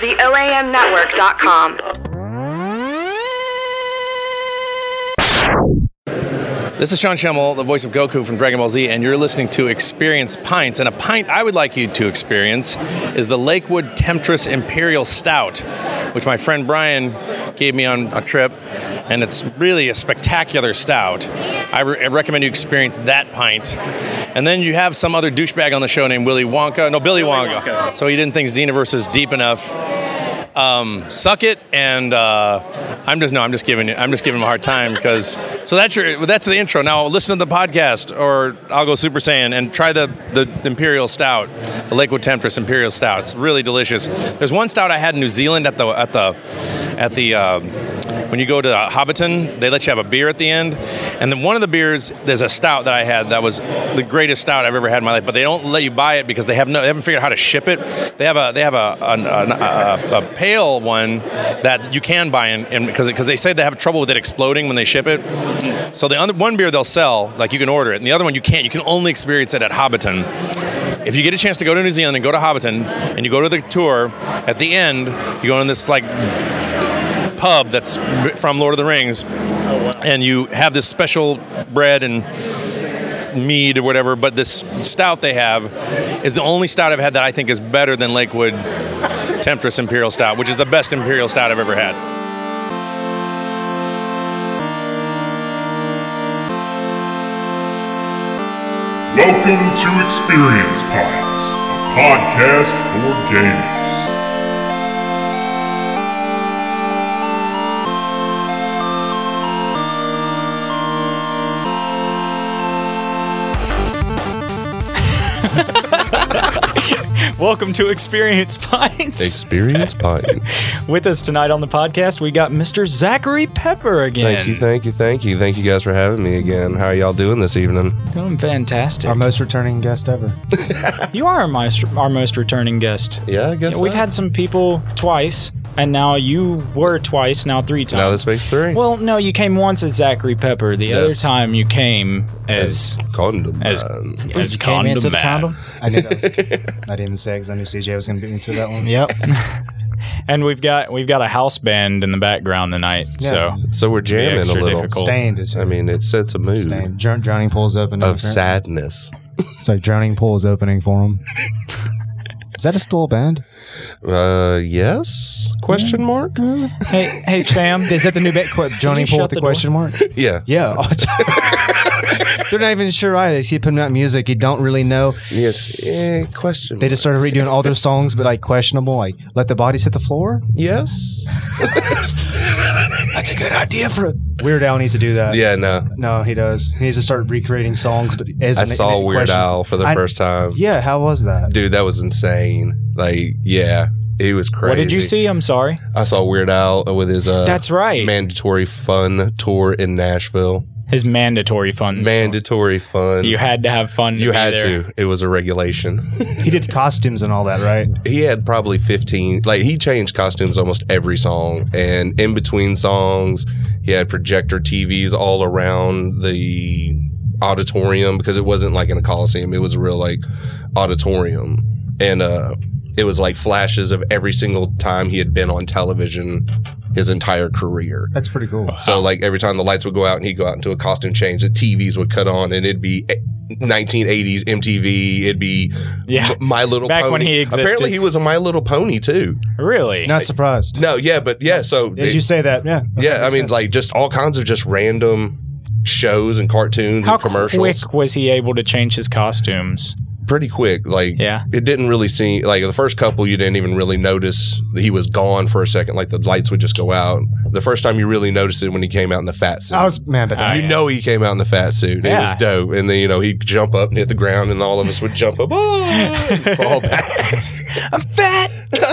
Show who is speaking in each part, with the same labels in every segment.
Speaker 1: The OAMnetwork.com.
Speaker 2: This is Sean Schimmel, the voice of Goku from Dragon Ball Z, and you're listening to Experience Pints. And a pint I would like you to experience is the Lakewood Temptress Imperial Stout, which my friend Brian gave me on a trip, and it's really a spectacular stout. I, re- I recommend you experience that pint. And then you have some other douchebag on the show named Willy Wonka, no, Billy, Wonka. So he didn't think Xenoverse is deep enough. Um, suck it, and uh, I'm just no, I'm just giving you, I'm just giving him a hard time because. So that's your that's the intro. Now listen to the podcast, or I'll go Super Saiyan and try the the Imperial Stout, the Lakewood Temptress Imperial Stout. It's really delicious. There's one stout I had in New Zealand at the at the at the. um when you go to Hobbiton, they let you have a beer at the end. And then one of the beers, there's a stout that I had that was the greatest stout I've ever had in my life. But they don't let you buy it because they have no, they haven't figured out how to ship it. They have a they have a an- an- a, a, a pale one that you can buy in in- because because they say they have trouble with it exploding when they ship it. So the other one beer they'll sell, like you can order it, and the other one you can't. You can only experience it at Hobbiton if you get a chance to go to New Zealand and go to Hobbiton and you go to the tour, at the end, you go in this like pub that's from Lord of the Rings and you have this special bread and mead or whatever, but this stout they have is the only stout I've had that I think is better than Lakewood Temptress Imperial Stout, which is the best Imperial Stout I've ever had.
Speaker 3: Welcome to Experience Pints, a podcast for gamers.
Speaker 4: Welcome to Experience Pines.
Speaker 5: Experience Pine.
Speaker 4: With us tonight on the podcast, we got Mr. Zachary Pepper again.
Speaker 5: Thank you, thank you, thank you. Thank you guys for having me again. How are y'all doing this evening?
Speaker 4: Doing fantastic.
Speaker 6: Our most returning guest ever.
Speaker 4: you are our most, our most returning guest.
Speaker 5: Yeah, I guess
Speaker 4: We've
Speaker 5: so.
Speaker 4: had some people twice, and now you were twice, now three times.
Speaker 5: Now this makes three.
Speaker 4: well, no, you came once as Zachary Pepper. The other
Speaker 5: Yes.
Speaker 4: time you came as
Speaker 5: condom.
Speaker 4: as
Speaker 5: man.
Speaker 4: as
Speaker 6: um, You came
Speaker 4: condom
Speaker 6: into the
Speaker 4: man.
Speaker 6: condom. I knew that was. I didn't even say because I knew CJ was going to be into that one. Yep.
Speaker 4: And we've got we've got a house band in the background tonight.
Speaker 6: Yeah.
Speaker 4: So
Speaker 5: so we're jamming a
Speaker 4: extra
Speaker 5: little.
Speaker 4: difficult.
Speaker 6: Stained is.
Speaker 5: I mean, it sets a mood
Speaker 6: Stained. Dr- drowning pool's opening.
Speaker 5: of
Speaker 6: for-
Speaker 5: sadness.
Speaker 6: It's like drowning pool's opening for him. is that a still band?
Speaker 5: Uh, yes? Question mark?
Speaker 4: hey hey Sam,
Speaker 6: Is that the new band? Qu- drowning
Speaker 4: shut
Speaker 6: pool with the,
Speaker 4: the door?
Speaker 6: question mark?
Speaker 5: Yeah.
Speaker 6: Yeah. Oh, it's- They're not even sure either. They keep putting out music. You don't really know.
Speaker 5: Yes. Eh, question.
Speaker 6: They just started redoing all their songs, but like questionable, like "Let the Bodies Hit the Floor."
Speaker 5: yes. That's a good idea for.
Speaker 6: Weird Al needs to do that.
Speaker 5: Yeah. No.
Speaker 6: No, he does. He needs to start recreating songs. But as
Speaker 5: I
Speaker 6: an-
Speaker 5: saw
Speaker 6: an-
Speaker 5: Weird
Speaker 6: question-
Speaker 5: Al for the
Speaker 6: I-
Speaker 5: first time.
Speaker 6: Yeah, how was that?
Speaker 5: Dude, that was insane. Like, yeah, he was crazy.
Speaker 4: what did you see? I'm sorry.
Speaker 6: Uh,
Speaker 5: I saw Weird Al with his uh,
Speaker 4: That's right.
Speaker 5: mandatory fun tour in Nashville.
Speaker 4: His mandatory fun.
Speaker 5: Mandatory fun.
Speaker 4: You had to have fun. To
Speaker 5: You
Speaker 4: be
Speaker 5: had
Speaker 4: there.
Speaker 5: to. It was a regulation.
Speaker 6: He did costumes and all that, right?
Speaker 5: he had probably 15, like, he changed costumes almost every song. And in between songs, he had projector TVs all around the auditorium because it wasn't like in a coliseum, it was a real, like, auditorium. And, uh, it was like flashes of every single time he had been on television his entire career.
Speaker 6: That's pretty cool.
Speaker 5: So like every time the lights would go out and he'd go out into a costume change, the TVs would cut on and it'd be eh, 1980s MTV. It'd be
Speaker 4: Yeah.
Speaker 5: M- My Little
Speaker 4: Back
Speaker 5: Pony.
Speaker 4: when he existed.
Speaker 5: Apparently he was a My Little Pony too.
Speaker 4: Really?
Speaker 6: Not surprised.
Speaker 5: No, yeah, but yeah, so
Speaker 6: As you say that, yeah.
Speaker 5: yeah, I mean like just all kinds of just random shows and cartoons
Speaker 4: How
Speaker 5: and commercials.
Speaker 4: quick was he able to change his costumes?
Speaker 5: Pretty quick, like
Speaker 4: Yeah.
Speaker 5: it didn't really seem like the first couple you didn't even really notice that he was gone for a second. Like the lights would just go out. The first time you really noticed it when he came out in the fat suit.
Speaker 6: I was man, but
Speaker 5: You know he came out in the fat suit. It
Speaker 4: Yeah.
Speaker 5: was dope. And then you know he'd jump up and hit the ground, and all of us would jump up, oh, and fall back.
Speaker 4: Fat.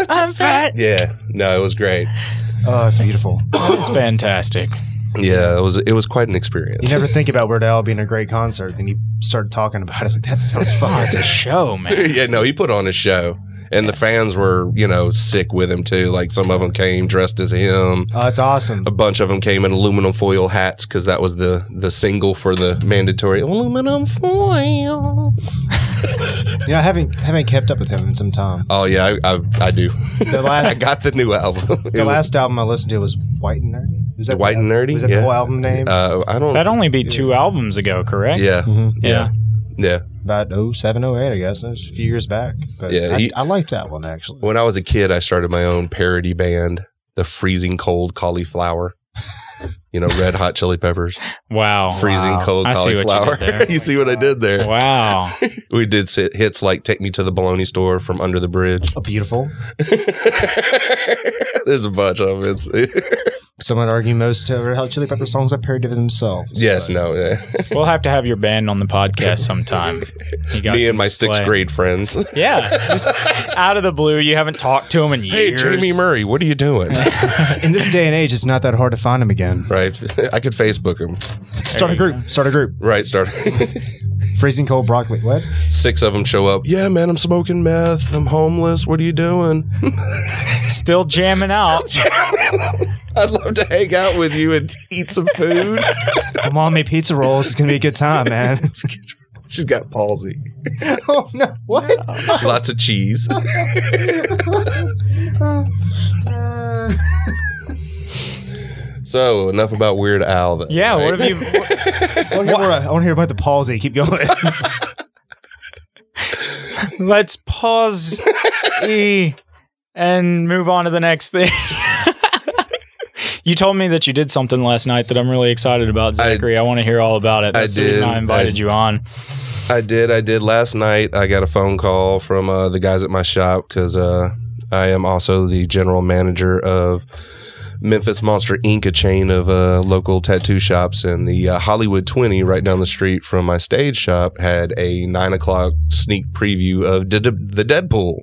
Speaker 4: I'm fat.
Speaker 5: yeah, no, it was great.
Speaker 6: oh, it's beautiful.
Speaker 4: It's fantastic.
Speaker 5: Yeah, it was it was quite an experience.
Speaker 6: You never think about Weird Al being a great concert, then you start talking about it. It's like that sounds fun.
Speaker 4: It's a show, man.
Speaker 5: yeah, no, he put on a show, and the fans were you know sick with him too. Like some of them came dressed as him.
Speaker 6: Oh, it's awesome.
Speaker 5: A bunch of them came in aluminum foil hats because that was the the single for the mandatory aluminum foil.
Speaker 6: You know, I haven't haven't kept up with him in some time.
Speaker 5: Oh yeah, I I, I do.
Speaker 6: The
Speaker 5: I
Speaker 6: last
Speaker 5: got the new album. It
Speaker 6: the
Speaker 5: was
Speaker 6: last album I listened to was White and Nerdy. Was that
Speaker 5: White
Speaker 6: the,
Speaker 5: and Nerdy.
Speaker 6: Was that
Speaker 5: yeah.
Speaker 6: the whole album name?
Speaker 5: Uh, I don't.
Speaker 4: That'd only be two albums ago, correct?
Speaker 5: yeah,
Speaker 6: Mhm.
Speaker 5: yeah, yeah.
Speaker 6: About oh, 07, 08, I guess. It was a few years back. But
Speaker 5: Yeah,
Speaker 6: I,
Speaker 5: he-
Speaker 6: I liked that one actually.
Speaker 5: When I was a kid, I started my own parody band, the Freezing Cold Cauliflower. You know, Red Hot Chili Peppers,
Speaker 4: Wow.
Speaker 5: Freezing
Speaker 6: Wow.
Speaker 5: Cold
Speaker 4: I see what you did
Speaker 5: Cauliflower.
Speaker 4: there.
Speaker 5: you see what I did there?
Speaker 4: Wow.
Speaker 5: We did sit, hits like "Take Me to the Baloney Store" from Under the Bridge.
Speaker 6: Oh, beautiful.
Speaker 5: There's a bunch of them. It's
Speaker 6: Some would argue most uh, Red Hot Chili Pepper songs are parodied of themselves.
Speaker 5: yes,
Speaker 6: but-
Speaker 5: no. yeah.
Speaker 4: We'll have to have your band on the podcast sometime. You guys
Speaker 5: Me
Speaker 4: can
Speaker 5: and my sixth
Speaker 4: display.
Speaker 5: grade friends.
Speaker 4: Yeah. Just out of the blue, you haven't talked to him in years.
Speaker 5: Hey, Jamie Murray, what are you doing?
Speaker 6: In this day and age, it's not that hard to find him again.
Speaker 5: right, I could Facebook him.
Speaker 6: Start a group. Start a group.
Speaker 5: Right, start.
Speaker 6: Freezing cold broccoli. What?
Speaker 5: Six of them show up. Yeah, man, I'm smoking meth. I'm homeless. What are you doing?
Speaker 4: Still jamming out.
Speaker 5: I'd love to hang out with you and eat some food.
Speaker 6: My mom made pizza rolls. It's gonna be a good time, man.
Speaker 5: She's got palsy.
Speaker 6: oh no! What?
Speaker 5: Lots of cheese. so enough about Weird Al. Then,
Speaker 4: Yeah.
Speaker 5: right?
Speaker 4: What have you?
Speaker 6: I want to hear, more- I wanna hear about the palsy. Keep going.
Speaker 4: Let's pause E and move on to the next thing. you told me that you did something last night that I'm really excited about,
Speaker 5: I-
Speaker 4: Zachary. I, want to hear all about it.
Speaker 5: I
Speaker 4: That's the reason
Speaker 5: did.
Speaker 4: I invited
Speaker 5: I-
Speaker 4: you on.
Speaker 5: I did. I did last night. I got a phone call from uh, the guys at my shop because uh, I am also the general manager of Memphis Monster Inc., a chain of uh, local tattoo shops. And the uh, Hollywood 20 right down the street from my stage shop had a nine o'clock sneak preview of D- D- the Deadpool.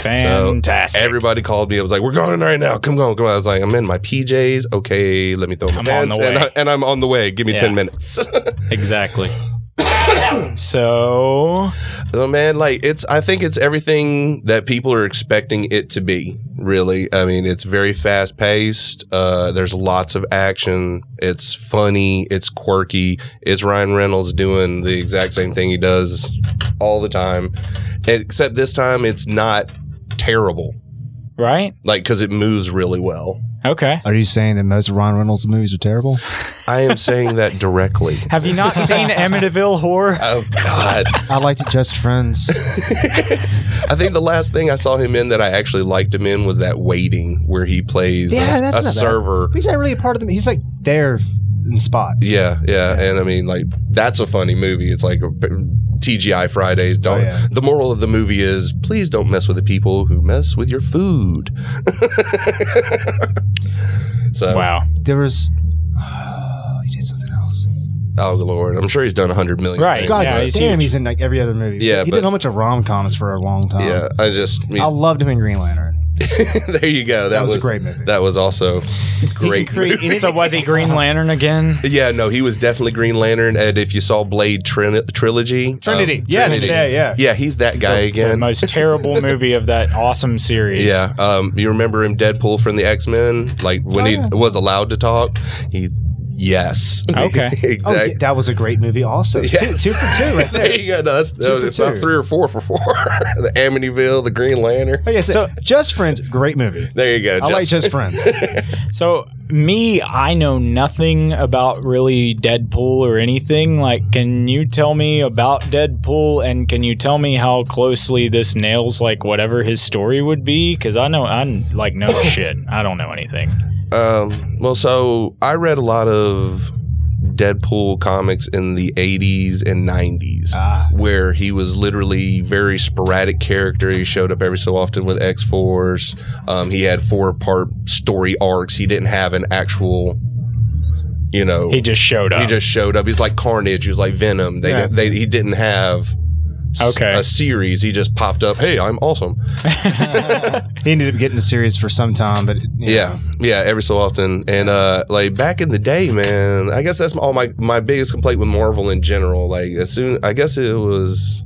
Speaker 4: Fantastic.
Speaker 5: Everybody called me. I was like, "We're going in right now. Come on, come on." I was like, "I'm in my PJs. Okay, let me throw my
Speaker 4: I'm on
Speaker 5: pants
Speaker 4: the
Speaker 5: and,
Speaker 4: way.
Speaker 5: I, and I'm on the way. Give me
Speaker 4: Yeah.
Speaker 5: ten minutes."
Speaker 4: exactly. so
Speaker 5: Oh man, like it's I think it's everything that people are expecting it to be, really. I mean, it's very fast paced. Uh there's lots of action. It's funny, it's quirky. It's Ryan Reynolds doing the exact same thing he does all the time. Except this time it's not terrible.
Speaker 4: right.
Speaker 5: Like cuz it moves really well.
Speaker 4: Okay.
Speaker 6: Are you saying that most Ron Reynolds movies are terrible?
Speaker 5: I am saying that directly.
Speaker 4: Have you not seen Amityville Horror?
Speaker 5: Oh god.
Speaker 6: I liked it just friends.
Speaker 5: I think the last thing I saw him in that I actually liked him in was that waiting where he plays
Speaker 6: Yeah,
Speaker 5: a-
Speaker 6: that's
Speaker 5: a,
Speaker 6: not bad.
Speaker 5: server.
Speaker 6: He's not really a part of them. He's like there in spots.
Speaker 5: Yeah, yeah, and I mean, like that's a funny movie. It's like a b- TGI Fridays. Don't.
Speaker 6: Oh, yeah.
Speaker 5: The moral of the movie is please don't mess with the people who mess with your food. so,
Speaker 4: Wow.
Speaker 6: There was. he did something else.
Speaker 5: oh lord, I'm sure he's done a hundred million.
Speaker 4: Right.
Speaker 5: things,
Speaker 6: God
Speaker 4: Yeah,
Speaker 5: but-
Speaker 4: he's
Speaker 6: damn,
Speaker 4: huge.
Speaker 6: he's in like every other movie.
Speaker 5: Yeah,
Speaker 6: he
Speaker 5: but-
Speaker 6: did a whole bunch of rom coms for a long time.
Speaker 5: yeah, I just I mean,
Speaker 6: I loved him in Green Lantern.
Speaker 5: there you go. That,
Speaker 6: was a great movie.
Speaker 5: That was also great. movie.
Speaker 4: So was he Green Lantern again?
Speaker 5: Yeah, no, he was definitely Green Lantern. And if you saw Blade Trin- trilogy,
Speaker 6: Trinity.
Speaker 5: um,
Speaker 6: Yes, yeah, yeah.
Speaker 5: yeah, he's that guy
Speaker 4: The
Speaker 5: again.
Speaker 4: most terrible movie of that awesome series.
Speaker 5: Yeah, um, you remember him, Deadpool from the X Men, like when
Speaker 6: Oh,
Speaker 5: he
Speaker 6: yeah.
Speaker 5: was allowed to talk. He, yes,
Speaker 4: Okay.
Speaker 6: Oh, yeah,
Speaker 5: exactly.
Speaker 6: that was a great movie. Also, Two-
Speaker 5: Yes.
Speaker 6: two, for two right
Speaker 5: there
Speaker 6: there.
Speaker 5: you go. No, that's, that
Speaker 6: Two
Speaker 5: was
Speaker 6: for
Speaker 5: about
Speaker 6: two.
Speaker 5: three or four for four. the Amityville, the Green Lantern.
Speaker 6: Like I said,
Speaker 4: So-
Speaker 6: Oh, Just Friends, great movie.
Speaker 5: There you go.
Speaker 6: I like Just Friends.
Speaker 4: So me, I know nothing about really Deadpool or anything. Like, can you tell me about Deadpool and can you tell me how closely this nails like whatever his story would be? Because I know I'm like no shit. I don't know anything.
Speaker 5: Um, well, so I read a lot of Deadpool comics in the 80s and 90s,
Speaker 4: Ah.
Speaker 5: where he was literally very sporadic character. He showed up every so often with X Force. Um, he had four part story arcs. He didn't have an actual, you know,
Speaker 4: He just showed up.
Speaker 5: he just showed up. He's like Carnage. He was like Venom. They,
Speaker 4: Yeah.
Speaker 5: they he didn't have. s-
Speaker 4: Okay.
Speaker 5: A series. He just popped up. Hey, I'm awesome.
Speaker 6: he ended up getting the series for some time, but you know,
Speaker 5: Yeah, yeah, every so often. And uh like back in the day, man, I guess that's all my my biggest complaint with Marvel in general. Like as soon I guess it was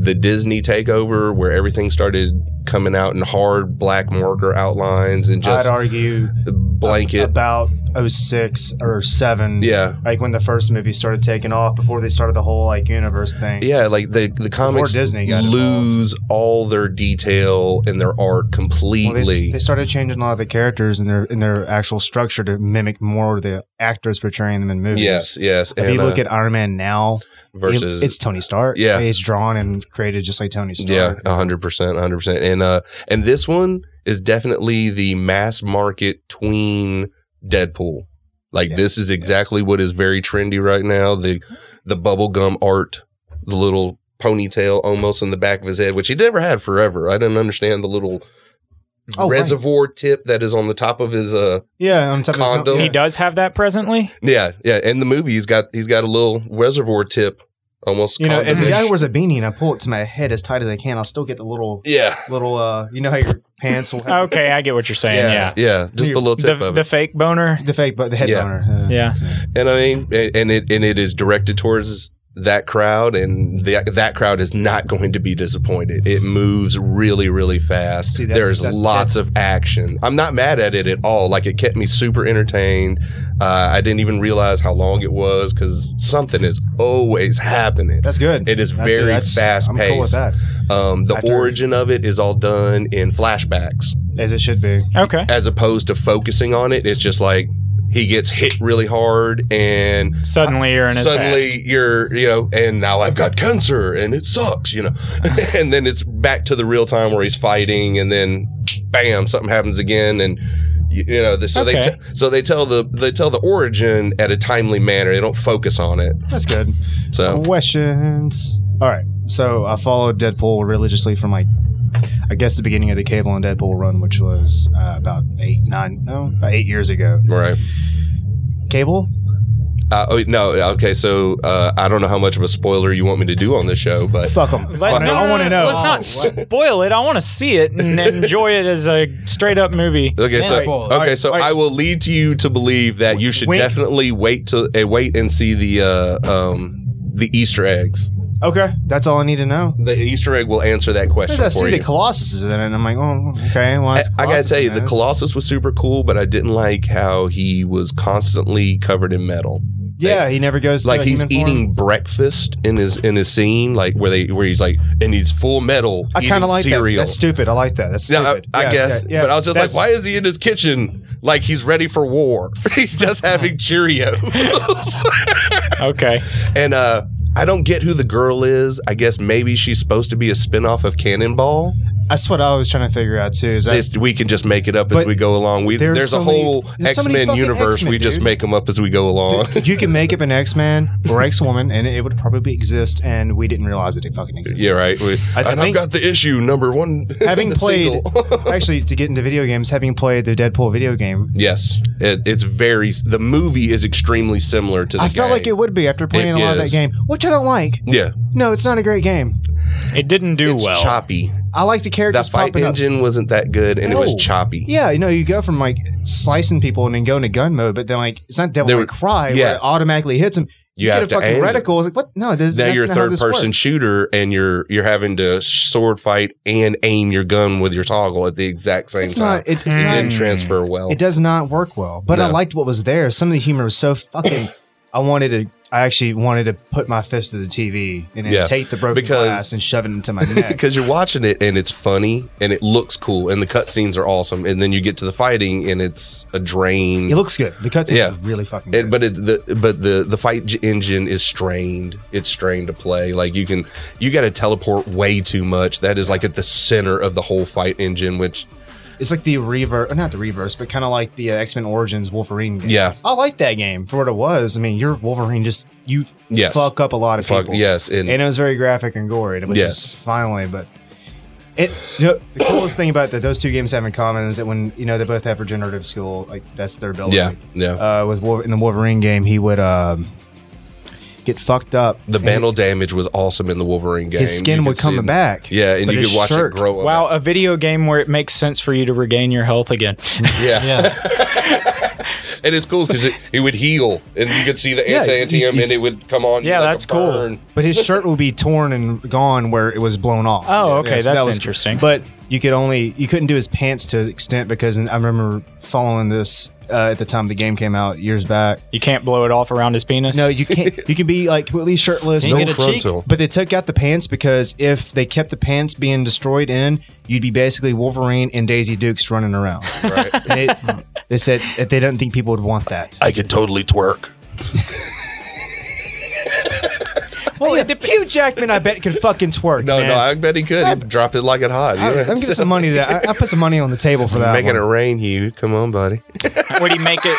Speaker 5: the Disney takeover where everything started coming out in hard black marker outlines and just
Speaker 6: I'd argue
Speaker 5: blanket.
Speaker 6: about 06 or 7.
Speaker 5: Yeah.
Speaker 6: Like when the first movie started taking off before they started the whole like universe thing.
Speaker 5: Yeah, like the the comics
Speaker 6: Disney got
Speaker 5: lose all their detail and their art
Speaker 6: Well,
Speaker 5: completely.
Speaker 6: they, they started changing a lot of the characters and their in their actual structure to mimic more of the actors portraying them in movies.
Speaker 5: yes, yes.
Speaker 6: If you
Speaker 5: and,
Speaker 6: look
Speaker 5: uh,
Speaker 6: at Iron Man now,
Speaker 5: versus
Speaker 6: it- it's Tony Stark.
Speaker 5: Yeah.
Speaker 6: he's drawn and created just like Tony Stark.
Speaker 5: Yeah, a hundred percent, a hundred percent. And uh, and this one is definitely the mass market tween Deadpool. Like
Speaker 6: Yes,
Speaker 5: this is exactly what is very trendy right now. The the bubblegum art, the little ponytail almost in the back of his head, which he never had forever. I didn't understand the little
Speaker 6: Oh, right.
Speaker 5: reservoir tip that is on the top of his uh
Speaker 6: yeah. On top of his-
Speaker 5: Condom.
Speaker 4: He does have that presently.
Speaker 5: yeah, yeah. In the movie he's got he's got a little reservoir tip almost
Speaker 6: You know, as a
Speaker 5: condom-ish.
Speaker 6: guy who wears a beanie and I pull it to my head as tight as I can, I'll still get the little,
Speaker 5: yeah.
Speaker 6: little, uh, you know how your pants will have
Speaker 4: Okay, I get what you're saying.
Speaker 5: Yeah,
Speaker 4: Yeah,
Speaker 5: yeah, just the little tip
Speaker 4: the
Speaker 5: of it.
Speaker 4: the fake boner.
Speaker 6: the fake, but the head
Speaker 5: Yeah.
Speaker 6: boner. Uh,
Speaker 4: Oh. Yeah,
Speaker 5: And I mean, and and it and it is directed towards that crowd, and that that crowd is not going to be disappointed. It moves really, really fast.
Speaker 6: See, that's-
Speaker 5: There's
Speaker 6: that's-
Speaker 5: lots of action. I'm not mad at it at all. Like it kept me super entertained. Uh, I didn't even realize how long it was because something is always happening.
Speaker 6: That's good.
Speaker 5: It is
Speaker 6: That's-
Speaker 5: very
Speaker 6: that's-
Speaker 5: fast
Speaker 6: I'm cool
Speaker 5: paced.
Speaker 6: with that,
Speaker 5: um, the
Speaker 6: After-
Speaker 5: origin of it is all done in flashbacks
Speaker 6: as it should be.
Speaker 4: okay.
Speaker 5: as opposed to focusing on it. It's just like he gets hit really hard and
Speaker 4: Suddenly you're in his
Speaker 5: suddenly
Speaker 4: past.
Speaker 5: you're you know and now i've got cancer and it sucks you know and then it's back to the real time where he's fighting and then bam something happens again and you, you know the, so they
Speaker 4: Okay.
Speaker 5: t- so they tell the they tell the origin at a timely manner they don't focus on it
Speaker 6: That's good.
Speaker 5: so
Speaker 6: Questions. All right. So I followed Deadpool religiously from like, I guess the beginning of the Cable and Deadpool run, which was uh, about eight, nine, no, about eight years ago.
Speaker 5: right
Speaker 6: Cable.
Speaker 5: uh, oh, no okay so uh, i don't know how much of a spoiler you want me to do on this show but
Speaker 6: Fuck them.
Speaker 4: Let- no, no,
Speaker 6: I
Speaker 4: no,
Speaker 6: want to
Speaker 4: no,
Speaker 6: know.
Speaker 4: Let's not spoil it. I want to see it and enjoy it as a straight up movie.
Speaker 5: Okay, so
Speaker 6: spoilers.
Speaker 5: okay,
Speaker 6: Alright,
Speaker 5: so
Speaker 6: alright.
Speaker 5: I will lead to you to believe that you should
Speaker 6: Wink.
Speaker 5: definitely wait to uh, wait and see the uh, um, the Easter eggs.
Speaker 6: Okay, that's all I need to know.
Speaker 5: The Easter egg will answer that question
Speaker 6: Because I
Speaker 5: for
Speaker 6: see
Speaker 5: you.
Speaker 6: the Colossus is in it, and I'm like, oh, okay. Why
Speaker 5: I,
Speaker 6: is
Speaker 5: I gotta
Speaker 6: Colossus
Speaker 5: tell you,
Speaker 6: in
Speaker 5: the
Speaker 6: this?
Speaker 5: Colossus was super cool, but I didn't like how he was constantly covered in metal.
Speaker 6: Yeah, he never goes to
Speaker 5: Like
Speaker 6: a
Speaker 5: he's
Speaker 6: human form.
Speaker 5: eating breakfast in his in his scene, like where they where he's like, and he's full metal.
Speaker 6: I kind
Speaker 5: eating
Speaker 6: of like
Speaker 5: cereal.
Speaker 6: that. That's stupid. I like that. That's
Speaker 5: Yeah, I,
Speaker 6: stupid.
Speaker 5: I
Speaker 6: Yeah,
Speaker 5: guess.
Speaker 6: yeah, yeah.
Speaker 5: But I was just
Speaker 6: That's-
Speaker 5: like, why is he in his kitchen? Like he's ready for war. he's just having Cheerios.
Speaker 4: Okay.
Speaker 5: and uh, I don't get who the girl is. I guess maybe she's supposed to be a spinoff of Cannonball.
Speaker 6: That's what I was trying to figure out too. Is that
Speaker 5: This, we can just make it up as
Speaker 6: But
Speaker 5: we go along. We
Speaker 6: there's
Speaker 5: there's,
Speaker 6: so
Speaker 5: a
Speaker 6: many-
Speaker 5: whole
Speaker 6: there's so
Speaker 5: X
Speaker 6: many
Speaker 5: Men
Speaker 6: fucking
Speaker 5: universe. we
Speaker 6: X-Men,
Speaker 5: just
Speaker 6: dude.
Speaker 5: make them up as we go along.
Speaker 6: you can make up an X Man or X Woman, and it would probably exist, and we didn't realize it fucking existed.
Speaker 5: yeah, right. We,
Speaker 6: I
Speaker 5: and I've
Speaker 6: think-
Speaker 5: got the issue number one.
Speaker 6: Having
Speaker 5: the
Speaker 6: played,
Speaker 5: single.
Speaker 6: actually, to get into video games, having played the Deadpool video game,
Speaker 5: yes, it, it's very. The movie is extremely similar to the.
Speaker 6: I felt
Speaker 5: game.
Speaker 6: like it would be after playing
Speaker 5: It
Speaker 6: a lot of that
Speaker 5: is.
Speaker 6: game, which I don't like.
Speaker 5: Yeah,
Speaker 6: No, it's not a great game.
Speaker 4: It didn't do
Speaker 5: it's
Speaker 4: well.
Speaker 5: choppy.
Speaker 6: I like the
Speaker 5: The
Speaker 6: characters.
Speaker 5: fight
Speaker 6: popping up.
Speaker 5: engine wasn't that good, and it was
Speaker 6: No.
Speaker 5: choppy.
Speaker 6: Yeah, you know, you go from like slicing people and then going to gun mode, but then like it's not Devil
Speaker 5: There
Speaker 6: May
Speaker 5: were-
Speaker 6: Cry where
Speaker 5: yes.
Speaker 6: it automatically hits him.
Speaker 5: You
Speaker 6: get
Speaker 5: have
Speaker 6: a
Speaker 5: to
Speaker 6: fucking
Speaker 5: aim it.
Speaker 6: reticle. It's like what? No, this,
Speaker 5: Now
Speaker 6: that's
Speaker 5: you're a
Speaker 6: not how
Speaker 5: third
Speaker 6: this
Speaker 5: person
Speaker 6: works.
Speaker 5: shooter, and you're you're having to sword fight and aim your gun with your toggle at the exact same
Speaker 6: It's
Speaker 5: time.
Speaker 6: not. It, it's
Speaker 5: it
Speaker 6: not.
Speaker 5: didn't transfer well.
Speaker 6: It does not work well. But I
Speaker 5: No.
Speaker 6: liked what was there. Some of the humor was so fucking. I wanted to. I actually wanted to put my fist to the TV and then
Speaker 5: Yeah,
Speaker 6: take the broken
Speaker 5: because-
Speaker 6: glass and shove it into my neck.
Speaker 5: because you're watching it and it's funny and it looks cool and the cutscenes are awesome and then you get to the fighting and it's a drain.
Speaker 6: it looks good. The cutscenes
Speaker 5: Yeah.
Speaker 6: yeah. really fucking. Good.
Speaker 5: It, but it, the but the the fight j- engine is strained. It's strained to play. Like you can you got to teleport way too much. That is like at the center of the whole fight engine. Which
Speaker 6: it's like the reverse, not the reverse, but kind of like the uh, X Men Origins Wolverine. Game.
Speaker 5: Yeah.
Speaker 6: I like that game for what it was. I mean, your Wolverine just you
Speaker 5: Yes.
Speaker 6: fuck up a lot of
Speaker 5: Fuck,
Speaker 6: people.
Speaker 5: yes, and-
Speaker 6: and it was very graphic and gory. It was
Speaker 5: Yes.
Speaker 6: finally, but it. You know, the coolest thing about that those two games have in common is that when you know they both have regenerative skill, like that's their ability.
Speaker 5: yeah yeah
Speaker 6: Uh, with Wolver- in the Wolverine game, he would um, get fucked up.
Speaker 5: the
Speaker 6: and
Speaker 5: vandal damage was awesome in the Wolverine game.
Speaker 6: His skin
Speaker 5: You
Speaker 6: would
Speaker 5: could
Speaker 6: come
Speaker 5: see him-
Speaker 6: back.
Speaker 5: Yeah, and
Speaker 6: but
Speaker 5: you
Speaker 6: his
Speaker 5: could watch
Speaker 6: shirt-
Speaker 5: it grow up.
Speaker 4: Wow, a video game where it makes sense for you to regain your health again.
Speaker 5: Yeah. and it's cool because it, it would heal, and you could see the
Speaker 6: Yeah,
Speaker 5: anti-antium,
Speaker 6: he's-
Speaker 5: and it would come on.
Speaker 4: Yeah,
Speaker 5: like a
Speaker 4: that's cool.
Speaker 5: burn.
Speaker 6: But his shirt will be torn and gone where it was blown off.
Speaker 4: Oh, okay,
Speaker 6: so
Speaker 4: that's
Speaker 6: was-
Speaker 4: interesting.
Speaker 6: But you could only you couldn't do his pants to an extent because I remember following this uh, at the time the game came out years back.
Speaker 4: You can't blow it off around his penis.
Speaker 6: No, you can't. You can be like completely shirtless.
Speaker 7: Can you
Speaker 6: no
Speaker 7: get a cheek?
Speaker 5: frontal.
Speaker 6: But they took out the pants because if they kept the pants being destroyed in, you'd be basically Wolverine and Daisy Dukes running around.
Speaker 5: Right.
Speaker 6: They, they said that they don't think people would want that.
Speaker 5: I could totally twerk.
Speaker 6: Well, Hugh Jackman, I bet could fucking twerk.
Speaker 5: No,
Speaker 6: man.
Speaker 5: no, I bet he could. He dropped it like it hot.
Speaker 6: I, am getting some money. To that. I, I put some money on the table for that.
Speaker 5: Making it
Speaker 6: one.
Speaker 5: rain, Hugh. Come on, buddy.
Speaker 4: Would he make it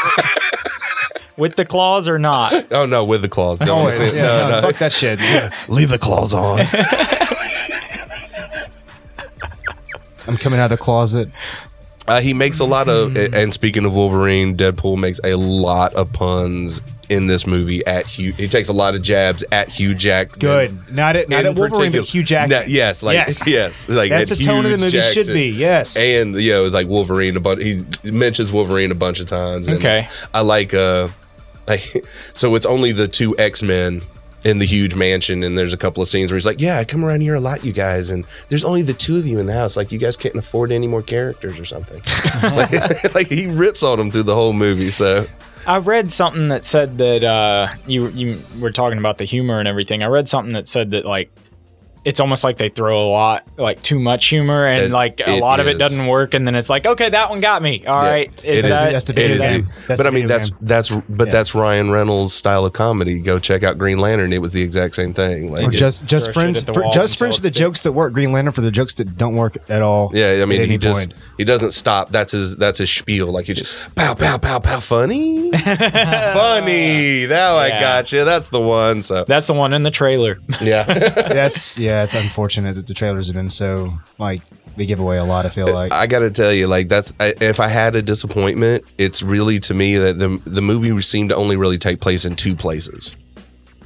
Speaker 4: with the claws or not?
Speaker 5: Oh no, with the claws. Don't
Speaker 6: Always,
Speaker 5: listen.
Speaker 6: yeah,
Speaker 5: no,
Speaker 6: no,
Speaker 5: no.
Speaker 6: fuck that shit. man.
Speaker 5: Leave the claws on.
Speaker 6: I'm coming out of the closet.
Speaker 5: Uh, he makes a lot of, and speaking of Wolverine, Deadpool makes a lot of puns in this movie at Hugh. He takes a lot of jabs at Hugh Jackman.
Speaker 6: Good. Not at not
Speaker 5: In
Speaker 6: at Wolverine,
Speaker 5: particular-
Speaker 6: but Hugh Jackman.
Speaker 5: No, yes, like yes, like
Speaker 6: That's the
Speaker 5: at
Speaker 6: tone of the
Speaker 5: Hugh
Speaker 6: movie
Speaker 5: Jackson.
Speaker 6: should be. Yes.
Speaker 5: And you know, like Wolverine a bunch. He mentions Wolverine a bunch of times. and
Speaker 4: Okay.
Speaker 5: I like uh, like so it's only the two X Men in the huge mansion, and there's a couple of scenes where he's like, "Yeah, I come around here a lot, you guys, and there's only the two of you in the house. Like, you guys can't afford any more characters or something." like, like, he rips on them through the whole movie. So
Speaker 4: I read something that said that uh, you you were talking about the humor and everything. I read something that said that like it's almost like they throw a lot, like too much humor, and
Speaker 5: It-
Speaker 4: like a
Speaker 5: it
Speaker 4: lot of
Speaker 5: is.
Speaker 4: it doesn't work, and then it's like, okay, that one got me. All
Speaker 5: Yeah.
Speaker 4: right, is
Speaker 5: It is-
Speaker 4: that
Speaker 6: that's the
Speaker 5: it
Speaker 6: video
Speaker 5: is,
Speaker 6: game. That's
Speaker 5: but
Speaker 6: the
Speaker 5: I mean,
Speaker 6: video
Speaker 5: that's
Speaker 6: game.
Speaker 5: that's but
Speaker 6: Yeah.
Speaker 5: that's Ryan Reynolds' style of comedy. Go check out Green Lantern; it was the exact same thing. Like,
Speaker 6: Or
Speaker 5: just-
Speaker 6: just just
Speaker 4: throw
Speaker 6: friends
Speaker 4: shit at the
Speaker 6: for,
Speaker 4: wall
Speaker 6: just
Speaker 4: until
Speaker 6: friends
Speaker 4: it
Speaker 6: for the
Speaker 4: sticks.
Speaker 6: jokes that work. Green Lantern for the jokes that don't work at all.
Speaker 5: Yeah, I mean,
Speaker 6: at
Speaker 5: he
Speaker 6: any
Speaker 5: just
Speaker 6: point.
Speaker 5: he doesn't stop. That's his that's his spiel. Like he just pow pow pow pow funny, funny. Now I
Speaker 4: Yeah.
Speaker 5: got you. That's the one. So
Speaker 4: that's the one in the trailer?
Speaker 5: yeah,
Speaker 6: that's yeah. It's unfortunate that the trailers have been so like they give away a lot. I feel like
Speaker 5: I got to tell you, like that's I, if I had a disappointment, it's really to me that the the movie seemed to only really take place in two places,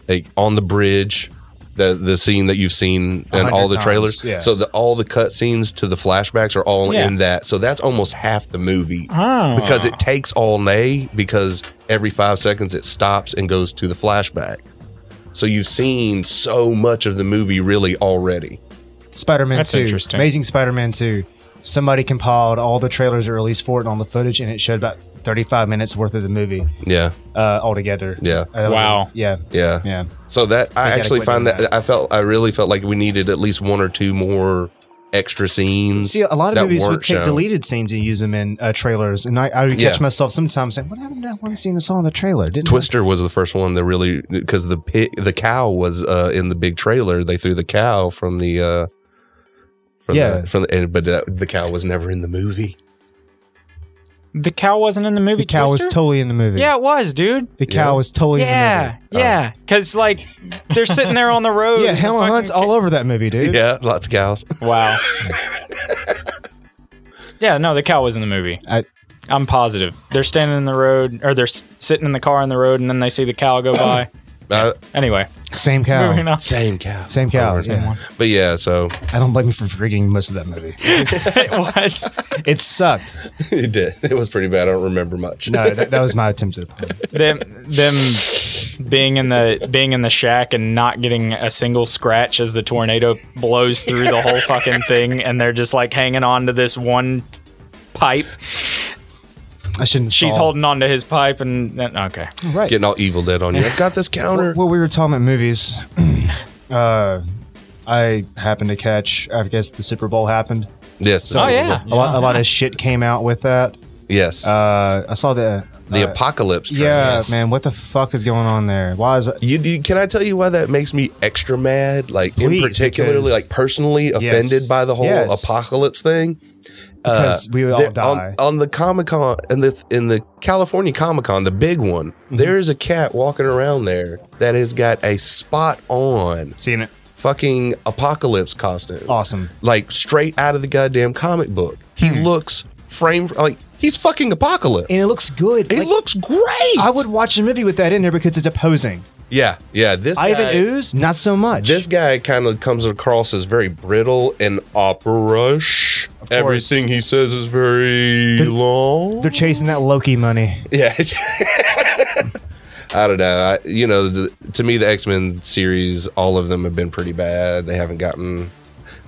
Speaker 5: like on the bridge. The, the scene that you've seen
Speaker 6: A
Speaker 5: in all
Speaker 6: hundred
Speaker 5: the
Speaker 6: times,
Speaker 5: trailers,
Speaker 6: yeah.
Speaker 5: so the, all the cut scenes to the flashbacks are all
Speaker 4: Yeah.
Speaker 5: in that. So that's almost half the movie.
Speaker 4: Oh.
Speaker 5: because it takes all day because every five seconds it stops and goes to the flashback. So you've seen so much of the movie really already.
Speaker 6: Spider Man
Speaker 4: That's
Speaker 6: Two,
Speaker 4: interesting.
Speaker 6: Amazing Spider Man Two. Somebody compiled all the trailers that were released for it and all the footage, and it showed about 35 minutes worth of the movie
Speaker 5: Yeah,
Speaker 6: uh, altogether.
Speaker 5: Yeah.
Speaker 6: Uh, that was
Speaker 4: Wow.
Speaker 6: a- yeah.
Speaker 5: yeah,
Speaker 6: Yeah.
Speaker 5: So that I
Speaker 6: gotta
Speaker 5: actually
Speaker 6: quit
Speaker 5: find
Speaker 6: doing
Speaker 5: that,
Speaker 6: that.
Speaker 5: I felt I really felt like we needed at least one or two more extra scenes.
Speaker 6: See, a lot of
Speaker 5: that
Speaker 6: movies would
Speaker 5: weren't
Speaker 6: take
Speaker 5: shown.
Speaker 6: deleted scenes and use them in uh, trailers, and I, I would
Speaker 5: Yeah.
Speaker 6: catch myself sometimes saying, "What happened to that one scene I saw in the trailer?" Didn't
Speaker 5: Twister was the first one that really because the pi- the cow was uh, in the big trailer. They threw the cow from the uh, from
Speaker 6: Yeah.
Speaker 5: the, from the and, but that, the cow was never in the movie.
Speaker 4: The cow wasn't in the
Speaker 6: I?
Speaker 4: movie.
Speaker 6: the cow
Speaker 4: Twister?
Speaker 6: was totally in the movie?
Speaker 4: yeah, it was, dude.
Speaker 6: the cow was totally in the
Speaker 4: Yeah,
Speaker 6: movie.
Speaker 4: yeah, because like they're sitting there on the road.
Speaker 6: uh, Yeah,
Speaker 4: and the
Speaker 6: Helen
Speaker 4: fucking
Speaker 6: Hunt's all over that movie, dude.
Speaker 5: Yeah, lots of cows.
Speaker 4: Wow. yeah, no, the cow was in the movie.
Speaker 6: I-
Speaker 4: I'm positive. They're standing in the road, or they're s- sitting in the car on the road, and then they see the cow go by.
Speaker 5: Uh,
Speaker 4: Anyway,
Speaker 6: Same
Speaker 4: moving
Speaker 6: cow.
Speaker 4: on.
Speaker 5: Same cow.
Speaker 6: Same cow. Yeah.
Speaker 5: But yeah, so
Speaker 6: I don't blame you for forgetting most of that movie.
Speaker 4: it was.
Speaker 6: It sucked.
Speaker 5: it did. It was pretty bad. I don't remember much.
Speaker 6: No, that, that was my attempt at it.
Speaker 4: them them being in the being in the shack and not getting a single scratch as the tornado blows through the whole fucking thing and they're just like hanging on to this one pipe
Speaker 6: I shouldn't.
Speaker 4: she's
Speaker 6: stall.
Speaker 4: holding on to his pipe and and- okay
Speaker 6: right.
Speaker 5: Getting all evil dead on you. I've got this counter.
Speaker 6: Well, we were talking about movies. uh, I happened to catch. I guess the Super Bowl happened.
Speaker 5: Yes.
Speaker 6: So
Speaker 4: Oh, yeah.
Speaker 6: a lot, a lot of shit came out with that.
Speaker 5: Yes.
Speaker 6: Uh, I saw the
Speaker 5: the
Speaker 6: uh,
Speaker 5: apocalypse. Train.
Speaker 6: Yeah,
Speaker 5: Yes.
Speaker 6: man, what the fuck is going on there? Why is it?
Speaker 5: You, you, can I tell you why that makes me extra mad? Like,
Speaker 6: Please,
Speaker 5: in particularly,
Speaker 6: because-
Speaker 5: like personally offended by the whole
Speaker 6: Yes.
Speaker 5: apocalypse thing.
Speaker 6: Because we all
Speaker 5: There-
Speaker 6: die.
Speaker 5: on, on the Comic Con and the in the California Comic Con, the big one.
Speaker 6: Mm-hmm.
Speaker 5: there is a cat walking around there that has got a spot on
Speaker 6: Seeing it,
Speaker 5: fucking apocalypse costume.
Speaker 6: awesome.
Speaker 5: like straight out of the goddamn comic book. He
Speaker 6: Hmm.
Speaker 5: looks frame like he's fucking apocalypse.
Speaker 6: And it looks good.
Speaker 5: he
Speaker 6: Like,
Speaker 5: looks great.
Speaker 6: I would watch a movie with that in there because it's opposing.
Speaker 5: Yeah, yeah. This
Speaker 6: Ivan
Speaker 5: guy,
Speaker 6: Ooze, not so much.
Speaker 5: this guy kind of comes across as very brittle and opera
Speaker 6: course.
Speaker 5: Everything he says is very
Speaker 6: They're-
Speaker 5: long.
Speaker 6: they're chasing that Loki money.
Speaker 5: yeah. I don't know. I, you know, th- to me, the X Men series, all of them have been pretty bad. They haven't gotten.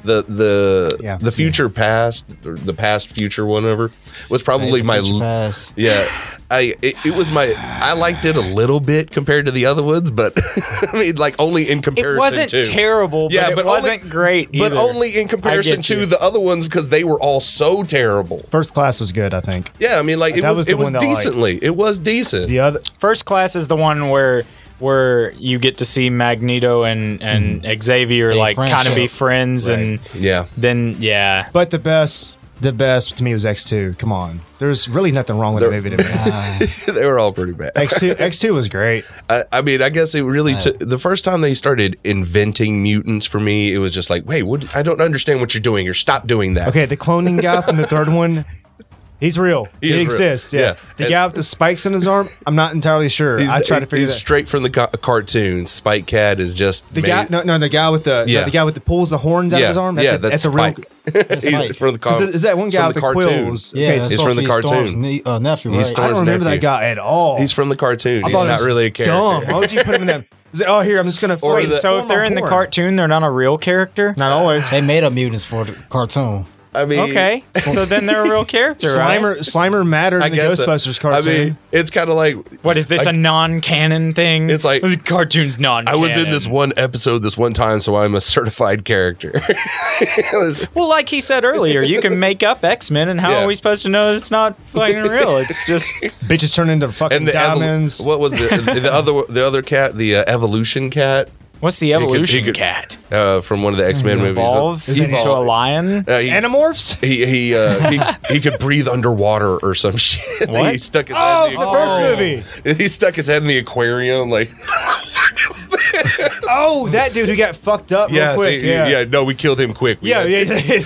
Speaker 5: the the
Speaker 6: Yeah.
Speaker 5: the future past or the past future whatever was probably my
Speaker 7: Future
Speaker 5: l-
Speaker 7: pass.
Speaker 5: yeah. I it, it was my I liked it a little bit compared to the other ones, but I mean like only in comparison
Speaker 4: It wasn't
Speaker 5: to
Speaker 4: terrible, but
Speaker 5: Yeah,
Speaker 4: it
Speaker 5: but only-
Speaker 4: wasn't great.
Speaker 5: but
Speaker 4: either.
Speaker 5: only in comparison
Speaker 4: get
Speaker 5: to
Speaker 4: you.
Speaker 5: the other ones because they were all so terrible.
Speaker 6: First class was good, I think.
Speaker 5: Yeah, I mean like it
Speaker 6: That
Speaker 5: was,
Speaker 6: was the
Speaker 5: it was
Speaker 6: one that I liked.
Speaker 5: decently. It was decent.
Speaker 6: The other
Speaker 4: first class is the one where where you get to see Magneto and and Xavier
Speaker 7: They
Speaker 4: like kind
Speaker 7: friendship.
Speaker 4: of be friends, and
Speaker 5: Yeah.
Speaker 4: then yeah,
Speaker 6: But the best, the best to me was X2. Come on, there's really nothing wrong with the
Speaker 5: There-
Speaker 6: movie to me.
Speaker 5: they were all pretty bad.
Speaker 6: X2, X2 was great.
Speaker 5: I, I mean, I guess it really took the first time they started inventing mutants for me. It was just like, wait, what? I don't understand what you're doing. You're stop doing that.
Speaker 6: Okay, the cloning guy from the third one. He's real.
Speaker 5: He
Speaker 6: He,
Speaker 5: is real.
Speaker 6: exists. Yeah.
Speaker 5: Yeah.
Speaker 6: The
Speaker 5: And-
Speaker 6: guy with the spikes in his arm. I'm not entirely sure.
Speaker 5: He's,
Speaker 6: I try to figure
Speaker 5: he's
Speaker 6: that.
Speaker 5: straight from the ca- cartoon. Spike Cat is just
Speaker 6: the
Speaker 5: made-
Speaker 6: guy, no, no, the guy with the,
Speaker 5: Yeah.
Speaker 6: the, guy with the pulls the horns out of
Speaker 5: yeah,
Speaker 6: his arm.
Speaker 5: yeah,
Speaker 6: a-
Speaker 5: that's,
Speaker 6: a real.
Speaker 5: Spike. he's
Speaker 7: Spike.
Speaker 5: from the
Speaker 6: Is,
Speaker 5: cartoon.
Speaker 6: it- is that one guy with the, quills?
Speaker 7: Yeah,
Speaker 6: okay,
Speaker 7: that's
Speaker 5: It's
Speaker 6: so
Speaker 5: from
Speaker 7: supposed
Speaker 5: the
Speaker 7: to be Storm's
Speaker 5: cartoon.
Speaker 7: ne- uh, nephew,
Speaker 5: He's
Speaker 7: right?
Speaker 6: I
Speaker 5: Storm's
Speaker 6: don't remember
Speaker 5: nephew.
Speaker 6: that guy at all.
Speaker 5: He's from the cartoon.
Speaker 6: I
Speaker 5: He's
Speaker 6: thought it
Speaker 5: not
Speaker 6: was
Speaker 5: really a character.
Speaker 6: Dumb. Why would you put him in that? Is it, oh, here I'm just gonna.
Speaker 5: Or
Speaker 6: Wait,
Speaker 5: the-
Speaker 4: so if
Speaker 6: form a
Speaker 4: they're in the
Speaker 6: horn.
Speaker 4: cartoon, they're not a real character.
Speaker 6: not always.
Speaker 7: They made up mutants for the cartoon.
Speaker 5: I mean,
Speaker 4: Okay, so then they're a real character, right?
Speaker 6: Slimer, Slimer mattered
Speaker 5: I
Speaker 6: in the
Speaker 5: guess uh,
Speaker 6: Ghostbusters cartoon.
Speaker 5: I mean, it's kind of like
Speaker 4: What is this
Speaker 5: I-
Speaker 4: a non-canon thing?
Speaker 5: It's like-
Speaker 4: The cartoons non.
Speaker 5: I was in this one episode this one time, so I'm a certified character.
Speaker 4: Well, like he said earlier, you can make up X Men, and how
Speaker 5: Yeah.
Speaker 4: are we supposed to know it's not fucking real? It's just
Speaker 6: Bitches turn into fucking
Speaker 5: and the evol-
Speaker 6: diamonds.
Speaker 5: what was the the other the other cat the uh, evolution cat
Speaker 4: what's the
Speaker 5: could- he
Speaker 4: evolution
Speaker 5: could
Speaker 4: cat
Speaker 5: uh, from one of the X Men
Speaker 6: Mm-hmm.
Speaker 5: movies.
Speaker 4: evolve
Speaker 5: He
Speaker 4: into a
Speaker 5: evolved.
Speaker 4: lion?
Speaker 5: Uh, he,
Speaker 6: Animorphs?
Speaker 5: he he, uh, he he could breathe underwater or some shit. he
Speaker 4: What?
Speaker 5: stuck his
Speaker 6: Oh,
Speaker 5: head in
Speaker 6: the
Speaker 5: the
Speaker 6: first
Speaker 5: aquarium.
Speaker 6: movie.
Speaker 5: He stuck his head in the aquarium like
Speaker 6: Oh, that dude who got fucked up
Speaker 5: yeah,
Speaker 6: real
Speaker 5: see,
Speaker 6: quick. yeah.
Speaker 5: yeah no we killed him quick we
Speaker 6: Yeah,
Speaker 5: had-
Speaker 6: yeah,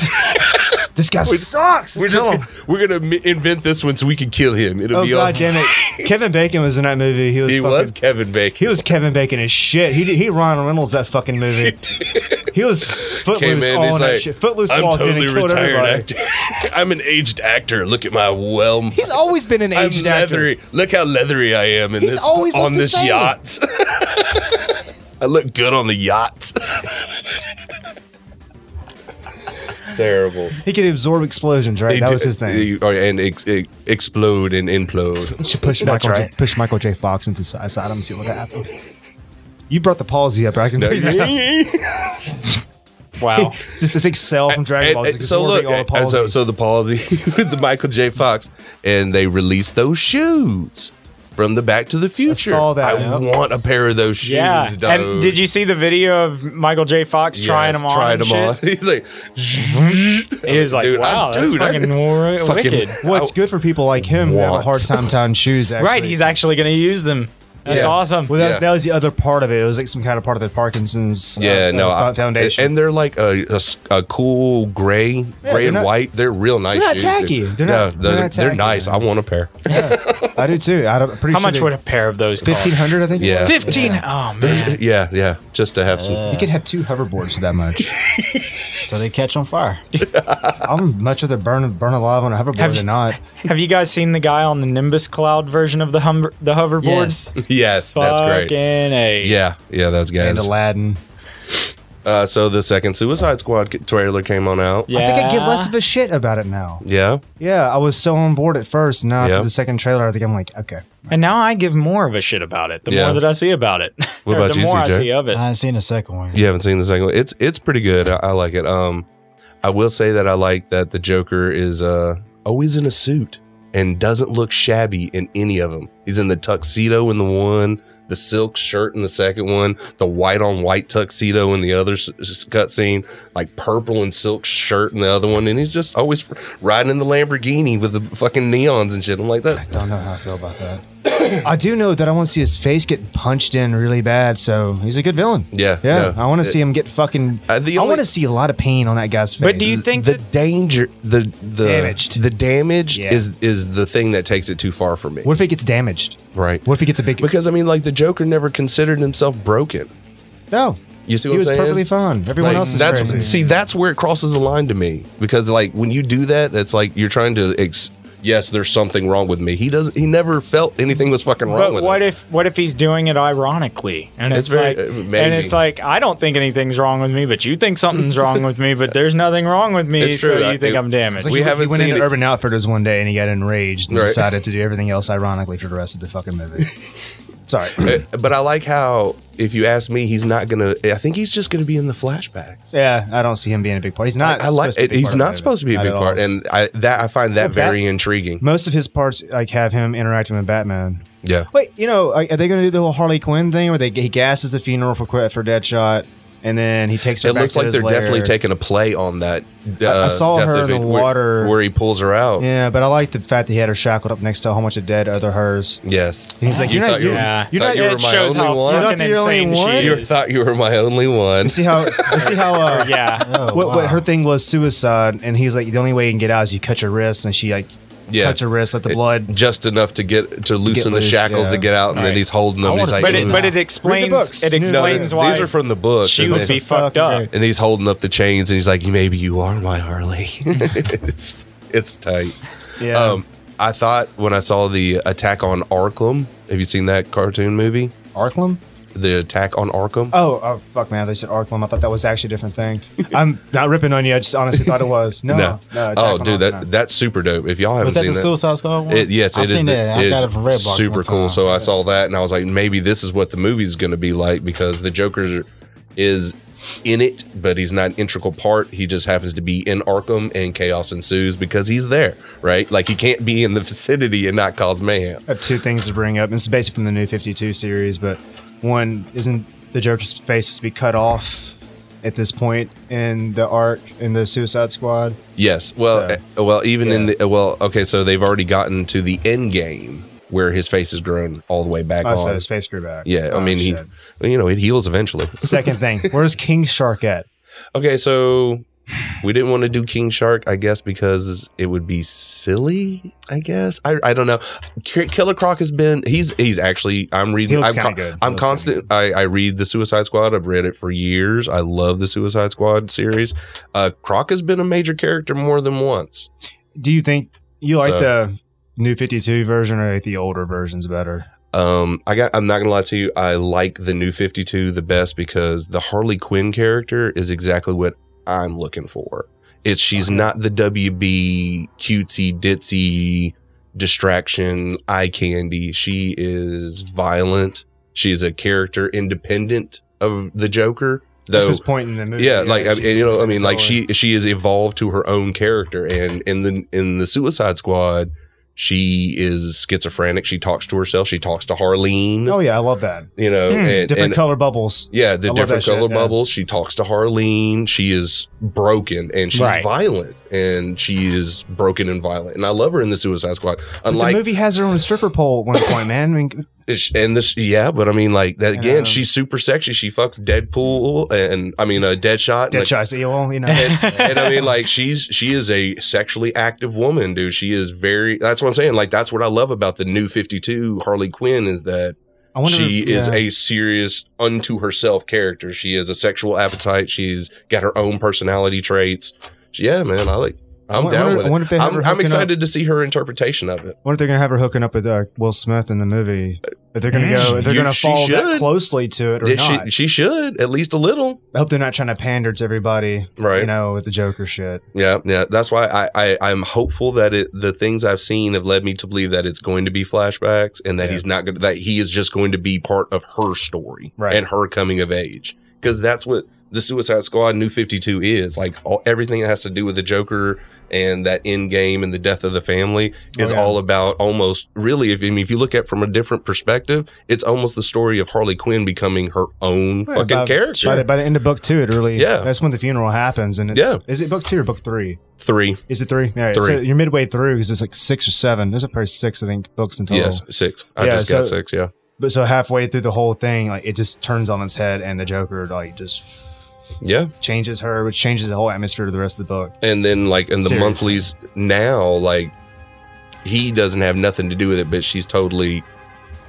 Speaker 6: yeah. this guy sucks.
Speaker 5: we're
Speaker 6: Let's kill
Speaker 5: just
Speaker 6: him.
Speaker 5: gonna, we're gonna mi- invent this one so we can kill him it'll
Speaker 6: Oh
Speaker 5: be
Speaker 6: god
Speaker 5: all,
Speaker 6: damn it! Kevin Bacon was in that movie. He was.
Speaker 5: he
Speaker 6: fucking,
Speaker 5: was Kevin Bacon
Speaker 6: He was Kevin Bacon as shit. He did, he Ryan Reynolds that fucking movie. He was
Speaker 5: came
Speaker 6: footloose
Speaker 5: in
Speaker 6: all
Speaker 5: he's
Speaker 6: in that
Speaker 5: like
Speaker 6: shit. Footloose
Speaker 5: I'm
Speaker 6: walked
Speaker 5: totally
Speaker 6: in and killed
Speaker 5: retired
Speaker 6: everybody.
Speaker 5: actor I'm an aged actor look at my well
Speaker 6: He's always been an
Speaker 5: I'm
Speaker 6: aged actor.
Speaker 5: leathery look how leathery I am in
Speaker 6: He's
Speaker 5: this
Speaker 6: always
Speaker 5: on
Speaker 6: looked the
Speaker 5: this
Speaker 6: same.
Speaker 5: yacht I look good on the yacht terrible.
Speaker 6: He could absorb explosions, right?
Speaker 5: He
Speaker 6: That
Speaker 5: d-
Speaker 6: was his thing.
Speaker 5: he- oh, yeah, and ex- ex- explode and implode.
Speaker 6: Should push
Speaker 4: That's
Speaker 6: Michael J,
Speaker 4: right.
Speaker 6: push Michael J. Fox into side side and see what happens. You brought the palsy up. I can
Speaker 5: No,
Speaker 6: figure that out.
Speaker 4: Wow.
Speaker 6: Just this excel from Dragon
Speaker 5: And-
Speaker 6: Ball.
Speaker 5: and
Speaker 6: Z, 'cause
Speaker 5: so
Speaker 6: we're
Speaker 5: look,
Speaker 6: big all
Speaker 5: and so,
Speaker 6: palsy.
Speaker 5: so the palsy with the Michael J. Fox, and they released those shoes from the Back to the Future.
Speaker 6: saw that,
Speaker 5: I
Speaker 6: yeah.
Speaker 5: want a pair of those shoes.
Speaker 4: Yeah. And did you see the video of Michael J. Fox trying them on?
Speaker 5: Trying
Speaker 4: and
Speaker 5: them on.
Speaker 4: shit?
Speaker 5: He's like,
Speaker 4: It is like,
Speaker 5: Dude, I-
Speaker 4: wow, that's
Speaker 5: dude, I-
Speaker 4: fucking, wor-
Speaker 5: fucking-
Speaker 4: wicked.
Speaker 6: What's good for people like him who have a hard
Speaker 5: Wants.
Speaker 6: time tying shoes? Actually.
Speaker 4: Right, he's actually going to use them. That's
Speaker 5: Yeah.
Speaker 4: awesome.
Speaker 6: Well, that's,
Speaker 5: Yeah.
Speaker 6: that was the other part of it. It was like some kind of part of the Parkinson's. uh,
Speaker 5: yeah,
Speaker 6: uh,
Speaker 5: no, I-
Speaker 6: fo- foundation.
Speaker 5: And they're like a, a s- a cool gray, gray
Speaker 6: they're
Speaker 5: and
Speaker 6: not-
Speaker 5: white. They're real nice.
Speaker 6: not
Speaker 5: shoes, dude.
Speaker 6: tacky. They're
Speaker 5: No,
Speaker 6: not- they're not
Speaker 5: they're
Speaker 6: tacky.
Speaker 5: nice. I want a pair.
Speaker 6: I do too. I don't, I'm pretty
Speaker 4: How
Speaker 6: sure
Speaker 4: much
Speaker 6: they-
Speaker 4: would a pair of those cost?
Speaker 6: 1500 I think. it
Speaker 5: Yeah.
Speaker 6: was.
Speaker 4: 15 Oh, man.
Speaker 5: Yeah, yeah. Just to have some.
Speaker 6: You could have two hoverboards for that much.
Speaker 7: So they catch on fire.
Speaker 6: I'm much rather burn burn alive on a hoverboard
Speaker 4: Have
Speaker 6: than
Speaker 4: you-
Speaker 6: not.
Speaker 4: Have you guys seen the guy on the Nimbus Cloud version of the hum- the hoverboard?
Speaker 7: Yes.
Speaker 5: yes, that's
Speaker 4: Fucking
Speaker 5: great.
Speaker 4: A.
Speaker 5: Yeah, yeah, that's
Speaker 6: And
Speaker 5: guys.
Speaker 6: Aladdin.
Speaker 5: Uh, so the second Suicide Squad c- trailer came on out.
Speaker 4: Yeah.
Speaker 6: I think I give less of a shit about it now.
Speaker 5: Yeah.
Speaker 6: Yeah, I was so on board at first. Now
Speaker 5: Yeah.
Speaker 6: after the second trailer, I think I'm like, okay.
Speaker 4: And now I give more of a shit about it. The
Speaker 5: Yeah.
Speaker 4: more that I see about it,
Speaker 5: What
Speaker 4: Or
Speaker 5: about
Speaker 4: the
Speaker 5: you,
Speaker 4: more I
Speaker 5: CJ?
Speaker 4: see of it.
Speaker 6: Uh,
Speaker 7: I ain't seen the second one.
Speaker 5: You haven't seen the second one. It's it's pretty good. I, I like it. Um, I will say that I like that the Joker is uh always in a suit and doesn't look shabby in any of them. He's in the tuxedo in the one, the silk shirt in the second one, the white on white tuxedo in the other s- s- cutscene, like purple and silk shirt in the other one, and he's just always riding in the Lamborghini with the fucking neons and shit. I'm like that.
Speaker 6: Don't know how I feel about that. I do know that I want to see his face get punched in really bad, so he's a good villain.
Speaker 5: Yeah,
Speaker 6: Yeah.
Speaker 5: no.
Speaker 6: I want to
Speaker 5: It-
Speaker 6: see him get fucking.
Speaker 5: Uh, the
Speaker 6: I
Speaker 5: only-
Speaker 6: want to see a lot of pain on that guy's face.
Speaker 4: But do you think
Speaker 5: the
Speaker 4: that
Speaker 5: danger the the
Speaker 6: Damaged.
Speaker 5: the damage
Speaker 6: Yeah.
Speaker 5: is is the thing that takes it too far for me
Speaker 6: What if it gets damaged?
Speaker 5: right
Speaker 6: What if he gets a big?
Speaker 5: because i mean like the joker never considered himself broken
Speaker 6: no,
Speaker 5: you see
Speaker 6: he
Speaker 5: what i'm
Speaker 6: was
Speaker 5: saying
Speaker 6: perfectly fine. Everyone
Speaker 5: Like,
Speaker 6: else is
Speaker 5: that's
Speaker 6: crazy.
Speaker 5: see that's where it crosses the line to me because like when you do that that's like you're trying to ex- yes, there's something wrong with me. He does. He never felt anything was fucking wrong
Speaker 4: But
Speaker 5: with
Speaker 4: what
Speaker 5: him.
Speaker 4: if what if he's doing it ironically? And
Speaker 5: It's
Speaker 4: it's,
Speaker 5: very- uh,
Speaker 4: like
Speaker 5: maybe.
Speaker 4: and it's like I don't think anything's wrong with me, but you think something's wrong with me, but there's nothing wrong with me,
Speaker 5: It's true,
Speaker 4: so
Speaker 5: I-
Speaker 4: you think
Speaker 5: it-
Speaker 4: I'm damaged.
Speaker 5: We
Speaker 6: he,
Speaker 5: haven't
Speaker 6: he went
Speaker 5: seen
Speaker 6: into
Speaker 5: it.
Speaker 6: Urban Outfitters one day and he got enraged and
Speaker 5: Right.
Speaker 6: decided to do everything else ironically for the rest of the fucking movie. Sorry.
Speaker 5: Uh, But I like how, if you ask me, he's not gonna. I think he's just gonna be in the flashbacks.
Speaker 6: yeah, I don't see him being a big part. He's not.
Speaker 5: I like.
Speaker 6: supposed to be a big
Speaker 5: He's
Speaker 6: part of the
Speaker 5: not
Speaker 6: movie.
Speaker 5: supposed to be a
Speaker 6: Not
Speaker 5: big
Speaker 6: at all.
Speaker 5: part, and I that I find that
Speaker 6: Well,
Speaker 5: very
Speaker 6: Bat-
Speaker 5: intriguing.
Speaker 6: most of his parts like have him interacting with Batman.
Speaker 5: Yeah.
Speaker 6: Wait, you know, are, are they going to do the whole Harley Quinn thing where they he gasses the funeral for Qu- for Deadshot, and then he takes her?
Speaker 5: It
Speaker 6: back
Speaker 5: looks
Speaker 6: to
Speaker 5: like
Speaker 6: his
Speaker 5: they're
Speaker 6: lair?
Speaker 5: definitely taking a play on that. Uh,
Speaker 6: I saw
Speaker 5: death
Speaker 6: her in
Speaker 5: of
Speaker 6: the
Speaker 5: it, where-
Speaker 6: water.
Speaker 5: where he pulls her out.
Speaker 6: Yeah, but I like the fact that he had her shackled up next to a whole bunch of dead other hers.
Speaker 5: Yes.
Speaker 6: He's like, "You're
Speaker 5: thought
Speaker 6: not-
Speaker 5: you were-
Speaker 4: yeah,
Speaker 5: you thought you
Speaker 4: It
Speaker 5: were my
Speaker 4: shows
Speaker 5: only
Speaker 4: how
Speaker 5: one.
Speaker 4: fucking
Speaker 6: You're the only
Speaker 4: insane
Speaker 6: one?
Speaker 4: she
Speaker 5: You
Speaker 6: You're
Speaker 4: is.
Speaker 5: thought you were my only one.
Speaker 6: You see how? you see how? Uh,
Speaker 4: yeah,
Speaker 7: Oh,
Speaker 6: What, what
Speaker 7: wow.
Speaker 6: her thing was suicide, and he's like, the only way you can get out is you cut your wrist, and she like
Speaker 5: Yeah.
Speaker 6: cuts her wrist, let the blood.
Speaker 5: just enough to get to loosen
Speaker 6: loose,
Speaker 5: the shackles
Speaker 6: yeah.
Speaker 5: to get out, and then he's holding them.
Speaker 7: I
Speaker 5: and He's
Speaker 7: wanna
Speaker 5: like,
Speaker 4: but
Speaker 7: see
Speaker 4: it
Speaker 5: "Mm."
Speaker 4: but it
Speaker 6: books.
Speaker 4: explains it
Speaker 5: No,
Speaker 6: No,
Speaker 4: explains
Speaker 5: th-
Speaker 4: why
Speaker 5: these are from the books.
Speaker 4: she
Speaker 5: and
Speaker 4: would
Speaker 5: they-
Speaker 4: be fucked
Speaker 6: fucking
Speaker 4: up.
Speaker 6: great.
Speaker 5: and he's holding up the chains, and he's like, "Maybe you are my Harley." it's it's tight.
Speaker 6: Yeah,
Speaker 5: Um, I thought when I saw the Attack on Arkham. Have you seen that cartoon movie?
Speaker 6: Arkham.
Speaker 5: The Attack on Arkham.
Speaker 6: Oh, oh, fuck, man! They said Arkham. I thought that was actually a different thing. I'm not ripping on you. I just honestly thought it was. No, no. Attack
Speaker 5: oh,
Speaker 6: on
Speaker 5: dude,
Speaker 6: Arkham,
Speaker 5: that
Speaker 6: no.
Speaker 5: that's super dope. If y'all haven't
Speaker 7: Was that
Speaker 5: seen
Speaker 7: the Suicide Squad one?
Speaker 5: It, yes,
Speaker 7: I
Speaker 5: it is.
Speaker 7: seen
Speaker 5: the-
Speaker 7: that.
Speaker 5: it
Speaker 7: I
Speaker 5: is
Speaker 7: got it from Redbox.
Speaker 5: Super
Speaker 7: one
Speaker 5: cool.
Speaker 7: time.
Speaker 5: So I saw that and I was like, maybe this is what the movie's going to be like because the Joker is in it, but he's not an integral part. He just happens to be in Arkham and chaos ensues because he's there, right? Like he can't be in the vicinity and not cause mayhem.
Speaker 6: I have two things to bring up. It's basically from the new 52 series, but one isn't the Joker's face is to be cut off at this point in the arc in the Suicide Squad.
Speaker 5: Yes. Well,
Speaker 6: So,
Speaker 5: eh, well, even in
Speaker 6: yeah.
Speaker 5: the well, okay. So they've already gotten to the end game where his face is grown all the way back
Speaker 6: Oh, so
Speaker 5: on.
Speaker 6: his face grew back.
Speaker 5: Yeah,
Speaker 6: Oh,
Speaker 5: I mean, he,
Speaker 6: shit.
Speaker 5: you know, it heals eventually.
Speaker 6: Second thing, where's King Shark at?
Speaker 5: Okay, so we didn't want to do King Shark, I guess, because it would be silly. I guess I, I don't know. K- Killer Croc has been he's he's actually I'm
Speaker 6: He
Speaker 5: reading
Speaker 6: looks
Speaker 5: I'm,
Speaker 6: kinda
Speaker 5: con-
Speaker 6: good. He
Speaker 5: I'm
Speaker 6: looks
Speaker 5: constant I, I read the Suicide Squad. I've read it for years. I love the Suicide Squad series. Uh, Croc has been a major character more than once.
Speaker 6: Do you think you like
Speaker 5: So-
Speaker 6: the new 52 version or like the older versions better?
Speaker 5: Um, I got I'm not gonna lie to you. I like the new 52 the best because the Harley Quinn character is exactly what I'm looking for. It's she's not the WB cutesy ditzy distraction eye candy. She is violent. She is a character independent of the Joker.
Speaker 6: At
Speaker 5: Though
Speaker 6: this point in the movie,
Speaker 5: yeah, like I, and,
Speaker 6: she's-
Speaker 5: you know, I mean, like
Speaker 6: totally.
Speaker 5: she she has evolved to her own character, and in the in the Suicide Squad, she is schizophrenic. She talks to herself. She talks to Harleen.
Speaker 6: Oh yeah, I love that.
Speaker 5: You know,
Speaker 6: Hmm,
Speaker 5: and,
Speaker 6: different
Speaker 5: and-
Speaker 6: color bubbles.
Speaker 5: yeah, the
Speaker 6: love
Speaker 5: different
Speaker 6: that shit,
Speaker 5: color
Speaker 6: yeah.
Speaker 5: bubbles. She talks to Harleen. She is broken and she's
Speaker 4: Right.
Speaker 5: violent, and she is broken and violent. And I love her in the Suicide Squad.
Speaker 6: But
Speaker 5: Unlike
Speaker 6: the movie has her own stripper pole at one point, man. I mean,
Speaker 5: It's- and this yeah but i mean like that again
Speaker 6: Yeah.
Speaker 5: she's super sexy she fucks deadpool and i mean a uh, deadshot and,
Speaker 6: Deadshot's evil, you know.
Speaker 5: and, and I mean, like she's she is a sexually active woman, dude. She is very. That's what I'm saying. Like that's what I love about the new 52 Harley Quinn is that
Speaker 6: I wonder
Speaker 5: she
Speaker 6: if-
Speaker 5: is
Speaker 6: yeah.
Speaker 5: a serious unto herself character. She has a sexual appetite. She's got her own personality traits. She- yeah, man, I like. I'm
Speaker 6: I
Speaker 5: down
Speaker 6: wonder-
Speaker 5: with
Speaker 6: I
Speaker 5: it.
Speaker 6: wonder if they have
Speaker 5: I'm,
Speaker 6: her
Speaker 5: I'm
Speaker 6: hooking
Speaker 5: excited to see her interpretation of it.
Speaker 6: What if they're gonna have her hooking up with uh, Will Smith in the movie? If they're gonna
Speaker 4: Mm.
Speaker 6: go, if they're
Speaker 5: You-
Speaker 6: gonna
Speaker 5: she
Speaker 6: follow that
Speaker 5: should.
Speaker 6: closely to it or
Speaker 5: Yeah, she,
Speaker 6: not?
Speaker 5: she should at least a little,
Speaker 6: I hope they're not trying to pander to everybody,
Speaker 5: right?
Speaker 6: you know, with the Joker shit.
Speaker 5: Yeah, yeah. That's why I, I I'm hopeful that it the things I've seen have led me to believe that it's going to be flashbacks and that
Speaker 6: Yeah.
Speaker 5: he's not going to that he is just going to be part of her story
Speaker 6: Right.
Speaker 5: and her coming of age because that's what the Suicide Squad New Fifty Two is like. All, everything that has to do with the Joker and that end game and the death of the family is
Speaker 6: Oh, yeah.
Speaker 5: all about almost really. If I mean, if you look at it from a different perspective, it's almost the story of Harley Quinn becoming her own
Speaker 6: Yeah,
Speaker 5: fucking
Speaker 6: by-
Speaker 5: character.
Speaker 6: By the, by the end of book two, it really
Speaker 5: Yeah.
Speaker 6: That's when the funeral happens, and it's,
Speaker 5: Yeah.
Speaker 6: is it book two or book three?
Speaker 5: Three,
Speaker 6: Is it three? Yeah,
Speaker 5: Three.
Speaker 6: So you're midway through because it's like six or seven. There's a probably six, I think, books in total.
Speaker 5: yes, six. I
Speaker 6: Oh. Yeah,
Speaker 5: just got
Speaker 6: so-
Speaker 5: six. Yeah.
Speaker 6: But so halfway through the whole thing, like it just turns on its head, and the Joker like just
Speaker 5: Yeah.
Speaker 6: changes her, which changes the whole atmosphere to the rest of the book.
Speaker 5: and then like in the
Speaker 6: Seriously.
Speaker 5: monthlies now like he doesn't have nothing to do with it but she's totally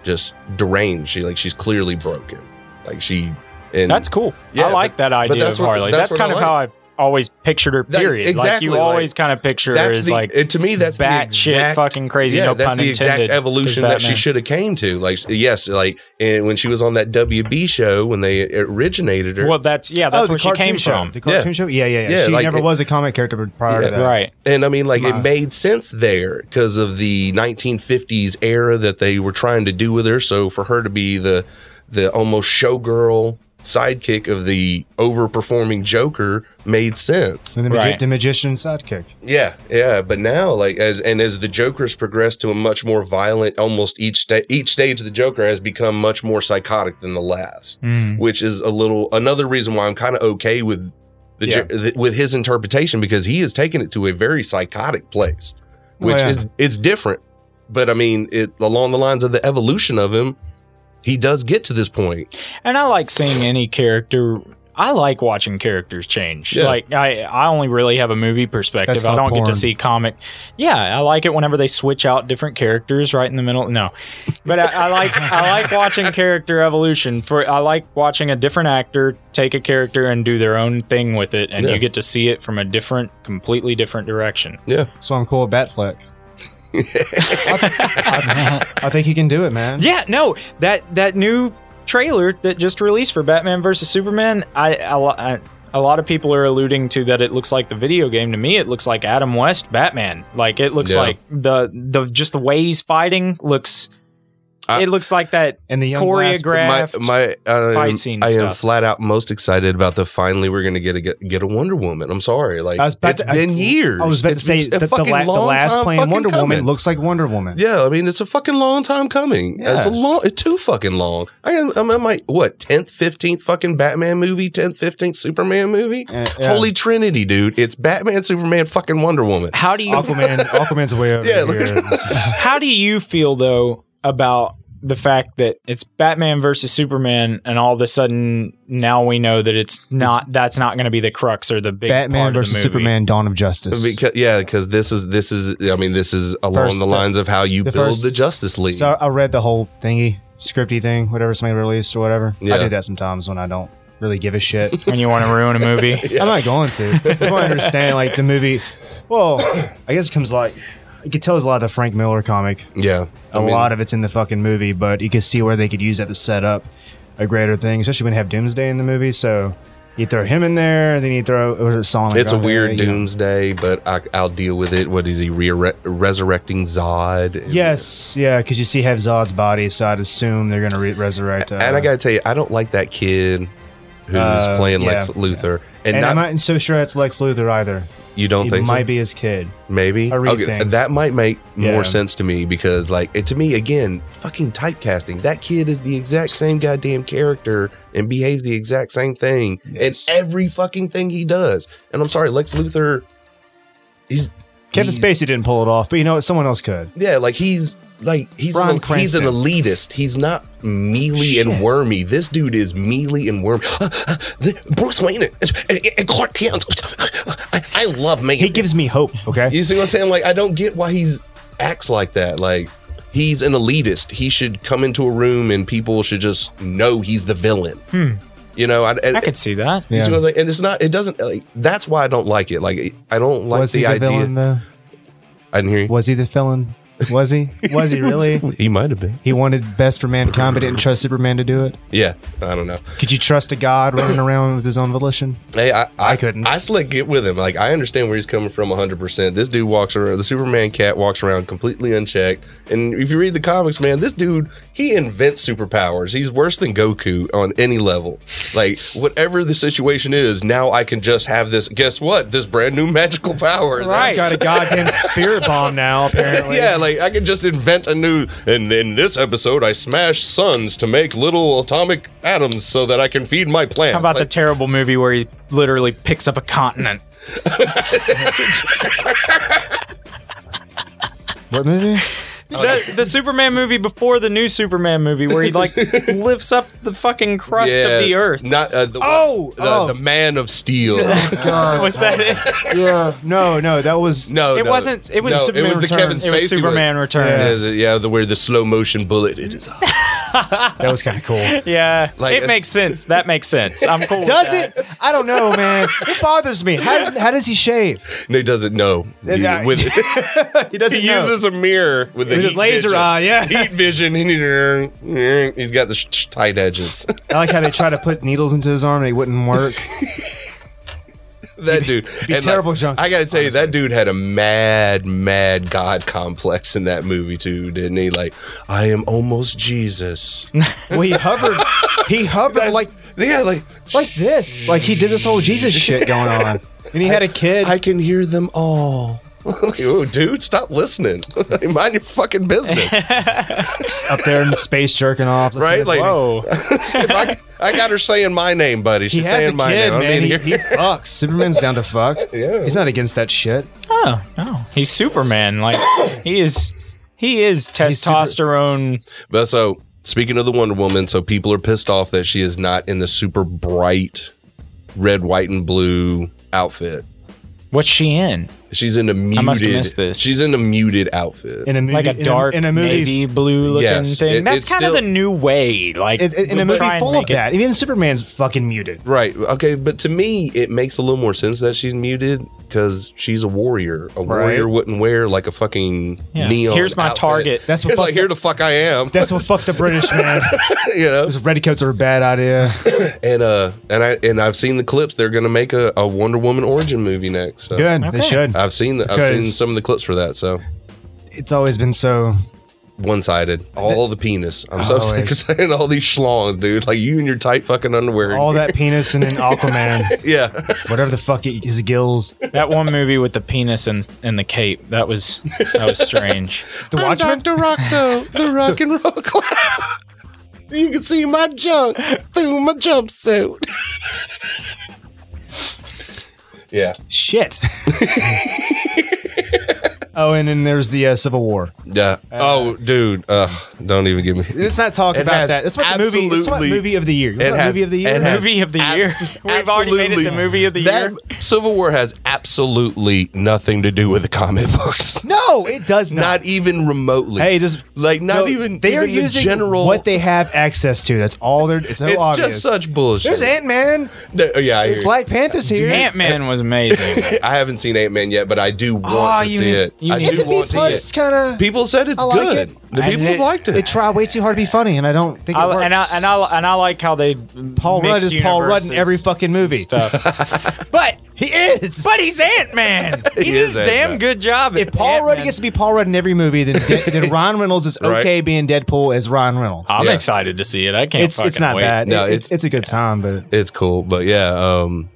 Speaker 5: just deranged she like she's clearly broken like she and
Speaker 4: That's cool.
Speaker 5: Yeah,
Speaker 4: I like that idea
Speaker 5: that's
Speaker 4: of
Speaker 5: what-
Speaker 4: Harley.
Speaker 5: that's
Speaker 4: That's,
Speaker 5: what I
Speaker 4: kind of how I always pictured her.
Speaker 5: That-
Speaker 4: Period. like
Speaker 5: exactly,
Speaker 4: you
Speaker 5: like,
Speaker 4: always kind of picture her
Speaker 5: That's
Speaker 4: as
Speaker 5: the
Speaker 4: like
Speaker 5: it- to me that's the
Speaker 4: batshit
Speaker 5: exact
Speaker 4: fucking crazy,
Speaker 5: Yeah,
Speaker 4: no
Speaker 5: that's
Speaker 4: pun
Speaker 5: the
Speaker 4: intended, is
Speaker 5: exact evolution that she
Speaker 4: Batman.
Speaker 5: should have came to. Like yes, like and when she was on that WB show when they originated her.
Speaker 4: well, that's yeah, that's
Speaker 6: Oh, the
Speaker 4: where she
Speaker 6: cartoon
Speaker 4: came
Speaker 6: show.
Speaker 4: from.
Speaker 6: The cartoon
Speaker 5: Yeah.
Speaker 6: show? Yeah, yeah, yeah.
Speaker 5: Yeah,
Speaker 6: she
Speaker 5: like
Speaker 6: never
Speaker 5: it-
Speaker 6: was a comic character prior
Speaker 5: Yeah.
Speaker 6: to that.
Speaker 4: Right.
Speaker 5: And I mean, like,
Speaker 6: Wow.
Speaker 5: it made sense there because of the 1950s era that they were trying to do with her. So for her to be the the almost showgirl sidekick of the overperforming Joker made sense.
Speaker 6: And the, magi-
Speaker 4: Right.
Speaker 6: the magician sidekick.
Speaker 5: Yeah, yeah. But now, like, as and as the Joker's progressed to a much more violent, almost each sta- each stage of the Joker has become much more psychotic than the last, which is a little another reason why I'm kind of okay with the
Speaker 4: Yeah.
Speaker 5: Jo- th- with his interpretation because he has taken it to a very psychotic place, which
Speaker 6: yeah.
Speaker 5: is it's different. But I mean, it along the lines of the evolution of him, he does get to this point.
Speaker 4: And I like seeing any character. I like watching characters change.
Speaker 5: Yeah.
Speaker 4: Like I, I only really have a movie perspective.
Speaker 6: That's
Speaker 4: I
Speaker 6: called
Speaker 4: don't get
Speaker 6: porn.
Speaker 4: to see comic. Yeah, I like it whenever they switch out different characters right in the middle. No, but I, I like I like watching character evolution. For I like watching a different actor take a character and do their own thing with it, and
Speaker 5: Yeah.
Speaker 4: you get to see it from a different, completely different direction.
Speaker 5: Yeah,
Speaker 6: So I'm cool with Batfleck. I, I- I think he can do it, man.
Speaker 4: Yeah, no, that that new trailer that just released for Batman versus Superman, I, I, lo- I a lot of people are alluding to that it looks like the video game. To me, it looks like Adam West Batman. Like it looks
Speaker 5: Yeah.
Speaker 4: like the the just the way he's fighting looks.
Speaker 5: I-
Speaker 4: it looks like that
Speaker 6: And the young lass-
Speaker 5: my
Speaker 4: choreographed.
Speaker 5: my um,
Speaker 4: fight scene
Speaker 5: I am
Speaker 4: stuff.
Speaker 5: flat out most excited about the finally we're gonna get a get, get a Wonder Woman. I'm sorry, like
Speaker 6: I was about
Speaker 5: it's
Speaker 6: to- I-
Speaker 5: been years.
Speaker 6: I was about
Speaker 5: It's
Speaker 6: to say
Speaker 5: been a
Speaker 6: that the,
Speaker 5: fucking
Speaker 6: la- the
Speaker 5: long
Speaker 6: last
Speaker 5: time
Speaker 6: playing
Speaker 5: fucking
Speaker 6: Wonder Woman
Speaker 5: coming.
Speaker 6: looks like Wonder Woman.
Speaker 5: yeah, I mean it's a fucking long time coming.
Speaker 6: Yeah.
Speaker 5: It's a long, it's too fucking long. I am I'm at my what tenth, fifteenth fucking Batman movie, tenth, fifteenth Superman movie.
Speaker 6: Uh, yeah.
Speaker 5: Holy Trinity, dude! It's Batman, Superman, fucking Wonder Woman.
Speaker 4: how do you
Speaker 6: Aquaman, Aquaman's way over
Speaker 5: Yeah,
Speaker 6: here.
Speaker 4: How do you feel though about the fact that it's Batman versus Superman, and all of a sudden now we know that it's not that's not going to be the crux or the big
Speaker 6: Batman
Speaker 4: part of the
Speaker 6: versus
Speaker 4: movie.
Speaker 6: Superman: Dawn of Justice.
Speaker 5: Because, yeah, because this is this is I mean this is along
Speaker 6: First-
Speaker 5: the lines of how you
Speaker 6: the
Speaker 5: build
Speaker 6: first-
Speaker 5: the Justice League.
Speaker 6: so I read the whole thingy, scripty thing, whatever somebody released or whatever.
Speaker 5: Yeah.
Speaker 6: I do that sometimes when I don't really give a shit.
Speaker 4: when you want to ruin a movie.
Speaker 6: I'm not going to. People don't understand like the movie. Well, I guess it comes like you could tell there's a lot of the Frank Miller comic.
Speaker 5: yeah,
Speaker 6: A lot of it's in the fucking movie, but you can see where they could use that to set up a greater thing, especially when you have Doomsday in the movie. So you throw him in there, then you throw it was a song.
Speaker 5: It's a weird doomsday, but I, I'll deal with it. What is he re- resurrecting Zod? And-
Speaker 6: Yes, yeah, because you see Hevzod's body, so I'd assume they're gonna re- resurrect. Uh,
Speaker 5: and I gotta tell you, I don't like that kid who's
Speaker 6: Uh,
Speaker 5: playing Lex
Speaker 6: yeah.
Speaker 5: Luthor, and,
Speaker 6: and
Speaker 5: not,
Speaker 6: I'm not so sure it's Lex Luthor either.
Speaker 5: you don't
Speaker 6: He
Speaker 5: think so?
Speaker 6: might be his kid.
Speaker 5: Maybe
Speaker 6: I read things.
Speaker 5: that might make
Speaker 6: Yeah.
Speaker 5: more sense to me because, like, it, to me again, fucking typecasting. That kid is the exact same goddamn character and behaves the exact same thing
Speaker 6: Yes.
Speaker 5: in every fucking thing he does. And I'm sorry, Lex Luthor. He's
Speaker 6: Kevin
Speaker 5: he's-
Speaker 6: Spacey didn't pull it off, but you know what? Someone else could.
Speaker 5: Yeah, like he's like he's
Speaker 6: Bryan
Speaker 5: an, he's an
Speaker 6: Cranston.
Speaker 5: elitist. He's not mealy
Speaker 6: Shit.
Speaker 5: and wormy. This dude is mealy and wormy. The- Bruce Wayne and, and- and Clark Kent. I, I love me.
Speaker 6: He gives me hope. Okay.
Speaker 5: you see what I'm saying? Like I don't get why he's acts like that. Like he's an elitist. He should come into a room and people should just know he's the villain. You know, I, Hmm. I,
Speaker 4: I could see that.
Speaker 5: you see what I'm saying? and it's not. It doesn't. Like, that's why I don't like it. Like I don't like
Speaker 6: was
Speaker 5: the
Speaker 6: he the
Speaker 5: idea.
Speaker 6: villain though?
Speaker 5: I didn't hear you.
Speaker 6: Was he the villain? Was he? Was he really?
Speaker 5: He might have been.
Speaker 6: He wanted best for mankind, but didn't trust Superman to do it.
Speaker 5: Yeah, I don't know.
Speaker 6: Could you trust a god running around with his own volition?
Speaker 5: Hey, I, I,
Speaker 6: I couldn't.
Speaker 5: I slick get with him. Like I understand where he's coming from 100%. This dude walks around, the Superman cat walks around completely unchecked. And if you read the comics, man, this dude, he invents superpowers. He's worse than Goku on any level. Like whatever the situation is, now I can just have this guess what? This brand new magical power.
Speaker 4: Right.
Speaker 6: Got a goddamn spirit bomb now, apparently.
Speaker 5: Yeah, like I can just invent a new. And in this episode, I smash suns to make little atomic atoms so that I can feed my plant.
Speaker 4: How about the terrible movie where he literally picks up a continent?
Speaker 6: What movie?
Speaker 4: The, the Superman movie before the new Superman movie, where he like lifts up the fucking crust of the earth.
Speaker 5: Not uh, the,
Speaker 4: Oh!
Speaker 5: the,
Speaker 6: Oh.
Speaker 5: the Man of Steel.
Speaker 4: Was that it?
Speaker 6: yeah. No, no, that was
Speaker 5: No,
Speaker 4: It
Speaker 5: no.
Speaker 4: wasn't. It was
Speaker 5: No,
Speaker 4: Superman
Speaker 5: It was the
Speaker 4: Returns.
Speaker 5: Kevin Spacey.
Speaker 4: It was Superman
Speaker 5: one.
Speaker 4: Returns.
Speaker 5: Yeah, is it- yeah, the where the slow motion bullet. It is.
Speaker 6: that was kind of cool.
Speaker 4: Yeah,
Speaker 5: Like,
Speaker 4: it
Speaker 5: uh,
Speaker 4: makes sense. That makes sense. I'm cool. with
Speaker 6: Does
Speaker 4: that.
Speaker 6: it? I don't know, man. It bothers me. How does, how does he shave?
Speaker 5: No, he doesn't know. He,
Speaker 6: I-
Speaker 5: with,
Speaker 6: He doesn't
Speaker 5: he uses a mirror with, a
Speaker 6: With his
Speaker 5: heat
Speaker 6: laser
Speaker 5: vision.
Speaker 6: eye, yeah.
Speaker 5: heat vision. He's got the sh- sh- tight edges.
Speaker 6: I like how they try to put needles into his arm and it wouldn't work.
Speaker 5: that dude,
Speaker 6: be
Speaker 5: And,
Speaker 6: terrible junk,
Speaker 5: I gotta tell you, that dude had a mad, mad god complex in that movie too, didn't he? Like, I am almost Jesus.
Speaker 6: Well, he hovered. He hovered
Speaker 5: That's-
Speaker 6: like
Speaker 5: yeah, like,
Speaker 6: like this. Like he did this whole Jesus shit going on. And he had a kid.
Speaker 5: I can hear them all. Like, oh, dude, stop listening. Mind your fucking business,
Speaker 6: up there in space jerking off. listening
Speaker 5: right? Like,
Speaker 6: to-
Speaker 4: Whoa.
Speaker 5: if I, I got her saying my name, buddy.
Speaker 6: he
Speaker 5: She's
Speaker 6: has a
Speaker 5: saying
Speaker 6: kid,
Speaker 5: my name. I
Speaker 6: man.
Speaker 5: mean,
Speaker 6: He,
Speaker 5: here-
Speaker 6: he fucks. Superman's down to fuck.
Speaker 5: Yeah.
Speaker 6: He's not against that shit.
Speaker 4: Oh no, he's Superman. Like he is. He is testosterone.
Speaker 5: But so speaking of the Wonder Woman, so people are pissed off that she is not in the super bright red, white, and blue outfit.
Speaker 4: What's she in?
Speaker 5: She's in a muted.
Speaker 4: must have missed this.
Speaker 5: She's in a muted outfit.
Speaker 6: In a movie,
Speaker 4: Like a
Speaker 6: in
Speaker 4: dark,
Speaker 6: in a movie
Speaker 4: navy blue looking
Speaker 5: Yes,
Speaker 4: thing.
Speaker 5: it-
Speaker 4: That's
Speaker 5: it's
Speaker 4: kind of
Speaker 5: still-
Speaker 4: the new way. Like
Speaker 6: in, in
Speaker 4: we
Speaker 6: a movie
Speaker 4: try and
Speaker 6: full
Speaker 4: make
Speaker 6: of
Speaker 4: it-
Speaker 6: that. Even Superman's fucking muted.
Speaker 5: right. Okay. But to me, it makes a little more sense that she's muted because she's a warrior. A warrior wouldn't wear like a fucking
Speaker 4: Yeah.
Speaker 5: neon.
Speaker 4: Here's my
Speaker 5: outfit.
Speaker 4: target.
Speaker 6: That's what
Speaker 5: It's like
Speaker 6: fuck,
Speaker 5: here the fuck I am.
Speaker 6: that's what fuck the British man.
Speaker 5: you know.
Speaker 6: Those redcoats are a bad idea.
Speaker 5: And uh, and I and I've seen the clips. They're gonna make a, a Wonder Woman origin movie next. So.
Speaker 6: Good, they
Speaker 4: Okay.
Speaker 6: should.
Speaker 5: I've seen the, I've seen
Speaker 6: Because-
Speaker 5: some of the clips for that. So
Speaker 6: It's always been so.
Speaker 5: one sided. All the penis. I'm so
Speaker 6: Always.
Speaker 5: sick of saying all these schlongs, dude. Like you and your tight fucking underwear.
Speaker 6: All that penis and then Aquaman,
Speaker 5: yeah.
Speaker 6: whatever the fuck it, his gills.
Speaker 4: That one movie with the penis and and the cape. That was that was strange.
Speaker 6: The Watchmen.
Speaker 5: Dr. Roxo, the rock and roll clown. You can see my junk through my jumpsuit. yeah.
Speaker 6: Shit. oh, and then there's the uh, Civil War.
Speaker 5: Yeah. oh, dude. Uh, don't even give me.
Speaker 6: Let's not talk
Speaker 5: It
Speaker 6: about
Speaker 5: has
Speaker 6: that. That's what the movie. That's what
Speaker 5: absolutely-
Speaker 6: movie of the year. You
Speaker 5: it
Speaker 6: want
Speaker 5: has-
Speaker 6: movie of the
Speaker 5: it
Speaker 6: year.
Speaker 5: has
Speaker 4: Movie of the year. We've already made it to
Speaker 5: absolutely-
Speaker 4: movie of the
Speaker 5: that
Speaker 4: year.
Speaker 5: Civil War has absolutely nothing to do with the comic books.
Speaker 6: no, it does not.
Speaker 5: Not even remotely.
Speaker 6: Hey, just
Speaker 5: like not
Speaker 6: no,
Speaker 5: even
Speaker 6: They are
Speaker 5: even the
Speaker 6: using
Speaker 5: general.
Speaker 6: what they have access to. That's all they're. It's so
Speaker 5: it's
Speaker 6: obvious.
Speaker 5: just such bullshit.
Speaker 6: there's Ant Man.
Speaker 5: No, yeah, I hear. you.
Speaker 6: Black Panther's here.
Speaker 4: Ant Man was amazing.
Speaker 5: I haven't seen Ant Man yet, but I do want
Speaker 4: Oh,
Speaker 5: to
Speaker 4: you
Speaker 5: see
Speaker 4: need-
Speaker 5: it.
Speaker 4: you
Speaker 5: I
Speaker 4: need
Speaker 5: do
Speaker 6: it's a B
Speaker 5: want to
Speaker 6: plus
Speaker 5: see
Speaker 6: kind
Speaker 5: it.
Speaker 6: of.
Speaker 5: People said it's
Speaker 6: I like
Speaker 5: good.
Speaker 6: it.
Speaker 5: The
Speaker 4: And
Speaker 5: people
Speaker 4: it-
Speaker 5: have liked it.
Speaker 6: They try way too hard to be funny, and I don't think it
Speaker 4: I,
Speaker 6: works.
Speaker 4: and I and I and I like how they Paul
Speaker 6: Paul Rudd is Paul Rudd in every fucking movie.
Speaker 4: stuff. but
Speaker 6: He is.
Speaker 4: but he's Ant Man. He,
Speaker 5: He
Speaker 4: did
Speaker 5: is
Speaker 4: a damn
Speaker 5: Ant-Man.
Speaker 4: good job.
Speaker 6: if
Speaker 4: at
Speaker 6: Paul Rudd
Speaker 4: Ant-Man.
Speaker 6: gets to be Paul Rudd in every movie, then De- then Ryan Reynolds is
Speaker 5: Right.
Speaker 6: okay being Deadpool as Ryan Reynolds.
Speaker 4: I'm
Speaker 5: Yeah.
Speaker 4: excited to see it. I can't.
Speaker 6: it's
Speaker 4: fucking
Speaker 6: it's not
Speaker 4: wait.
Speaker 6: bad.
Speaker 5: No,
Speaker 6: No, it's,
Speaker 5: it's-
Speaker 6: it's a good time, but
Speaker 5: It's cool, but yeah. Um,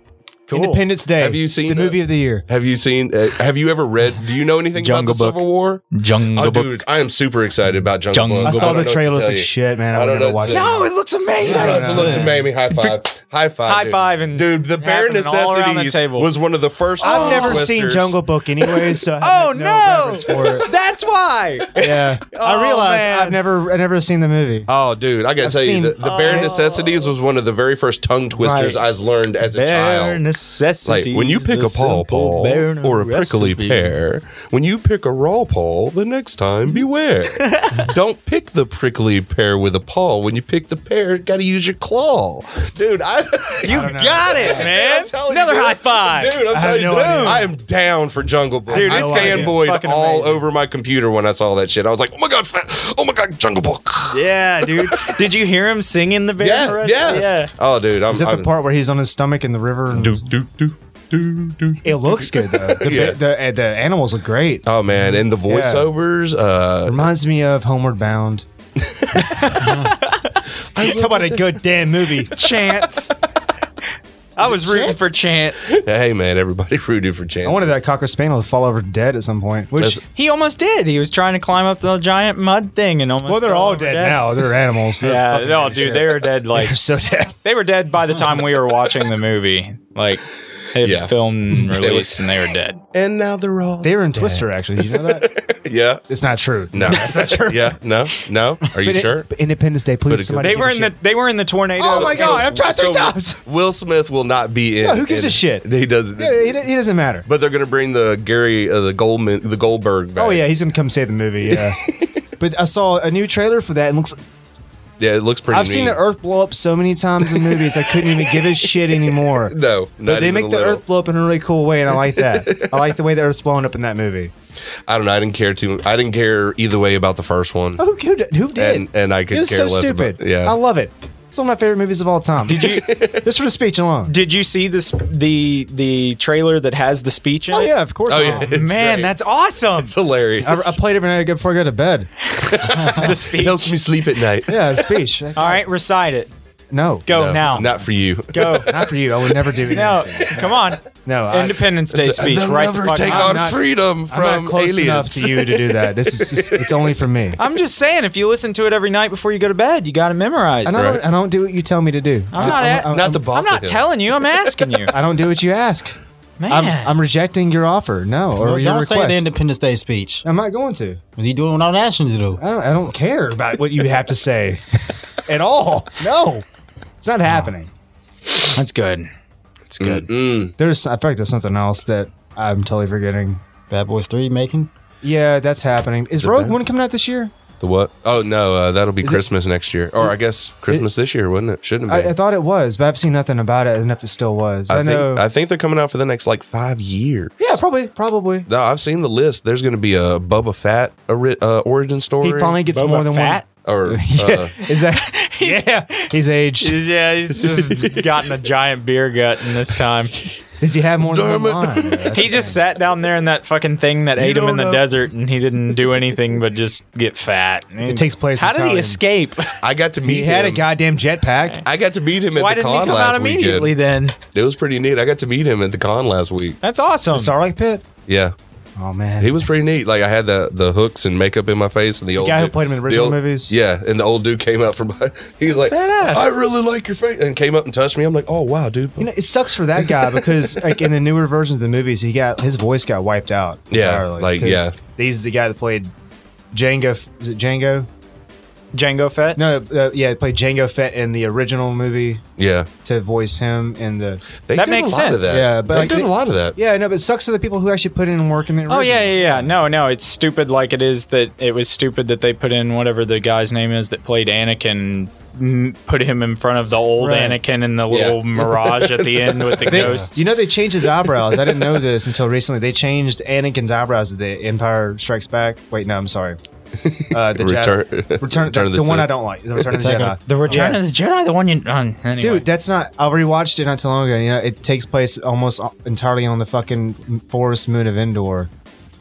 Speaker 6: Independence Day.
Speaker 5: Have you seen
Speaker 6: the
Speaker 5: it?
Speaker 6: movie of the year?
Speaker 5: have you seen? Uh, have you ever read? Do you know anything
Speaker 4: Jungle
Speaker 5: about the
Speaker 4: Book.
Speaker 5: Civil War?
Speaker 4: Jungle
Speaker 5: Oh,
Speaker 4: Book.
Speaker 5: dude, I am super excited about Jungle,
Speaker 4: Jungle
Speaker 5: Book.
Speaker 4: Book.
Speaker 6: I
Speaker 4: I
Speaker 6: saw
Speaker 5: don't
Speaker 6: the
Speaker 5: know what to
Speaker 6: trailer. It's
Speaker 5: tell
Speaker 6: like
Speaker 5: you.
Speaker 6: shit, man.
Speaker 5: I
Speaker 6: I would
Speaker 5: don't
Speaker 6: never
Speaker 5: know
Speaker 6: watch
Speaker 5: what
Speaker 6: it.
Speaker 5: to tell you.
Speaker 4: it looks amazing.
Speaker 5: Yeah, so looks amazing. High five. High five.
Speaker 4: High
Speaker 5: dude.
Speaker 4: five and
Speaker 5: dude, the bare
Speaker 4: happening all around the
Speaker 5: necessities
Speaker 4: table.
Speaker 5: was one of the first.
Speaker 6: I've never seen
Speaker 5: twisters.
Speaker 6: Jungle Book anyway, so I have
Speaker 4: Oh
Speaker 6: no,
Speaker 4: no!
Speaker 6: reference for it. Oh,
Speaker 4: That's why.
Speaker 6: Yeah, I realize
Speaker 4: man.
Speaker 6: I've never I've never seen the movie.
Speaker 5: Oh, dude, I gotta
Speaker 6: I've
Speaker 5: tell
Speaker 6: seen-
Speaker 5: you, the, the bare necessities was one of the very first tongue twisters
Speaker 6: Right.
Speaker 5: I learned as a
Speaker 4: Bare
Speaker 5: child. Like
Speaker 4: necessities.
Speaker 5: when you pick
Speaker 4: the
Speaker 5: a paw
Speaker 4: simple
Speaker 5: paw
Speaker 4: bare
Speaker 5: or a prickly
Speaker 4: recipe.
Speaker 5: pear, when you pick a raw paw, the next time beware. Don't pick the prickly pear with a paw. When you pick the pear, gotta use your claw. Dude, I
Speaker 4: You got it, man.
Speaker 5: I'm telling you,
Speaker 4: Another
Speaker 5: dude.
Speaker 4: high five.
Speaker 5: Dude, I'm
Speaker 6: I have
Speaker 5: telling you,
Speaker 6: no
Speaker 5: dude,
Speaker 6: idea.
Speaker 5: I am down for Jungle Book.
Speaker 4: Dude,
Speaker 5: I
Speaker 4: it's
Speaker 5: fanboyed
Speaker 4: fucking
Speaker 5: all
Speaker 4: amazing.
Speaker 5: over my computer when I saw that shit. I was like, oh my god, fat, oh my god, Jungle Book.
Speaker 4: Yeah, dude. Did you hear him singing the bear?
Speaker 5: Yeah,
Speaker 4: Recipe?
Speaker 5: yeah. Oh, dude, I'm.
Speaker 6: Is that
Speaker 5: I'm
Speaker 6: the part where he's on his stomach in the river? And
Speaker 5: do, do, do, do, do.
Speaker 6: It looks good though. The,
Speaker 5: Yeah.
Speaker 6: the, the, the animals look great.
Speaker 5: Oh man, and the voiceovers. Uh,
Speaker 6: Reminds me of Homeward Bound. It's about a good damn movie.
Speaker 4: Chance. I was rooting for Chance.
Speaker 5: hey man, everybody rooted for Chance.
Speaker 6: I wanted that cocker spaniel to fall over dead at some point. Which,
Speaker 5: That's-
Speaker 4: He almost did. He was trying to climb up the giant mud thing and almost.
Speaker 6: well, they're
Speaker 4: fell
Speaker 6: all
Speaker 4: over
Speaker 6: dead, now. They're animals. They're
Speaker 4: Yeah,
Speaker 6: fucking
Speaker 4: no,
Speaker 6: dead as
Speaker 4: dude,
Speaker 6: shit.
Speaker 4: they were dead. Like
Speaker 6: They're so dead.
Speaker 4: they were dead by the time we were watching the movie. Like It
Speaker 5: Yeah.
Speaker 4: filmed and
Speaker 5: was-
Speaker 4: released, and they were dead.
Speaker 5: And now they're all.
Speaker 6: They were in Twister, actually. Did you know that?
Speaker 5: yeah.
Speaker 6: it's not true.
Speaker 5: No. That's not true. Yeah. No. No. Are you
Speaker 6: But it-
Speaker 5: sure?
Speaker 6: but Independence
Speaker 5: But
Speaker 6: Day,
Speaker 5: it
Speaker 6: please.
Speaker 5: could-
Speaker 6: Somebody
Speaker 4: They
Speaker 6: give
Speaker 4: were
Speaker 6: a
Speaker 4: in the
Speaker 6: shit.
Speaker 4: they were in the tornado.
Speaker 6: Oh my god! I've tried three
Speaker 5: So,
Speaker 6: times.
Speaker 5: Will Smith will not be in.
Speaker 6: Yeah, who gives
Speaker 5: in
Speaker 6: a shit?
Speaker 5: it. He doesn't.
Speaker 6: Yeah, he, he doesn't matter.
Speaker 5: But they're gonna bring the Gary, uh, the Goldman, the Goldberg. Back.
Speaker 6: Oh yeah, he's gonna come save the movie. Yeah. but I saw a new trailer for that, and looks.
Speaker 5: yeah. It looks pretty.
Speaker 6: I've seen
Speaker 5: neat.
Speaker 6: the Earth blow up so many times in movies, I couldn't even give a shit anymore.
Speaker 5: No,
Speaker 6: But
Speaker 5: not
Speaker 6: they
Speaker 5: even
Speaker 6: make
Speaker 5: a
Speaker 6: the
Speaker 5: little.
Speaker 6: Earth blow up in a really cool way, and I like that. I like the way the Earth's blowing up in that movie.
Speaker 5: I don't know. I didn't care too. I didn't care either way about the first one.
Speaker 6: Who, who, did- who did?
Speaker 5: And- and I could
Speaker 6: It was
Speaker 5: care
Speaker 6: so
Speaker 5: less about-
Speaker 6: stupid.
Speaker 5: yeah.
Speaker 6: I love it. It's one of my favorite movies of all time. Did you? Just for the speech alone.
Speaker 4: Did you see this the the trailer that has the speech in
Speaker 6: oh
Speaker 4: it?
Speaker 6: yeah, of course.
Speaker 5: Oh
Speaker 6: I
Speaker 5: yeah,
Speaker 6: will.
Speaker 5: it's
Speaker 4: Man,
Speaker 5: great.
Speaker 4: that's awesome.
Speaker 5: it's hilarious.
Speaker 6: I, I played it every night before I go to bed.
Speaker 4: the speech.
Speaker 5: It helps me sleep at night.
Speaker 6: Yeah, a speech.
Speaker 4: All right, recite it.
Speaker 6: No,
Speaker 4: Go
Speaker 5: No,
Speaker 4: now.
Speaker 5: Not for you.
Speaker 4: Go.
Speaker 6: not for you. I would never do it.
Speaker 4: No, come on.
Speaker 6: no. I,
Speaker 4: Independence Day
Speaker 5: It's a-
Speaker 4: speech.
Speaker 5: They'll
Speaker 4: Right the
Speaker 5: never
Speaker 4: fuck
Speaker 5: take
Speaker 4: out.
Speaker 5: our
Speaker 6: not-
Speaker 5: freedom
Speaker 6: I'm
Speaker 5: from
Speaker 6: not close
Speaker 5: aliens.
Speaker 6: enough to you to do that. This is just, it's only for me.
Speaker 4: I'm just saying, if you listen to it every night before you go to bed, you got to memorize.
Speaker 6: And
Speaker 4: it.
Speaker 6: I
Speaker 5: Right.
Speaker 6: don't, I don't do what you tell me to do.
Speaker 4: I'm not at-
Speaker 5: Not the boss.
Speaker 4: I'm not
Speaker 5: of him.
Speaker 4: telling you. I'm asking you.
Speaker 6: I don't do what you ask.
Speaker 4: Man,
Speaker 6: I'm, I'm rejecting your offer. No, or
Speaker 7: Well,
Speaker 6: your
Speaker 7: don't
Speaker 6: request.
Speaker 7: say the Independence Day speech.
Speaker 6: I'm not going to.
Speaker 7: Was he doing what I'm asking you to do?
Speaker 6: I don't, I don't care about what you have to say at all. No, it's not happening.
Speaker 4: that's good. That's good.
Speaker 6: There's, I feel like there's something else that I'm totally forgetting.
Speaker 7: Bad Boys Three making.
Speaker 6: Yeah, that's happening. Is Rogue One coming out this year?
Speaker 5: The what? Oh no, uh, that'll be Christmas next year, or I guess Christmas this year, wouldn't it? Shouldn't it
Speaker 6: I, I
Speaker 5: be.
Speaker 6: thought it was, but I've seen nothing about it, and if it still was, I,
Speaker 5: I
Speaker 6: know.
Speaker 5: think I think they're coming out for the next like five years.
Speaker 6: yeah, probably, probably.
Speaker 5: No, I've seen the list. There's going to be a Bubba Fat ori- uh, origin story.
Speaker 6: He finally gets
Speaker 4: Boba
Speaker 6: more than
Speaker 4: Fat?
Speaker 5: or uh,
Speaker 6: one. Is that? yeah, he's aged.
Speaker 4: Yeah, he's just gotten a giant beer gut in this time.
Speaker 6: Does he have more
Speaker 5: Damn
Speaker 6: than one
Speaker 5: it.
Speaker 6: line? That's
Speaker 4: He just sat down there in that fucking thing that ate him in
Speaker 5: don't
Speaker 4: the
Speaker 5: know.
Speaker 4: desert, and he didn't do anything but just get fat. It
Speaker 6: takes place in
Speaker 4: How did he
Speaker 6: Thailand.
Speaker 4: escape?
Speaker 5: I got to meet.
Speaker 6: He had a
Speaker 5: him.
Speaker 6: goddamn jetpack.
Speaker 5: I got to meet him at
Speaker 4: Why
Speaker 5: the
Speaker 4: didn't he
Speaker 5: con
Speaker 4: come out
Speaker 5: last
Speaker 4: immediately?
Speaker 5: weekend.
Speaker 4: Then
Speaker 5: It was pretty neat. I got to meet him at the con last week.
Speaker 4: that's awesome.
Speaker 6: Starlight Pit.
Speaker 5: Yeah,
Speaker 6: Oh man,
Speaker 5: he was pretty neat. Like I had the the hooks and makeup in my face, and the, old
Speaker 6: guy who
Speaker 5: dude-
Speaker 6: played him in the
Speaker 5: the
Speaker 6: original
Speaker 5: old-
Speaker 6: movies?
Speaker 5: Yeah, and the old dude came up from. behind- He was like,
Speaker 4: badass.
Speaker 5: "I really like your face," and came up and touched me. I'm like, "Oh wow, dude."
Speaker 6: You know, it sucks for that guy because like in the newer versions of the movies, he got his voice got wiped out.
Speaker 5: Yeah,
Speaker 6: entirely
Speaker 5: like,
Speaker 6: 'cause
Speaker 5: yeah.
Speaker 6: He's the guy that played Django. Is it Django?
Speaker 4: Django Fett.
Speaker 6: No, uh, yeah, he played Django Fett in the original movie
Speaker 5: yeah,
Speaker 6: to voice him in the.
Speaker 5: they
Speaker 4: That
Speaker 5: did
Speaker 4: makes
Speaker 5: a lot
Speaker 4: sense.
Speaker 5: of that.
Speaker 6: Yeah, but
Speaker 5: they
Speaker 6: like
Speaker 5: did
Speaker 6: they-
Speaker 5: a lot of that.
Speaker 6: Yeah, no, but it sucks for the people who actually put in work in the original.
Speaker 4: Oh yeah, yeah, yeah. No, no, it's stupid. Like it is that it was stupid that they put in whatever the guy's name is that played Anakin, m- put him in front of the old
Speaker 6: Right.
Speaker 4: Anakin and the little mirage at the end with the
Speaker 6: They-
Speaker 4: ghosts.
Speaker 6: you know they changed his eyebrows. I didn't know this until recently. They changed Anakin's eyebrows to the Empire Strikes Back. Wait, no, I'm sorry. Uh, the
Speaker 5: Return-
Speaker 6: Jedi.
Speaker 5: Return of
Speaker 6: the,
Speaker 5: the
Speaker 6: one
Speaker 5: Sith.
Speaker 6: I don't like. The Return of the
Speaker 7: Attack
Speaker 6: Jedi.
Speaker 7: of-
Speaker 4: The Return
Speaker 6: Yeah.
Speaker 4: of the Jedi, the one you on. Anyway.
Speaker 6: Dude, that's not. I rewatched it not too long ago. You know, it takes place almost entirely on the fucking forest moon of Endor,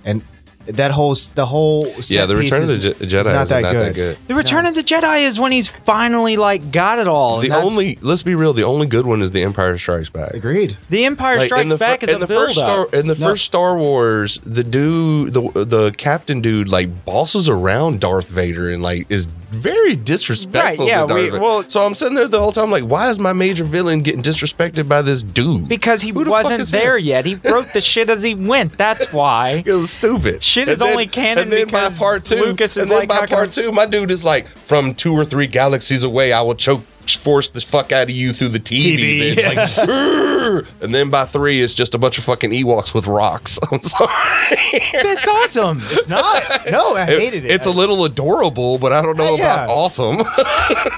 Speaker 6: and that whole s- the whole set
Speaker 5: Yeah, the
Speaker 6: piece
Speaker 5: Return of the
Speaker 6: is-
Speaker 5: Je- Jedi is
Speaker 6: is
Speaker 5: not that good.
Speaker 4: the Return of the Jedi is when he's finally like got it all. and
Speaker 5: The
Speaker 4: that's-
Speaker 5: only, let's be real, the only good one is The Empire Strikes Back.
Speaker 6: Agreed.
Speaker 4: the Empire
Speaker 5: Like,
Speaker 4: Strikes
Speaker 5: in the, fir-
Speaker 4: Back is
Speaker 5: in
Speaker 4: a
Speaker 5: the
Speaker 4: build
Speaker 5: first Star in the first Star Wars, the dude, the the captain dude, like bosses around Darth Vader and like is very disrespectful.
Speaker 4: Right, yeah,
Speaker 5: to Darth
Speaker 4: we-
Speaker 5: Vader.
Speaker 4: well-
Speaker 5: so I'm sitting there the whole time like, why is my major villain getting disrespected by this dude?
Speaker 4: because he
Speaker 5: Who the fuck
Speaker 4: wasn't
Speaker 5: is him?
Speaker 4: there yet. He wrote the shit as he went. That's why.
Speaker 5: It was stupid.
Speaker 4: Shit is only canon
Speaker 5: and then
Speaker 4: because
Speaker 5: by part two,
Speaker 4: Lucas is
Speaker 5: and then
Speaker 4: like, how
Speaker 5: by
Speaker 4: can
Speaker 5: part two, my dude is like, from two or three galaxies away, I will choke, force the fuck out of you through the TV,
Speaker 6: TV,
Speaker 5: bitch. Like, "Urgh." and then by three, it's just a bunch of fucking Ewoks with rocks. I'm sorry.
Speaker 4: That's awesome. It's not.
Speaker 6: No, I hated it.
Speaker 5: It's a little adorable, but I don't know
Speaker 6: Uh,
Speaker 5: about
Speaker 6: yeah.
Speaker 5: awesome.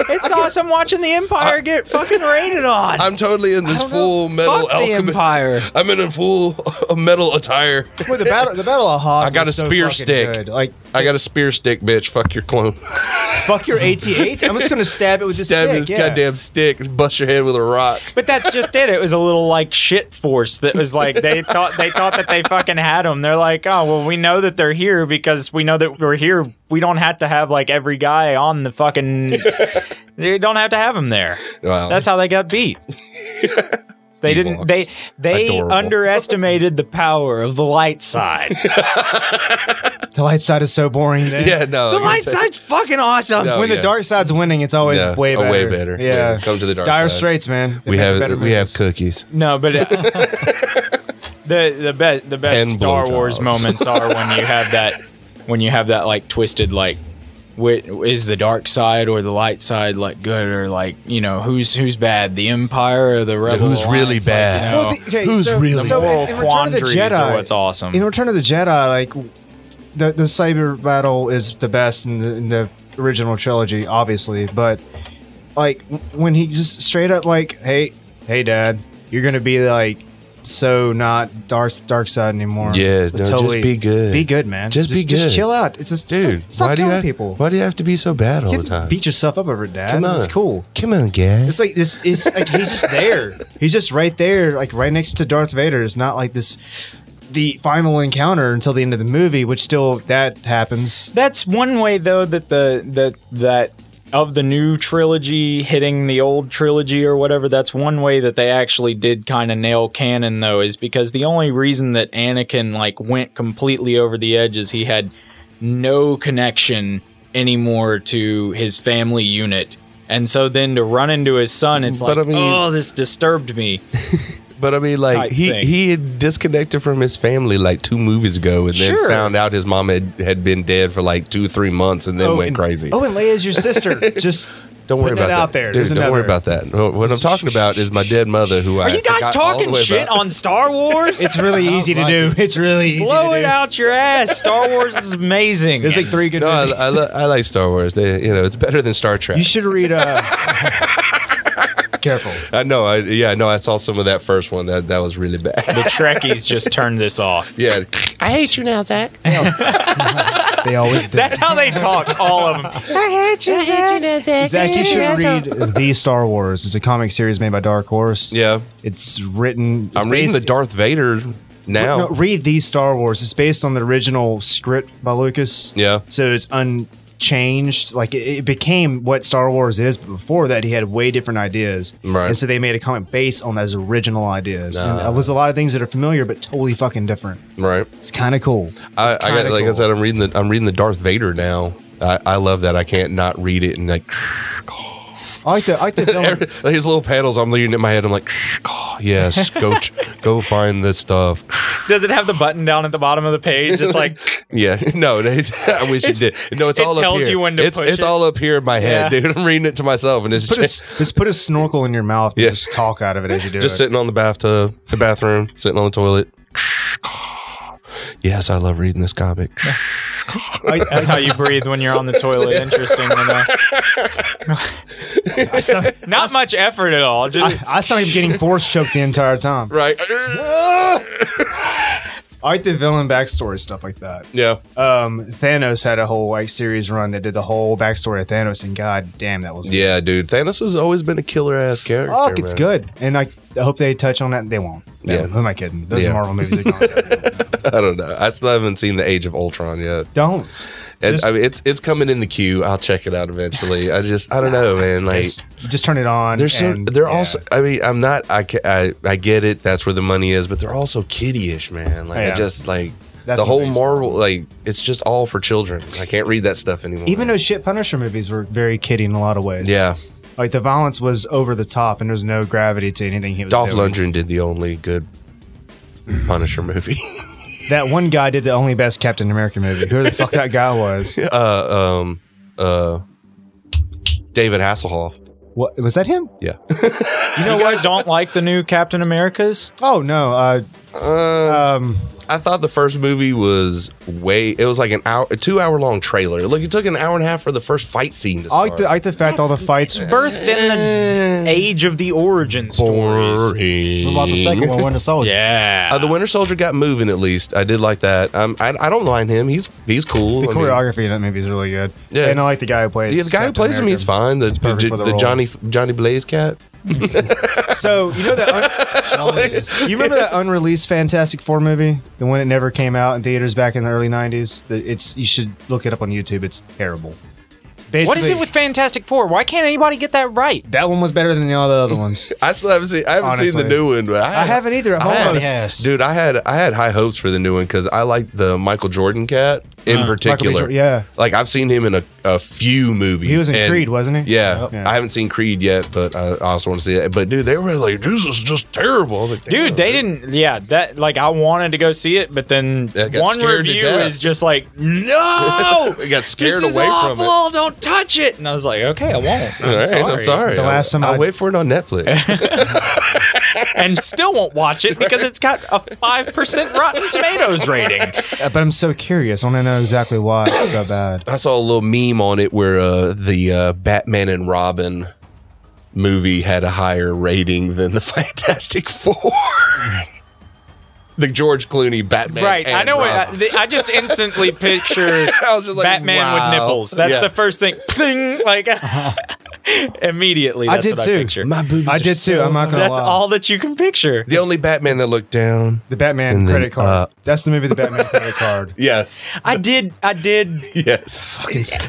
Speaker 4: It's awesome watching the Empire get fucking raided on.
Speaker 5: I'm totally in this full metal
Speaker 4: Fuck the
Speaker 5: alchemy.
Speaker 4: Empire.
Speaker 5: I'm in a full metal attire.
Speaker 6: Well, the battle. The battle of Hoth.
Speaker 5: I got
Speaker 6: was
Speaker 5: a
Speaker 6: so
Speaker 5: spear
Speaker 6: fucking
Speaker 5: stick.
Speaker 6: good. Like
Speaker 5: I got a spear stick, bitch. Fuck your clone.
Speaker 6: fuck your AT-8. I'm just gonna stab it with this
Speaker 5: Stab
Speaker 6: stick.
Speaker 5: his
Speaker 6: yeah.
Speaker 5: goddamn stick. Bust your head with a rock.
Speaker 4: But that's just it. It was a little like shit force that was like they thought they thought that they fucking had them. They're like, oh well, we know that they're here because we know that we're here. We don't have to have like every guy on the fucking. they don't have to have them there.
Speaker 5: Wow.
Speaker 4: That's how they got beat. It's They didn't. They
Speaker 5: Ewoks.
Speaker 4: they
Speaker 5: Adorable.
Speaker 4: underestimated the power of the light side.
Speaker 6: The light side is so boring. Then.
Speaker 5: Yeah, no.
Speaker 4: the
Speaker 5: you
Speaker 4: light
Speaker 5: take-
Speaker 4: side's fucking awesome.
Speaker 5: No,
Speaker 6: when
Speaker 5: yeah.
Speaker 6: the dark side's winning, it's always
Speaker 5: Yeah, it's
Speaker 6: way
Speaker 5: a
Speaker 6: better.
Speaker 5: way better.
Speaker 6: Yeah.
Speaker 5: Yeah, come to the dark
Speaker 6: Dire
Speaker 5: side.
Speaker 6: Straits, man. They
Speaker 5: We
Speaker 6: make
Speaker 5: have
Speaker 6: better
Speaker 5: we have
Speaker 6: movies.
Speaker 5: cookies.
Speaker 4: No, but uh, the the best the best
Speaker 5: And
Speaker 4: Star
Speaker 5: blowjobs.
Speaker 4: Wars moments are when you have that when you have that like twisted like whi- is the dark side or the light side like good or like you know who's who's bad the Empire or the Rebel
Speaker 5: who's really
Speaker 4: Alliance, like, you
Speaker 5: bad?
Speaker 4: know,
Speaker 6: Well, the, okay,
Speaker 5: Oh, Who's
Speaker 6: so,
Speaker 5: really
Speaker 6: so
Speaker 4: the moral
Speaker 6: in, in Return of the
Speaker 4: quandaries
Speaker 6: Jedi,
Speaker 4: are what's awesome.
Speaker 6: in Return of the Jedi, like the the saber battle is the best in the, in the original trilogy, obviously. But like w- when he just straight up like, hey, hey, Dad, you're gonna be like so not dark dark side anymore.
Speaker 5: Yeah, no,
Speaker 6: But
Speaker 5: just be good.
Speaker 6: be good, man.
Speaker 5: Just be good.
Speaker 6: Just chill out. It's just
Speaker 5: Dude,
Speaker 6: Stop, stop
Speaker 5: why do you
Speaker 6: killing
Speaker 5: have,
Speaker 6: people.
Speaker 5: Why do you have to be so bad all
Speaker 6: You
Speaker 5: the
Speaker 6: have to
Speaker 5: time?
Speaker 6: beat yourself up over it, Dad.
Speaker 5: Come on,
Speaker 6: It's cool.
Speaker 5: Come on, guy.
Speaker 6: It's like this. It's like he's just there. He's just right there, like right next to Darth Vader. It's not like this. The final encounter until the end of the movie, which still that happens.
Speaker 4: That's one way though that the that that of the new trilogy hitting the old trilogy or whatever, that's one way that they actually did kind of nail canon though, is because the only reason that Anakin like went completely over the edge is he had no connection anymore to his family unit. And so then to run into his son, it's
Speaker 5: But
Speaker 4: like,
Speaker 5: I mean-
Speaker 4: oh, this disturbed me.
Speaker 5: But I mean,
Speaker 4: type
Speaker 5: like he
Speaker 4: thing.
Speaker 5: he had disconnected from his family like two movies ago, and
Speaker 4: Sure.
Speaker 5: then found out his mom had, had been dead for like two three months, and then went
Speaker 6: and,
Speaker 5: crazy.
Speaker 6: Oh, and Leia's your sister. just
Speaker 5: don't worry about
Speaker 6: putting it
Speaker 5: that.
Speaker 6: out there.
Speaker 5: Dude,
Speaker 6: There's
Speaker 5: don't
Speaker 6: another-
Speaker 5: worry about that. No, What I'm talking about is my dead mother, who
Speaker 4: Are
Speaker 5: I
Speaker 4: you guys
Speaker 5: forgot all the
Speaker 4: talking
Speaker 5: way
Speaker 4: shit
Speaker 5: about.
Speaker 4: on Star Wars?
Speaker 6: It's really easy to do. It's really easy.
Speaker 4: blow
Speaker 6: to
Speaker 4: it
Speaker 6: do.
Speaker 4: out your ass. Star Wars is amazing.
Speaker 6: There's like three good
Speaker 5: No, I,
Speaker 6: movies.
Speaker 5: I, li- I like Star Wars. They, you know, it's better than Star Trek.
Speaker 6: you should read. Uh, careful.
Speaker 5: I know. I yeah. No, I saw some of that first one. That that was really bad.
Speaker 4: The Trekkies just turned this off.
Speaker 5: yeah. I hate you now, Zach.
Speaker 6: They always do.
Speaker 4: That's how they talk, all of them.
Speaker 6: Zach, you should read the Star Wars. It's a comic series made by Dark Horse.
Speaker 5: Yeah.
Speaker 6: It's written. it's
Speaker 5: I'm reading the
Speaker 6: basi-
Speaker 5: Darth Vader now.
Speaker 6: No, read the Star Wars. It's based on the original script by Lucas.
Speaker 5: Yeah.
Speaker 6: So it's unchanged. Like it, it became what Star Wars is, but before that, he had way different ideas.
Speaker 5: Right.
Speaker 6: And so they made a comic based on those original ideas. And there was a lot of things that are familiar, but totally fucking different.
Speaker 5: Right.
Speaker 6: It's kind of cool.
Speaker 5: I,
Speaker 6: It's
Speaker 5: I got,
Speaker 6: kinda
Speaker 5: like I
Speaker 6: cool.
Speaker 5: said, I'm reading the I'm reading the Darth Vader now. I, I love that. I can't not read it and like
Speaker 6: I like the I like the
Speaker 4: Oh.
Speaker 6: villain.
Speaker 5: like, his little panels. I'm reading in my head. I'm like, oh, yes, go ch- go find this stuff.
Speaker 4: Does it have the button down at the bottom of the page? It's like,
Speaker 5: Yeah, no, it's- I wish it did. No, it's
Speaker 4: it
Speaker 5: all
Speaker 4: tells
Speaker 5: up here.
Speaker 4: you when to
Speaker 5: it's
Speaker 4: push
Speaker 5: it's
Speaker 4: it.
Speaker 5: all up here in my head,
Speaker 4: Yeah.
Speaker 5: dude. I'm reading it to myself, and it's
Speaker 6: Put a,
Speaker 5: just,
Speaker 6: just put a snorkel in your mouth and
Speaker 5: Yeah.
Speaker 6: just talk out of it as you do
Speaker 5: just
Speaker 6: it.
Speaker 5: sitting on the bathtub, the bathroom, sitting on the toilet. Yes, I love reading this comic.
Speaker 4: that's how you breathe when you're on the toilet. Interesting. to know. Not much effort at all. Just
Speaker 6: I saw him getting force choked the entire time.
Speaker 5: right?
Speaker 6: I like the villain backstory stuff like that.
Speaker 5: yeah.
Speaker 6: um, Thanos had a whole like series run that did the whole backstory of Thanos, and god damn, that was
Speaker 5: Yeah, dude. Thanos has always been a killer ass character.
Speaker 6: Fuck, it's
Speaker 5: man.
Speaker 6: good, and I, I hope they touch on that. They won't. They
Speaker 5: Yeah.
Speaker 6: won't. who am I kidding? Those
Speaker 5: Yeah.
Speaker 6: Marvel movies are gone.
Speaker 5: I don't know. I still haven't seen the Age of Ultron yet.
Speaker 6: Don't.
Speaker 5: And,
Speaker 6: Just-
Speaker 5: I mean, it's it's coming in the queue. I'll check it out eventually. I just I don't know, man. Like
Speaker 6: Just, just turn it on.
Speaker 5: they're so
Speaker 6: and-
Speaker 5: they're
Speaker 6: yeah.
Speaker 5: also. I mean, I'm not. I, ca- I I get it. That's where the money is, but they're also kiddie-ish, man. Like I
Speaker 6: Yeah.
Speaker 5: just like
Speaker 6: That's
Speaker 5: the
Speaker 6: what
Speaker 5: whole
Speaker 6: makes it
Speaker 5: Marvel. Like it's just all for children. I can't read that stuff anymore.
Speaker 6: even those shit Punisher movies were very kiddie in a lot of ways.
Speaker 5: yeah,
Speaker 6: like the violence was over the top, and there was no gravity to anything he was
Speaker 5: Dolph
Speaker 6: doing.
Speaker 5: Lundgren did the only good Punisher movie.
Speaker 6: That one guy did the only best Captain America movie. Who the fuck that guy was?
Speaker 5: uh, um, uh, David Hasselhoff.
Speaker 6: What was that him?
Speaker 5: Yeah.
Speaker 4: you know what? Don't like the new Captain Americas.
Speaker 6: Oh no. Uh, um,
Speaker 5: I thought the first movie was way. It was like an hour, a two hour long trailer. Like it took an hour and a half for the first fight scene to
Speaker 6: I
Speaker 5: start.
Speaker 6: like the I like the fact all the fights
Speaker 4: Birthed
Speaker 5: Eh.
Speaker 4: in the age of the origin stories.
Speaker 5: Boring.
Speaker 7: What about the second one, Winter Soldier?
Speaker 4: Yeah.
Speaker 5: Uh, the Winter Soldier got moving at least. I did like that. Um, I, I don't mind him. He's he's cool.
Speaker 6: The
Speaker 5: I mean,
Speaker 6: choreography in that movie is really good.
Speaker 5: Yeah.
Speaker 6: and I like the guy who plays.
Speaker 5: yeah, the guy who
Speaker 6: Captain
Speaker 5: plays him,
Speaker 6: America.
Speaker 5: he's fine. The, the,
Speaker 6: perfect for the
Speaker 5: the
Speaker 6: role.
Speaker 5: Johnny Johnny Blaze cat.
Speaker 6: So you know that un- you remember that unreleased Fantastic Four movie, the one that never came out in theaters back in the early '90s. The, it's you should look it up on YouTube. It's terrible. Basically,
Speaker 8: What is it with Fantastic Four? Why can't anybody get that right?
Speaker 6: that one was better than all the other ones.
Speaker 5: I still haven't seen. I haven't seen the
Speaker 6: Honestly.
Speaker 5: new one, but I,
Speaker 6: I haven't either. I'm
Speaker 5: I had-
Speaker 6: almost-
Speaker 7: has.
Speaker 5: dude. I had I had high hopes for the new one because I liked the Michael Jordan cat in particular.
Speaker 6: Uh, Jordan, yeah.
Speaker 5: like I've seen him in a, a few movies.
Speaker 6: He was in
Speaker 5: and-
Speaker 6: Creed, wasn't he?
Speaker 5: Yeah,
Speaker 6: Yeah.
Speaker 5: I haven't seen Creed yet, but I I also want to see it. But dude, they were like, "This is just terrible." I was like,
Speaker 4: Dude, they didn't. Yeah, that like I wanted to go see it, but then
Speaker 5: I got
Speaker 4: one
Speaker 5: scared to
Speaker 4: review
Speaker 5: death.
Speaker 4: is just like, no,
Speaker 5: I got scared
Speaker 4: this is
Speaker 5: away
Speaker 4: awful,
Speaker 5: from
Speaker 4: Don't
Speaker 5: it."
Speaker 4: touch it. And I was like, okay, I won't.
Speaker 5: All
Speaker 4: I'm
Speaker 5: right,
Speaker 4: sorry.
Speaker 5: I'm sorry.
Speaker 6: The last time
Speaker 5: I
Speaker 6: I-
Speaker 5: wait for it on Netflix.
Speaker 4: and still won't watch it because it's got a five percent Rotten Tomatoes rating.
Speaker 6: Uh, But I'm so curious. I want to know exactly why it's so bad.
Speaker 5: I saw a little meme on it where uh, the uh, Batman and Robin movie had a higher rating than the Fantastic Four. the George Clooney Batman,
Speaker 4: right? I
Speaker 5: and
Speaker 4: know. What, uh, I,
Speaker 5: Robin.
Speaker 4: the- I just instantly picture
Speaker 5: I was just like,
Speaker 4: Batman
Speaker 5: wow.
Speaker 4: with nipples. That's
Speaker 5: Yeah.
Speaker 4: the first thing. Ping, like immediately.
Speaker 6: I
Speaker 4: That's
Speaker 6: did
Speaker 4: what
Speaker 6: too.
Speaker 4: I picture.
Speaker 5: My boobies.
Speaker 6: I
Speaker 5: are
Speaker 6: did too.
Speaker 5: so
Speaker 6: I'm not gonna
Speaker 4: That's
Speaker 6: lie.
Speaker 4: all that you can picture.
Speaker 5: The only Batman that looked down.
Speaker 6: the Batman
Speaker 5: And then,
Speaker 6: credit card.
Speaker 5: uh,
Speaker 6: That's the movie, The Batman credit card.
Speaker 5: Yes.
Speaker 4: I did. I did
Speaker 5: Yes.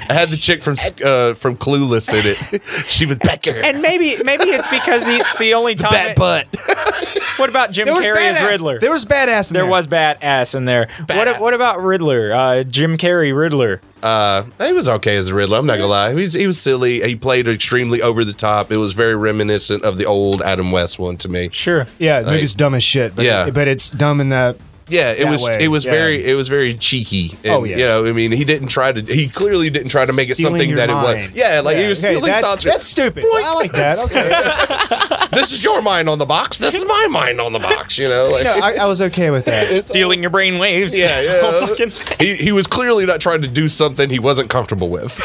Speaker 5: I had the chick from uh, from Clueless in it. she was Becker.
Speaker 4: And maybe maybe it's because it's the only time.
Speaker 5: Bat
Speaker 4: it-
Speaker 5: butt.
Speaker 4: what about Jim Carrey as Riddler?
Speaker 6: There was badass. In
Speaker 4: There
Speaker 6: there.
Speaker 4: was bad ass in there.
Speaker 5: Badass.
Speaker 4: What what about Riddler? Uh, Jim Carrey Riddler.
Speaker 5: Uh, he was okay as the Riddler. I'm not gonna lie. He was, he was silly. He played extremely over the top. It was very reminiscent of the old Adam West one to me.
Speaker 4: Sure.
Speaker 6: Yeah, the
Speaker 5: Like-
Speaker 6: movie's dumb as shit. But,
Speaker 5: Yeah.
Speaker 6: but it's dumb in that.
Speaker 5: Yeah, it
Speaker 6: That
Speaker 5: was.
Speaker 6: way,
Speaker 5: It was
Speaker 6: yeah.
Speaker 5: very. It was very cheeky. And,
Speaker 6: Oh, yeah.
Speaker 5: You know, I mean, he didn't try to. He clearly didn't try to make it
Speaker 6: stealing
Speaker 5: something
Speaker 6: your
Speaker 5: that it was.
Speaker 6: mind.
Speaker 5: Yeah, like he was
Speaker 6: okay,
Speaker 5: stealing
Speaker 6: that's,
Speaker 5: thoughts.
Speaker 6: That's stupid. I like that. Okay.
Speaker 5: this is your mind on the box. This is my mind on the box. You know, like
Speaker 6: no, I, I was okay with that.
Speaker 5: it's-
Speaker 4: Stealing your brain waves.
Speaker 5: Yeah, yeah.
Speaker 4: Oh, fucking-
Speaker 5: he, he was clearly not trying to do something he wasn't comfortable with.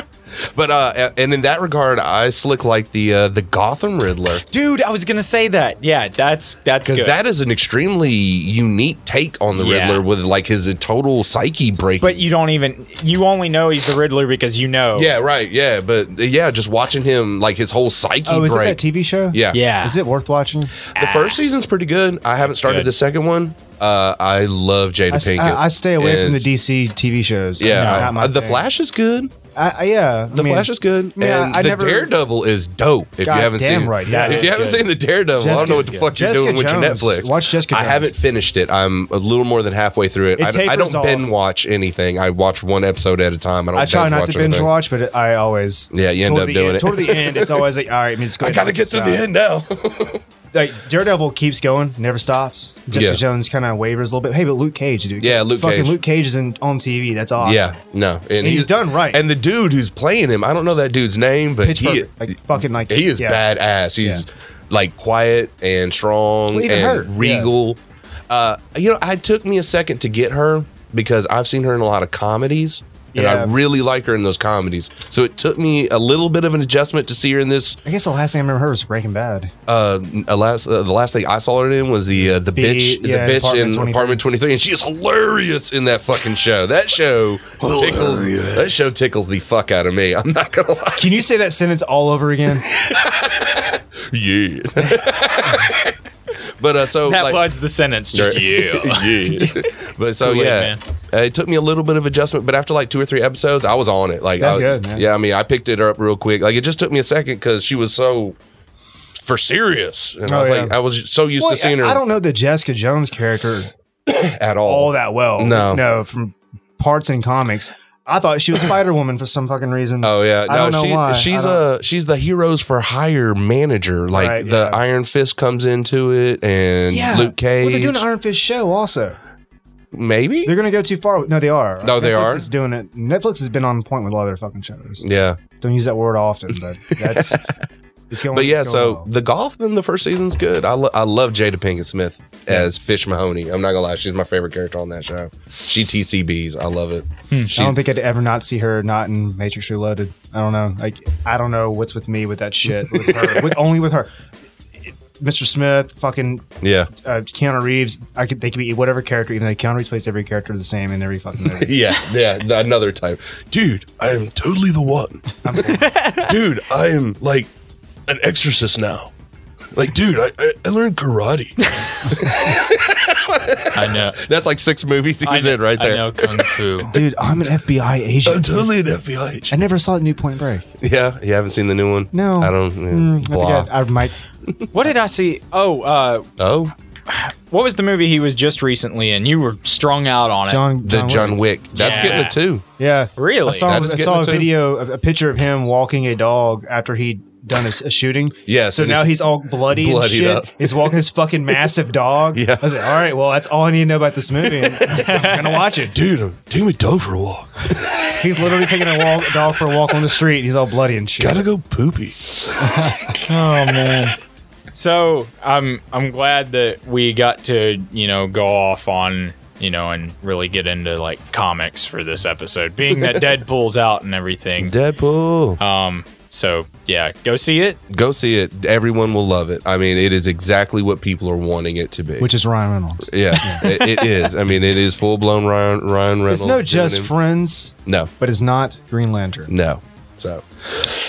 Speaker 5: but uh, a- and in that regard, I slick like the uh, the Gotham Riddler
Speaker 4: Dude, I was gonna say that. Yeah, that's that's
Speaker 5: because
Speaker 4: good.
Speaker 5: that is an extremely unique take on the
Speaker 4: Yeah.
Speaker 5: Riddler with like his uh, total psyche break.
Speaker 4: but you don't even you only know he's the Riddler because you know.
Speaker 5: yeah, right, yeah, but uh, yeah, just watching him like his whole psyche
Speaker 6: Oh, is it that
Speaker 5: break.
Speaker 6: TV show?
Speaker 5: yeah,
Speaker 4: Yeah.
Speaker 6: Is it worth watching?
Speaker 5: The first season's pretty good. I haven't started
Speaker 4: good.
Speaker 5: the second one. Uh, I love Jada
Speaker 6: I, s-
Speaker 5: Pinkett.
Speaker 6: I- I stay away from the
Speaker 5: It's-
Speaker 6: DC TV shows.
Speaker 5: Yeah,
Speaker 6: Not my
Speaker 5: I- the
Speaker 6: thing.
Speaker 5: Flash is good.
Speaker 6: I, I- yeah.
Speaker 5: The Flash is good,
Speaker 6: I mean,
Speaker 5: and
Speaker 6: I- I
Speaker 5: the
Speaker 6: never-
Speaker 5: Daredevil is dope. If
Speaker 6: God
Speaker 5: you haven't
Speaker 6: damn
Speaker 5: seen,
Speaker 6: right,
Speaker 5: if
Speaker 6: yeah.
Speaker 4: That
Speaker 5: you
Speaker 4: is
Speaker 5: haven't
Speaker 4: good.
Speaker 5: seen the Daredevil, I don't know what the
Speaker 6: Jessica-
Speaker 5: fuck you're
Speaker 6: Jessica
Speaker 5: doing with your
Speaker 6: Jones.
Speaker 5: Netflix.
Speaker 6: Watch Jessica
Speaker 5: I
Speaker 6: Jones.
Speaker 5: haven't finished it. I'm a little more than halfway through it.
Speaker 6: It
Speaker 5: I, I
Speaker 6: tapers
Speaker 5: don't
Speaker 6: off.
Speaker 5: binge watch anything. I watch one episode at a time. I don't.
Speaker 6: I try
Speaker 5: binge
Speaker 6: not
Speaker 5: watch
Speaker 6: to binge
Speaker 5: anything.
Speaker 6: watch, but I always
Speaker 5: Yeah, you end
Speaker 6: toward
Speaker 5: up
Speaker 6: the
Speaker 5: doing
Speaker 6: end,
Speaker 5: it.
Speaker 6: toward the end. It's always like, all right, let's go.
Speaker 5: I
Speaker 6: ahead
Speaker 5: gotta
Speaker 6: and
Speaker 5: get to the
Speaker 6: decide.
Speaker 5: end now.
Speaker 6: Like Daredevil keeps going, never stops. Jessica
Speaker 5: Yeah.
Speaker 6: Jones kind of wavers a little bit. Hey, but Luke Cage, dude.
Speaker 5: Yeah, Luke
Speaker 6: fucking
Speaker 5: Cage.
Speaker 6: Luke Cage is in, on TV. That's awesome.
Speaker 5: Yeah, no, and,
Speaker 6: he's done right.
Speaker 5: And the dude who's playing him, I don't know that dude's name, but
Speaker 6: pitch
Speaker 5: he
Speaker 6: perfect. Like fucking like
Speaker 5: he is
Speaker 6: yeah.
Speaker 5: badass. He's like quiet and strong
Speaker 6: Well, even
Speaker 5: and
Speaker 6: her, yeah.
Speaker 5: regal. Uh, you know, I took me a second to get her because I've seen her in a lot of comedies. And
Speaker 6: Yeah.
Speaker 5: I really like her in those comedies. So it took me a little bit of an adjustment to see her in this.
Speaker 6: I guess the last thing I remember her was Breaking Bad.
Speaker 5: Uh, a last, uh, the last thing I saw her in was the uh, the
Speaker 6: The-
Speaker 5: bitch,
Speaker 6: yeah,
Speaker 5: the bitch
Speaker 6: Apartment
Speaker 5: in
Speaker 6: 23.
Speaker 5: Apartment Twenty Three, and she is hilarious in that fucking show. That show tickles. That show tickles the fuck out of me. I'm not gonna lie.
Speaker 6: Can you say that sentence all over again?
Speaker 5: Yeah. but uh, so
Speaker 4: That
Speaker 5: like,
Speaker 4: was the sentence. Just, yeah.
Speaker 5: yeah. But so
Speaker 4: Kool-Aid
Speaker 5: yeah,
Speaker 4: Man.
Speaker 5: uh, it took me a little bit of adjustment, but after like two or three episodes, I was on it. Like
Speaker 6: That's
Speaker 5: I-
Speaker 6: good, man.
Speaker 5: Yeah, I mean, I picked it up real quick. Like it just took me a second because she was so for serious, and I
Speaker 6: Oh,
Speaker 5: was
Speaker 6: yeah.
Speaker 5: like, I was so used
Speaker 6: Well,
Speaker 5: to seeing her
Speaker 6: I don't know the Jessica Jones character
Speaker 5: at all.
Speaker 6: all that well.
Speaker 5: No.
Speaker 6: no, from parts in comics. I thought she was Spider Woman for some fucking reason.
Speaker 5: Oh yeah, no,
Speaker 6: I don't know
Speaker 5: she,
Speaker 6: why.
Speaker 5: she's
Speaker 6: I don't-
Speaker 5: a she's the heroes for hire manager. Like
Speaker 6: Right,
Speaker 5: the
Speaker 6: yeah.
Speaker 5: Iron Fist comes into it, and
Speaker 6: yeah.
Speaker 5: Luke Cage.
Speaker 6: Well, they're doing an Iron Fist show also.
Speaker 5: maybe
Speaker 6: They're gonna go too far. With, no, they are.
Speaker 5: No, they
Speaker 6: Netflix
Speaker 5: are.
Speaker 6: Is doing it. Netflix has been on point with all their fucking shows.
Speaker 5: yeah.
Speaker 6: Don't use that word often, but that's. it's going,
Speaker 5: But yeah,
Speaker 6: it's
Speaker 5: so
Speaker 6: going well.
Speaker 5: the golf in the first season's good. I, lo- I love Jada Pinkett Smith as Fish Mahoney. I'm not gonna lie, she's my favorite character on that show. She TCBs. I love it. She,
Speaker 6: I don't think I'd ever not see her not in Matrix Reloaded. I don't know. Like I don't know what's with me with that shit. With her, with only with her. Mr. Smith, fucking
Speaker 5: yeah,
Speaker 6: uh, Keanu Reeves. I could they could be whatever character. Even though Keanu Reeves plays every character the same in every fucking movie.
Speaker 5: yeah, yeah. th- Another type, dude. I am totally the one.
Speaker 6: I'm cool.
Speaker 5: Dude, I am like an exorcist now. Like, dude, I, I- I learned karate.
Speaker 9: I know.
Speaker 5: That's like six movies
Speaker 9: I
Speaker 5: he's
Speaker 9: know
Speaker 5: in right
Speaker 9: I
Speaker 5: there.
Speaker 9: know kung fu.
Speaker 6: Dude, I'm an FBI agent.
Speaker 5: I'm totally an FBI
Speaker 6: I
Speaker 5: agent.
Speaker 6: never saw the new Point Break.
Speaker 5: Yeah, you haven't seen the new one?
Speaker 6: No.
Speaker 5: I don't.
Speaker 6: Mm, I
Speaker 5: blah.
Speaker 6: forget. I might.
Speaker 4: What did I see? Oh, uh,
Speaker 5: oh,
Speaker 4: what was the movie he was just recently in? You were strung out on it.
Speaker 6: John.
Speaker 5: the John
Speaker 6: Wick.
Speaker 5: Wick. That's
Speaker 4: Yeah.
Speaker 5: getting a two.
Speaker 6: Yeah.
Speaker 4: Really?
Speaker 6: I saw, I
Speaker 5: That is getting
Speaker 6: saw
Speaker 5: it
Speaker 6: a
Speaker 5: too.
Speaker 6: video, a, a picture of him walking a dog after he'd done a, s- a shooting.
Speaker 5: Yeah,
Speaker 6: So
Speaker 5: so
Speaker 6: now
Speaker 5: he-
Speaker 6: he's all bloody and
Speaker 5: Bloodied
Speaker 6: shit.
Speaker 5: up.
Speaker 6: He's walking his fucking massive dog.
Speaker 5: Yeah.
Speaker 6: I was like, all right, well, that's all I need to know about this movie. I'm going to watch it.
Speaker 5: Dude, I'm taking my dog for a walk.
Speaker 6: He's literally taking a walk, dog for a walk on the street. He's all bloody and shit.
Speaker 5: go poopy.
Speaker 4: Oh man. So I'm I'm glad that we got to you know go off on you know and really get into like comics for this episode, being that Deadpool's out and everything.
Speaker 5: Deadpool.
Speaker 4: Um. So yeah, go see it.
Speaker 5: go see it. Everyone will love it. I mean, it is exactly what people are wanting it to be.
Speaker 7: Which is Ryan Reynolds.
Speaker 5: yeah, it, it is. I mean, it is full blown Ryan, Ryan Reynolds.
Speaker 6: It's no just
Speaker 5: doing it.
Speaker 6: friends,
Speaker 5: no,
Speaker 6: but it's not Green Lantern.
Speaker 5: no. So,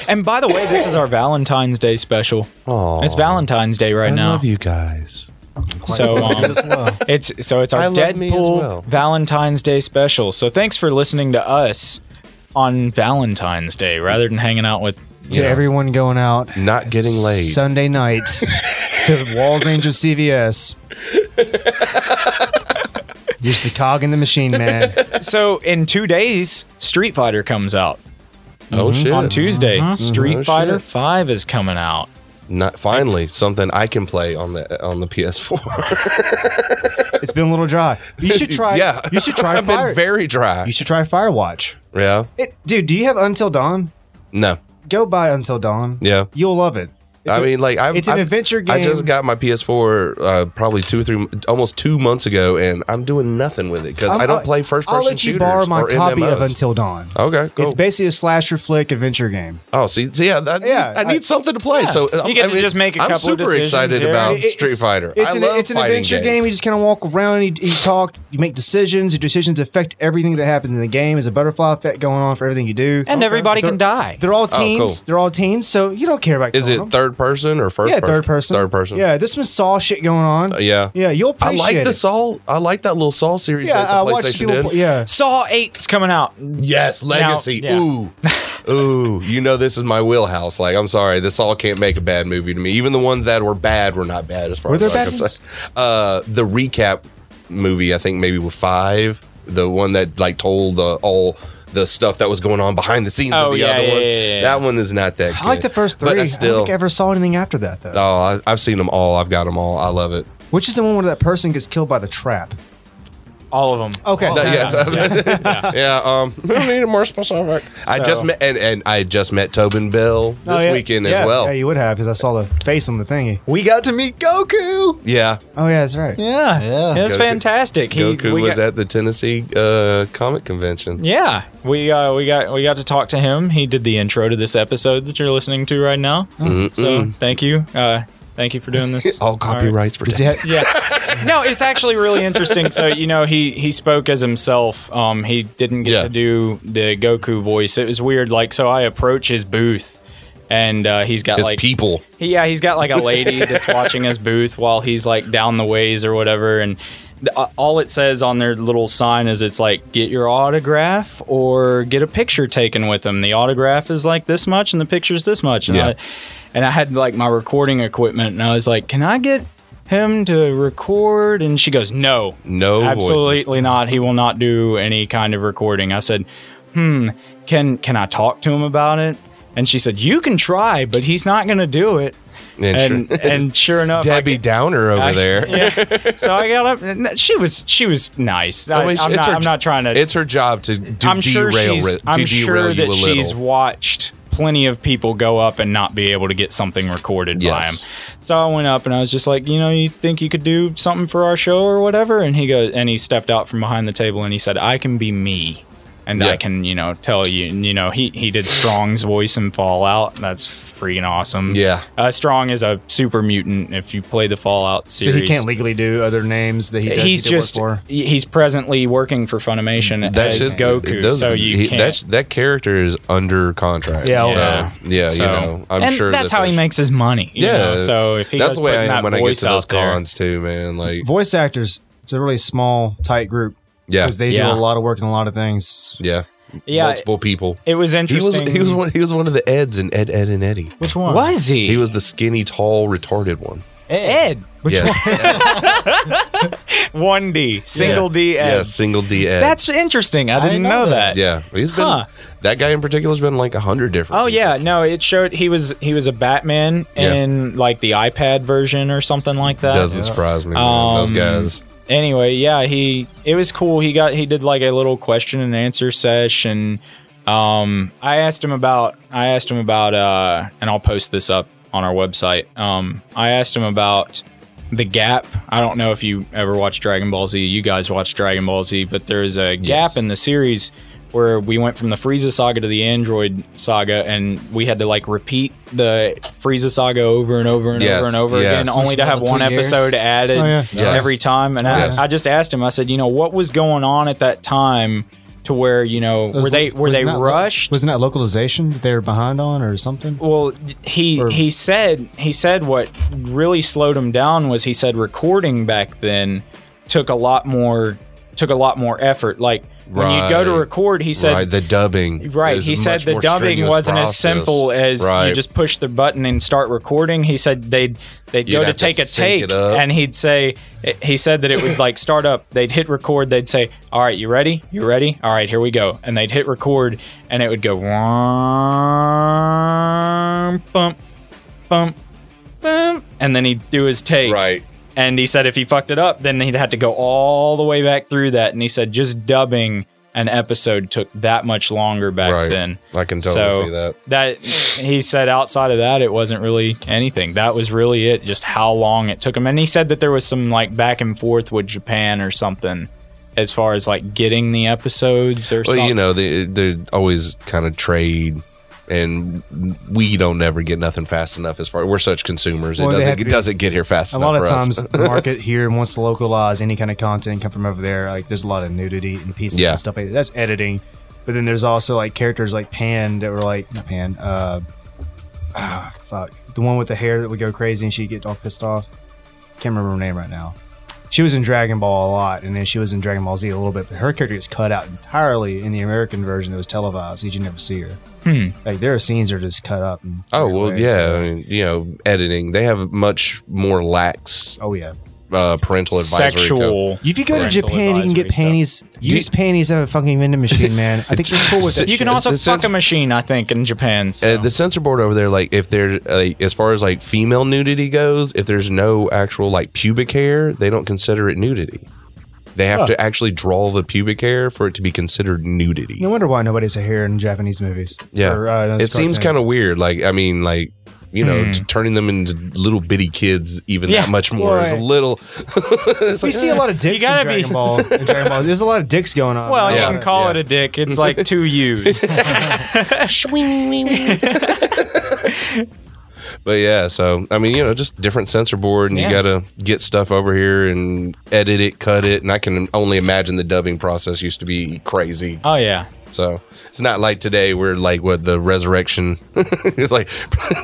Speaker 4: And by the way, this is our Valentine's Day special.
Speaker 5: Aw.
Speaker 4: It's Valentine's Day right
Speaker 5: I
Speaker 4: now.
Speaker 5: love you guys.
Speaker 4: So um,
Speaker 7: as well.
Speaker 4: it's so it's our
Speaker 5: I love me as
Speaker 4: Deadpool
Speaker 5: well.
Speaker 4: Valentine's Day special. So thanks for listening to us on Valentine's Day rather than hanging out with
Speaker 6: To everyone going out
Speaker 5: Not getting laid.
Speaker 6: Sunday night to Walgreens or CVS. You're just a cog in the machine, man.
Speaker 4: So in two days, Street Fighter comes out
Speaker 5: oh
Speaker 6: Mm-hmm.
Speaker 5: shit!
Speaker 4: on Tuesday. Street
Speaker 5: Oh,
Speaker 4: Fighter
Speaker 5: shit.
Speaker 4: Five is coming out.
Speaker 5: Not finally something I can play on the on the PS4.
Speaker 6: It's been a little dry. You should try.
Speaker 5: yeah,
Speaker 6: You should try
Speaker 5: I've
Speaker 6: fire.
Speaker 5: been very dry.
Speaker 6: you should try Firewatch.
Speaker 5: yeah.
Speaker 6: It, dude, do you have Until Dawn?
Speaker 5: No.
Speaker 6: Go buy Until Dawn.
Speaker 5: Yeah.
Speaker 6: You'll love it. It's
Speaker 5: I
Speaker 6: a-
Speaker 5: mean, like, I,
Speaker 6: it's an
Speaker 5: I-
Speaker 6: adventure
Speaker 5: I just
Speaker 6: game.
Speaker 5: got my PS4 uh, probably two or three, almost two months ago, and I'm doing nothing with it because
Speaker 6: I'm-
Speaker 5: I don't play first person
Speaker 6: I'll let you
Speaker 5: shooters
Speaker 6: borrow my
Speaker 5: or
Speaker 6: copy of
Speaker 5: MMOs.
Speaker 6: Until Dawn.
Speaker 5: Okay, cool.
Speaker 6: It's basically a slasher flick adventure game.
Speaker 5: oh, see, see yeah, I,
Speaker 6: Yeah,
Speaker 5: yeah, I need
Speaker 6: I-
Speaker 5: something to play. So uh,
Speaker 4: You get
Speaker 5: I
Speaker 4: to just make a
Speaker 5: I'm
Speaker 4: couple of
Speaker 5: super
Speaker 4: decisions
Speaker 5: excited
Speaker 4: here.
Speaker 5: about
Speaker 6: Um, It- it's-
Speaker 5: Street Fighter.
Speaker 6: It's
Speaker 5: I
Speaker 6: an,
Speaker 5: love
Speaker 6: it's an
Speaker 5: fighting
Speaker 6: adventure
Speaker 5: games.
Speaker 6: game. You just kind of walk around. You, you talk. You make decisions. Your decisions affect everything that happens in the game. There's a butterfly effect going on for everything you do.
Speaker 4: And everybody
Speaker 6: They're-
Speaker 4: can die.
Speaker 6: They're all
Speaker 5: Oh, cool.
Speaker 6: teens. They're all teens. So you don't care about.
Speaker 5: Is
Speaker 6: killing
Speaker 5: it third
Speaker 6: them.
Speaker 5: person or first?
Speaker 6: yeah,
Speaker 5: person?
Speaker 6: third person.
Speaker 5: Third person.
Speaker 6: Yeah, this one saw shit going on.
Speaker 5: Uh, yeah.
Speaker 6: yeah, you'll
Speaker 5: I
Speaker 6: appreciate
Speaker 5: like the
Speaker 6: it.
Speaker 5: Saul. I like that little Saul series
Speaker 6: Yeah, I
Speaker 5: that the
Speaker 6: watched
Speaker 5: PlayStation
Speaker 6: people.
Speaker 5: did.
Speaker 6: Play, yeah,
Speaker 4: Saw Eight is coming out.
Speaker 5: Yes, Legacy.
Speaker 4: yeah.
Speaker 5: Ooh. Ooh. You know this is my wheelhouse. Like, I'm sorry, this all can't make a bad movie to me. Even the ones that were bad were not bad as far
Speaker 6: Were
Speaker 5: as
Speaker 6: there
Speaker 5: I'm
Speaker 6: bad
Speaker 5: concerned. Uh the recap movie, I think maybe with five. The one that like told the all the stuff that was going on behind the scenes
Speaker 4: Oh,
Speaker 5: of the
Speaker 4: yeah,
Speaker 5: other
Speaker 4: yeah,
Speaker 5: ones.
Speaker 4: yeah, yeah.
Speaker 5: That one is not that
Speaker 6: I like
Speaker 5: good.
Speaker 6: the first three.
Speaker 5: But I
Speaker 6: I
Speaker 5: still
Speaker 6: don't think I ever saw anything after that though.
Speaker 5: Oh, I, I've seen them all. I've got them all. I love it.
Speaker 6: Which is the one where that person gets killed by the trap?
Speaker 4: All of them.
Speaker 6: Okay,
Speaker 5: That- yeah, so- yeah. um, we don't need more specific. I just met and, and I just met Tobin Bell this
Speaker 6: Oh, yeah.
Speaker 5: weekend
Speaker 6: Yeah.
Speaker 5: as well.
Speaker 6: Yeah, you would have because I saw the face on the thingy. We got to meet Goku.
Speaker 5: yeah,
Speaker 6: Oh yeah, that's right.
Speaker 4: Yeah,
Speaker 7: Yeah.
Speaker 4: It was
Speaker 5: Goku-
Speaker 4: fantastic. He-
Speaker 5: Goku
Speaker 4: we
Speaker 5: was
Speaker 4: got-
Speaker 5: at the Tennessee uh, comic convention.
Speaker 4: Yeah, we uh, we got we got to talk to him. He did the intro to this episode that you're listening to right now. So thank you, uh, thank you for doing this.
Speaker 5: Mm-hmm. All copyrights
Speaker 6: He
Speaker 5: protected.
Speaker 6: had-
Speaker 4: yeah. No, it's actually really interesting. So you know, he he spoke as himself. Um, he didn't get
Speaker 5: Yeah.
Speaker 4: to do the Goku voice. It was weird. Like, so I approach his booth, and uh, he's got
Speaker 5: His
Speaker 4: like
Speaker 5: people.
Speaker 4: he- yeah, he's got like a lady that's watching his booth while he's like down the ways or whatever, and. th- uh, All it says on their little sign is it's like get your autograph or get a picture taken with them. The autograph is like this much and the picture's this much. And,
Speaker 5: Yeah.
Speaker 4: I, and I had like my recording equipment and I was like, "Can I get him to record?" And she goes, "No,
Speaker 5: No
Speaker 4: absolutely not. He will not do any kind of recording." I said, can can I talk to him about it? And she said, You can try, but he's not gonna do it.
Speaker 5: voices.
Speaker 4: And
Speaker 5: And, sure-
Speaker 4: and sure enough, I-
Speaker 5: Debbie Downer over
Speaker 4: I-
Speaker 5: there.
Speaker 4: yeah. So I got up. and She was she was nice. I,
Speaker 5: I mean,
Speaker 4: am
Speaker 5: it's
Speaker 4: not,
Speaker 5: her-
Speaker 4: I'm not trying to.
Speaker 5: It's her job to do
Speaker 4: I'm sure
Speaker 5: derail,
Speaker 4: she's.
Speaker 5: ri- to
Speaker 4: I'm
Speaker 5: derail
Speaker 4: sure
Speaker 5: you
Speaker 4: that
Speaker 5: a
Speaker 4: she's
Speaker 5: little.
Speaker 4: watched plenty of people go up and not be able to get something recorded by
Speaker 5: Yes.
Speaker 4: him. So I went up and I was just like, you know, you think you could do something for our show or whatever? And he goes, and he stepped out from behind the table and he said, I can be me. and
Speaker 5: Yeah.
Speaker 4: I can you know tell you you know he he did Strong's voice in Fallout. That's freaking awesome.
Speaker 5: Yeah.
Speaker 4: uh, Strong is a super mutant. If you play the Fallout
Speaker 6: So
Speaker 4: series,
Speaker 6: he can't legally do other names that he does,
Speaker 4: He's
Speaker 6: he did work
Speaker 4: just
Speaker 6: for.
Speaker 4: he- he's presently working for Funimation as
Speaker 5: shit-
Speaker 4: Goku,
Speaker 5: doesn't-
Speaker 4: so you
Speaker 5: he-
Speaker 4: can't.
Speaker 5: that's- that character is under contract.
Speaker 6: Yeah,
Speaker 5: so,
Speaker 4: Yeah.
Speaker 5: yeah,
Speaker 4: so-
Speaker 5: you know, I'm
Speaker 4: and
Speaker 5: sure
Speaker 4: that's
Speaker 5: that
Speaker 4: how he
Speaker 5: there's-
Speaker 4: makes his money. you
Speaker 5: Yeah,
Speaker 4: know, so if he
Speaker 5: that's
Speaker 4: goes
Speaker 5: the way I
Speaker 4: putting
Speaker 5: am
Speaker 4: that
Speaker 5: when I get
Speaker 4: voice
Speaker 5: to those
Speaker 4: out there-
Speaker 5: cons too, man. Like,
Speaker 6: Voice actors, it's a really small, tight group.
Speaker 5: yeah,
Speaker 6: Because they
Speaker 4: Yeah.
Speaker 6: do a lot of work in a lot of things.
Speaker 5: yeah,
Speaker 4: Yeah,
Speaker 5: multiple people.
Speaker 4: it was
Speaker 5: He was
Speaker 4: interesting.
Speaker 5: he was one he was one of the Eds in Ed Ed and Eddie.
Speaker 7: Which one?
Speaker 4: Was he?
Speaker 5: He was the skinny, tall, retarded one.
Speaker 4: Ed.
Speaker 5: yeah.
Speaker 4: One D, single D Ed.
Speaker 5: yeah, single D Ed.
Speaker 4: That's interesting. I didn't,
Speaker 7: didn't
Speaker 4: know,
Speaker 7: know
Speaker 4: that.
Speaker 5: yeah. He's been
Speaker 4: Huh.
Speaker 5: that guy in particular's been like a hundred different.
Speaker 4: Oh yeah, no, it showed he was he was a Batman
Speaker 5: Yeah.
Speaker 4: in like the iPad version or something like that.
Speaker 5: doesn't surprise me. man. Those
Speaker 4: Um,
Speaker 5: guys.
Speaker 4: anyway, yeah, he it was cool. He got he did like a little question and answer sesh and um I asked him about I asked him about uh and I'll post this up on our website. Um I asked him about the gap. I don't know if you ever watched Dragon Ball Z. You guys watched Dragon Ball Z, but there is a gap
Speaker 5: Yes.
Speaker 4: in the series where we went from the Frieza saga to the Android saga and we had to like repeat the Frieza saga over and over and
Speaker 5: Yes,
Speaker 4: over and over
Speaker 5: yes.
Speaker 4: again only to
Speaker 7: About
Speaker 4: have
Speaker 7: two
Speaker 4: one
Speaker 7: years.
Speaker 4: episode added
Speaker 6: Oh, yeah.
Speaker 5: Yes.
Speaker 4: every time. And I,
Speaker 5: Yes.
Speaker 4: I just asked him. I said, you know, what was going on at that time to where you know were
Speaker 6: Was-
Speaker 4: they were
Speaker 6: wasn't
Speaker 4: they
Speaker 6: that-
Speaker 4: rushed?
Speaker 6: Wasn't that localization that they were behind on or something?
Speaker 4: well, he
Speaker 6: or-
Speaker 4: he said he said what really slowed him down was he said recording back then took a lot more took a lot more effort. Like when you go to
Speaker 5: Right.
Speaker 4: record, he said
Speaker 5: right, the dubbing.
Speaker 4: Right.
Speaker 5: is
Speaker 4: He said
Speaker 5: much
Speaker 4: the
Speaker 5: more
Speaker 4: dubbing
Speaker 5: strenuous
Speaker 4: wasn't as
Speaker 5: process.
Speaker 4: simple as you
Speaker 5: Right.
Speaker 4: just push the button and start recording. He said they'd they'd
Speaker 5: You'd
Speaker 4: go to
Speaker 5: have to
Speaker 4: take a
Speaker 5: sync
Speaker 4: take
Speaker 5: it up.
Speaker 4: and he'd say he said that it would like start up. They'd hit record. They'd say, "All right, you ready? You ready? All right, here we go." And they'd hit record, and it would go bump bump bump, and then he'd do his take.
Speaker 5: Right.
Speaker 4: And he said if he fucked it up, then he'd have to go all the way back through that. And he said just dubbing an episode took that much longer back
Speaker 5: Right.
Speaker 4: then.
Speaker 5: I can totally
Speaker 4: So-
Speaker 5: see that.
Speaker 4: That he said outside of that, it wasn't really anything. That was really it, just how long it took him. And he said that there was some like back and forth with Japan or something as far as like getting the episodes or
Speaker 5: Well,
Speaker 4: something.
Speaker 5: you know, they they always kind of trade, and we don't ever get nothing fast enough. As far we're such consumers,
Speaker 6: Well,
Speaker 5: it
Speaker 6: they
Speaker 5: doesn't
Speaker 6: have
Speaker 5: it
Speaker 6: to-
Speaker 5: doesn't get here fast
Speaker 6: a
Speaker 5: enough.
Speaker 6: lot of
Speaker 5: for
Speaker 6: times
Speaker 5: us.
Speaker 6: the market here wants to localize any kind of content come from over there like there's a lot of nudity and pieces
Speaker 5: Yeah.
Speaker 6: and stuff like that. that's editing but then there's also like characters like pan that were like not pan uh ah, fuck the one with the hair that would go crazy and she'd get all pissed off can't remember her name right now she was in Dragon Ball a lot, and then she was in Dragon Ball Z a little bit. But her character gets cut out entirely in the American version that was televised. You never see her. Like there are scenes that are just cut up. And
Speaker 5: Hmm. Oh well, yeah, I mean, you know, editing. They have much more lax
Speaker 6: Oh yeah.
Speaker 5: uh, parental advisory. code. Uh,
Speaker 4: Sexual.
Speaker 6: If you go to
Speaker 4: parental
Speaker 6: Japan, you can get
Speaker 4: advisory stuff.
Speaker 6: panties. Use panties at a fucking vending machine, man. I think you're cool with that.
Speaker 4: You can
Speaker 6: shit.
Speaker 4: also
Speaker 5: The
Speaker 4: fuck
Speaker 5: sense-
Speaker 4: a machine, I think, in Japan. so.
Speaker 5: Uh, the censor board over there, like if there's like, as far as like female nudity goes, if there's no actual like pubic hair, they don't consider it nudity. They have to actually draw the pubic hair for it to be considered nudity.
Speaker 6: No wonder why nobody's a hair in Japanese movies.
Speaker 5: Yeah,
Speaker 6: Or, uh, Hmm.
Speaker 5: it seems kind of weird. Like I mean, like you know, t- turning them into little bitty kids even
Speaker 4: Yeah.
Speaker 5: that much more is a
Speaker 6: Right.
Speaker 5: little. it's
Speaker 6: We
Speaker 5: like,
Speaker 6: see a lot of dicks in
Speaker 4: gotta
Speaker 6: Dragon,
Speaker 4: be-
Speaker 6: Ball, in Dragon Ball. There's a lot of dicks going on.
Speaker 4: well,
Speaker 5: Yeah.
Speaker 4: you can call
Speaker 5: Yeah.
Speaker 4: it a dick. It's like two U's.
Speaker 5: But yeah, so I mean, you know, just different censor board, and you
Speaker 4: Yeah.
Speaker 5: gotta get stuff over here and edit it, cut it, and I can only imagine the dubbing process used to be crazy.
Speaker 4: oh yeah.
Speaker 5: So it's not like today where like what the resurrection is like,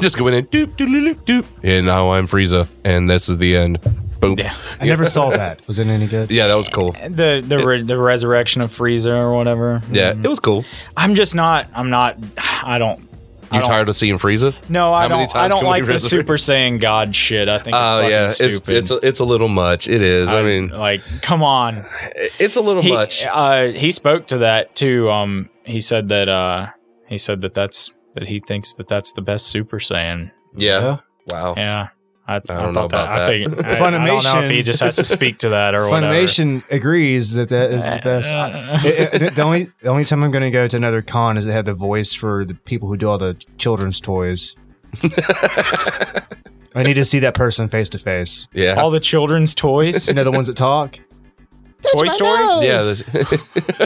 Speaker 5: just go in and doop doop doop doop, and now I'm Frieza, and this is the end. Boom.
Speaker 4: Yeah.
Speaker 5: Yeah,
Speaker 6: I never saw that. Was it any good?
Speaker 5: that was cool.
Speaker 4: the the, re- the resurrection of Frieza or whatever.
Speaker 5: Yeah, it was cool.
Speaker 4: I'm just not. I'm not. I don't. I
Speaker 5: You
Speaker 4: don't-
Speaker 5: tired of seeing Frieza?
Speaker 4: No, I
Speaker 5: How many
Speaker 4: don't. I
Speaker 5: times
Speaker 4: don't
Speaker 5: can we
Speaker 4: like the
Speaker 5: resurrect-
Speaker 4: Super Saiyan God shit. I think it's
Speaker 5: Oh
Speaker 4: fucking
Speaker 5: yeah, it's
Speaker 4: stupid.
Speaker 5: it's a, it's a little much. It is. I, mean,
Speaker 4: like, come on.
Speaker 5: it's a little
Speaker 4: He
Speaker 5: much.
Speaker 4: uh, he spoke to that too. Um, he said that uh, he said that that's that he thinks that that's the best Super Saiyan.
Speaker 5: Yeah.
Speaker 7: Yeah.
Speaker 5: Wow.
Speaker 4: Yeah, I, I, thought
Speaker 5: don't know
Speaker 4: that.
Speaker 5: about
Speaker 4: I
Speaker 5: that.
Speaker 4: figured. I, I don't know if
Speaker 6: Funimation-
Speaker 4: he just has to speak to that or whatever.
Speaker 6: Funimation agrees that that is the best. I- it- it- the only the only time I'm going to go to another con is they have the voice for the people who do all the children's toys. I need to see that person face to face.
Speaker 5: Yeah.
Speaker 4: All the children's toys.
Speaker 6: You know the ones that talk.
Speaker 4: Toy Story?
Speaker 5: Yeah, this-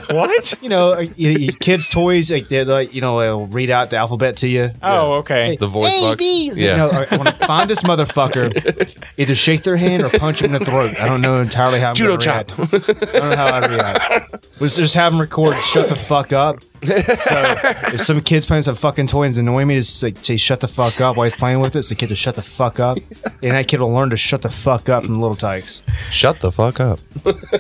Speaker 4: What?
Speaker 6: You know, uh, you, you kids' toys, like, they're like, you know, they'll read out the alphabet to you.
Speaker 4: Oh, okay.
Speaker 5: the voice box.
Speaker 6: Yeah.
Speaker 5: Yeah.
Speaker 6: No, I, I want to find this motherfucker. Either shake their hand or punch him in the throat. I don't know entirely how. I'm
Speaker 5: Judo
Speaker 6: gonna react. I don't know how I react. Let's just have him record. Shut the fuck up. So if some kid's playing some fucking toy and it's annoying me, just like say shut the fuck up while he's playing with it. So the kid to shut the fuck up, and that kid will learn to shut the fuck up from Little Tykes.
Speaker 5: Shut the fuck up.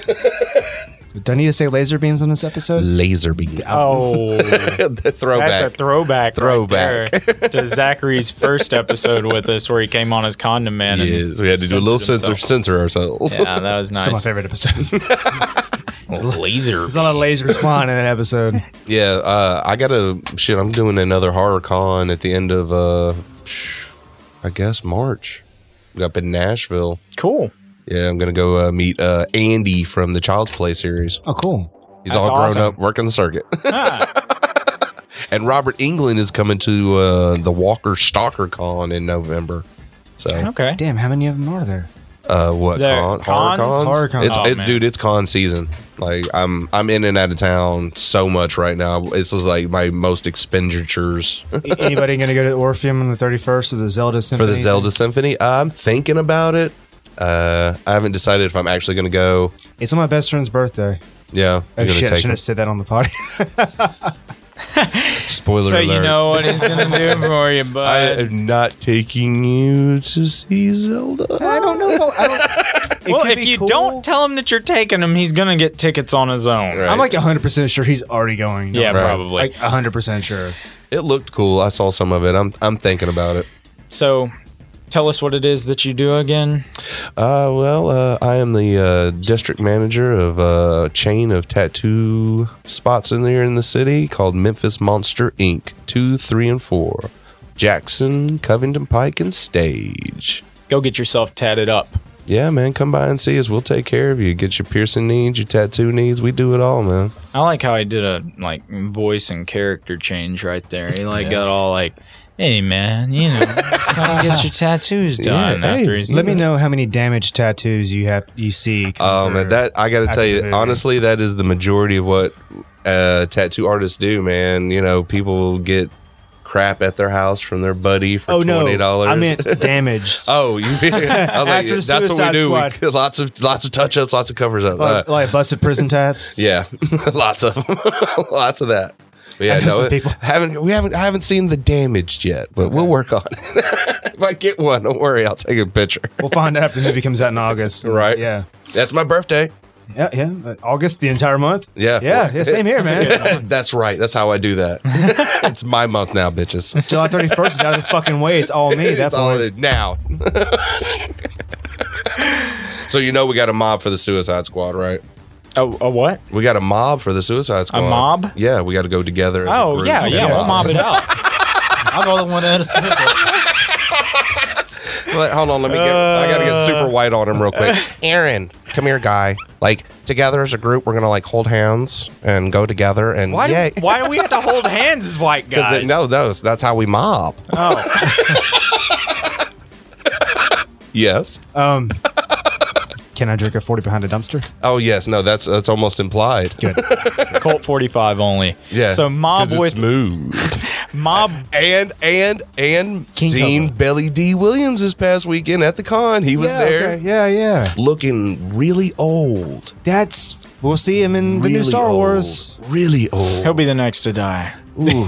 Speaker 6: Do I need to say laser beams on this episode?
Speaker 5: Laser beam.
Speaker 4: Oh,
Speaker 5: the
Speaker 4: that's a
Speaker 5: throwback.
Speaker 4: throwback.
Speaker 5: Throwback.
Speaker 4: right there to Zachary's first episode with us, where he came on as Condom Man. and
Speaker 5: yes, we had to do a little
Speaker 4: censored
Speaker 5: censor,
Speaker 4: himself.
Speaker 5: censor ourselves.
Speaker 4: Yeah, that was
Speaker 6: That's my
Speaker 4: nice.
Speaker 6: favorite episode.
Speaker 4: Oh, Laser.
Speaker 6: There's not a laser flying in that episode.
Speaker 5: Yeah, uh, I gotta shit. I'm doing another horror con at the end of, uh, psh, I guess March. Up in Nashville.
Speaker 4: Cool.
Speaker 5: Yeah, I'm gonna go uh, meet uh, Andy from the Child's Play series.
Speaker 6: Oh, cool.
Speaker 5: He's
Speaker 4: That's
Speaker 5: all grown
Speaker 4: awesome.
Speaker 5: up, working the circuit. and Robert England is coming to uh, the Walker Stalker Con in November. So,
Speaker 4: Okay.
Speaker 6: Damn, how many of them are there?
Speaker 5: uh, what
Speaker 4: The
Speaker 5: con? Horror
Speaker 4: cons?
Speaker 5: cons?
Speaker 6: Horror cons.
Speaker 5: It's,
Speaker 4: Oh,
Speaker 5: it-
Speaker 4: man.
Speaker 5: dude, it's con season. Like I'm, I'm in and out of town so much right now. This is like my most expenditures
Speaker 6: A- Anybody going to go to Orpheum on the 31st for the Zelda
Speaker 5: for
Speaker 6: Symphony?
Speaker 5: the Zelda Symphony. I'm thinking about it. Uh, I haven't decided if I'm actually going to go.
Speaker 6: It's on my best friend's birthday.
Speaker 5: Yeah,
Speaker 6: Oh
Speaker 5: I'm gonna
Speaker 6: shit! I
Speaker 5: take
Speaker 6: should have
Speaker 5: it.
Speaker 6: said that on the pod.
Speaker 5: Spoiler
Speaker 4: So
Speaker 5: alert.
Speaker 4: you know what he's gonna do for you,
Speaker 5: I
Speaker 4: bud.
Speaker 5: am not taking you to see Zelda.
Speaker 6: I don't know. About, I don't, it
Speaker 4: well,
Speaker 6: could
Speaker 4: if
Speaker 6: be
Speaker 4: you
Speaker 6: cool.
Speaker 4: don't tell him that you're taking him, he's gonna get tickets on his own.
Speaker 5: Right.
Speaker 6: I'm like 100 percent sure he's already going.
Speaker 4: Yeah,
Speaker 5: Right.
Speaker 4: probably.
Speaker 6: like 100 percent sure.
Speaker 5: It looked cool. I saw some of it. I'm I'm thinking about it.
Speaker 4: so, tell us what it is that you do again.
Speaker 5: Uh, well, uh, I am the uh, district manager of uh, a chain of tattoo spots in there in the city called Memphis Monster Inc. Two, three, and four, Jackson, Covington Pike, and Stage.
Speaker 4: Go get yourself tatted up.
Speaker 5: Yeah, man, come by and see us. We'll take care of you. Get your piercing needs, your tattoo needs. We do it all, man.
Speaker 4: I like how I did a like voice and character change right there. He like got all like, "Hey man, you know, let's come get your tattoos done."
Speaker 5: Yeah, hey,
Speaker 4: after he's
Speaker 6: Let me know how many damaged tattoos you have. You see?
Speaker 5: Oh man, that I gotta
Speaker 6: after
Speaker 5: tell
Speaker 6: the
Speaker 5: you,
Speaker 6: movie.
Speaker 5: honestly, that is the majority of what uh, tattoo artists do, man. You know, people get crap at their house from their buddy for
Speaker 6: Oh no!
Speaker 5: twenty dollars.
Speaker 6: I meant damaged.
Speaker 5: Oh, you, I was like,
Speaker 6: After
Speaker 5: that's what
Speaker 6: Suicide
Speaker 5: we do. We-
Speaker 6: Squad.
Speaker 5: lots of lots of touch ups, lots of covers up.
Speaker 6: like,
Speaker 5: Uh,
Speaker 6: like busted prison tats.
Speaker 5: yeah, lots of 'em. lots of that. But yeah,
Speaker 6: know
Speaker 5: no,
Speaker 6: some
Speaker 5: it-
Speaker 6: people.
Speaker 5: haven't we haven't I haven't seen the damaged yet, but we'll work on it. if I get one, don't worry, I'll take a picture.
Speaker 6: We'll find out after the movie comes out in August.
Speaker 5: Right.
Speaker 6: Yeah.
Speaker 5: That's my birthday.
Speaker 6: Yeah. Yeah. Uh, August, the entire month.
Speaker 5: Yeah,
Speaker 6: Yeah. yeah same here, man.
Speaker 5: That's right. That's how I do that. it's my month now, bitches.
Speaker 6: July 31st is out of the fucking way. It's all me. at That
Speaker 5: That's all it
Speaker 6: point.
Speaker 5: is now. so you know we got a mob for the Suicide Squad, right?
Speaker 4: a, Oh, a what?
Speaker 5: We got a mob for the Suicide Squad.
Speaker 4: mob?
Speaker 5: Yeah, we got to go together. as a
Speaker 4: Oh
Speaker 5: group
Speaker 4: yeah,
Speaker 5: and
Speaker 4: yeah, we'll mob it out.
Speaker 7: I'm the only one that understood that.
Speaker 5: Like, hold on, let me get. I got to get
Speaker 4: Uh.
Speaker 5: super white on him real quick. Aaron, come here, guy. Like together as a group, we're gonna like hold hands and go together and
Speaker 4: Why?
Speaker 5: yay.
Speaker 4: Do, why do we have to hold hands as white
Speaker 5: Because
Speaker 4: guys?
Speaker 5: they- no, no, that's how we mob.
Speaker 4: Oh,
Speaker 5: Yes.
Speaker 6: Um, can I drink a 40 behind a dumpster?
Speaker 5: Oh yes. No, that's that's almost implied.
Speaker 4: Colt forty five only.
Speaker 5: Yeah.
Speaker 4: So mob
Speaker 5: 'Cause
Speaker 4: with
Speaker 5: it's smooth.
Speaker 4: mob.
Speaker 5: and and and
Speaker 6: King
Speaker 5: seen
Speaker 6: Cobra.
Speaker 5: Billy D. Williams this past weekend at the con. He was there,
Speaker 6: okay. Yeah, yeah.
Speaker 5: looking really old.
Speaker 6: That's. We'll see him in
Speaker 5: really
Speaker 6: the new Star
Speaker 5: old,
Speaker 6: Wars.
Speaker 5: Really old.
Speaker 4: He'll be the next to die.
Speaker 6: no,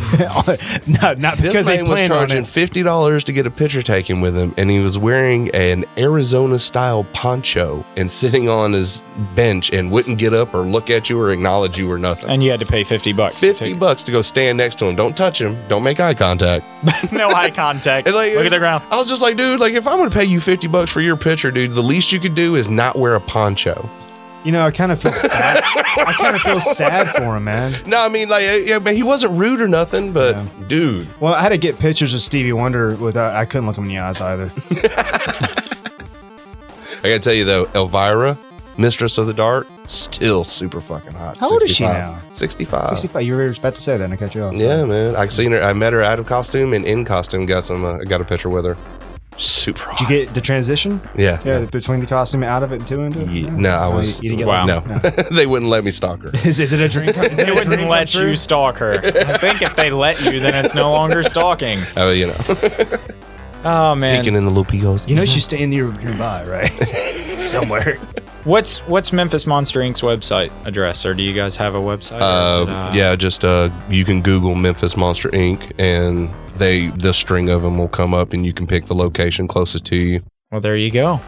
Speaker 6: not because
Speaker 5: This
Speaker 6: they
Speaker 5: man was
Speaker 6: planned on
Speaker 5: charging
Speaker 6: it.
Speaker 5: fifty dollars to get a picture taken with him, and he was wearing an Arizona-style poncho and sitting on his bench and wouldn't get up or look at you or acknowledge you or nothing.
Speaker 4: And you had to pay fifty bucks. to
Speaker 5: Fifty
Speaker 4: take-
Speaker 5: bucks to go stand next to him. Don't touch him. Don't make eye contact.
Speaker 4: no eye contact.
Speaker 5: And, like, it
Speaker 4: Look at
Speaker 5: was-
Speaker 4: the ground.
Speaker 5: I was just like, dude, like if I'm gonna pay you fifty bucks for your picture, dude, the least you could do is not wear a poncho.
Speaker 6: You know, I kind of feel bad. I kind of feel sad for him, man.
Speaker 5: No, I mean, like, uh, yeah, man, he wasn't rude or nothing, but dude,
Speaker 6: Well, I had to get pictures of Stevie Wonder without. I couldn't look him in the eyes either.
Speaker 5: I gotta tell you though, Elvira, Mistress of the Dark, still super fucking hot.
Speaker 6: How old is she now?
Speaker 5: Sixty-five.
Speaker 6: 65. You were about to say that, and I cut you off. so.
Speaker 5: Yeah, man. I seen her. I met her out of costume and in costume. Got some. Uh, got a picture with her. Super hot.
Speaker 6: Did you get the transition?
Speaker 5: Yeah.
Speaker 6: Yeah, between the costume out of it and two into it? Oh,
Speaker 5: Ye- No, I
Speaker 6: you-
Speaker 5: was.
Speaker 6: you didn't get
Speaker 4: Wow.
Speaker 5: No, they wouldn't let me stalk her.
Speaker 6: Is, is it a dream? Is it
Speaker 4: They
Speaker 6: a
Speaker 4: wouldn't
Speaker 6: dream
Speaker 4: let
Speaker 6: come true?
Speaker 4: you stalk her. I think if they let you, then it's no longer stalking.
Speaker 5: Oh, you know,
Speaker 4: Oh man,
Speaker 5: peeking in the Lupillos.
Speaker 6: You know she's staying near nearby, right? Somewhere.
Speaker 4: what's what's Memphis Monster Inc.'s website address, or do you guys have a website? or is it,
Speaker 5: Uh, yeah, just uh, you can Google Memphis Monster Inc. and they the string of them will come up, and you can pick the location closest to you.
Speaker 4: Well, there you go.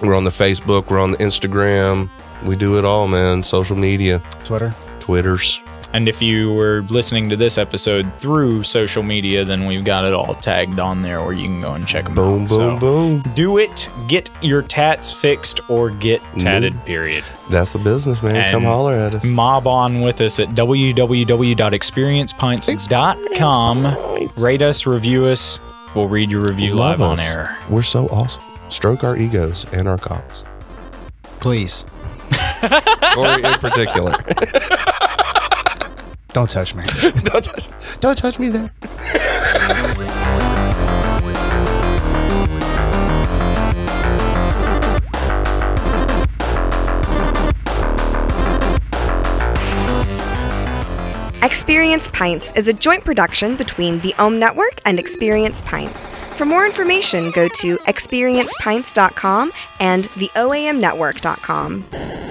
Speaker 5: We're on the Facebook, we're on the Instagram, we do it all, man. Social media,
Speaker 6: Twitter.
Speaker 5: Twitters.
Speaker 4: And if you were listening to this episode through social media, then we've got it all tagged on there where you can go and check them
Speaker 5: Boom, boom,
Speaker 4: out. So,
Speaker 5: boom.
Speaker 4: Do it. Get your tats fixed or get
Speaker 5: Mm-hmm.
Speaker 4: tatted, period.
Speaker 5: That's the business, man. Come
Speaker 4: And-
Speaker 5: holler at us.
Speaker 4: Mob on with us at www.experiencepints.com. Rate us, review us. We'll read your review
Speaker 5: Love
Speaker 4: live on
Speaker 5: us.
Speaker 4: air.
Speaker 5: We're so awesome. Stroke our egos and our cocks.
Speaker 7: Please.
Speaker 5: Corey in particular.
Speaker 6: Don't touch me.
Speaker 5: don't, touch, don't touch me there.
Speaker 1: Experience Pints is a joint production between the Ohm Network and Experience Pints. For more information, go to experiencepints.com and theoamnetwork.com.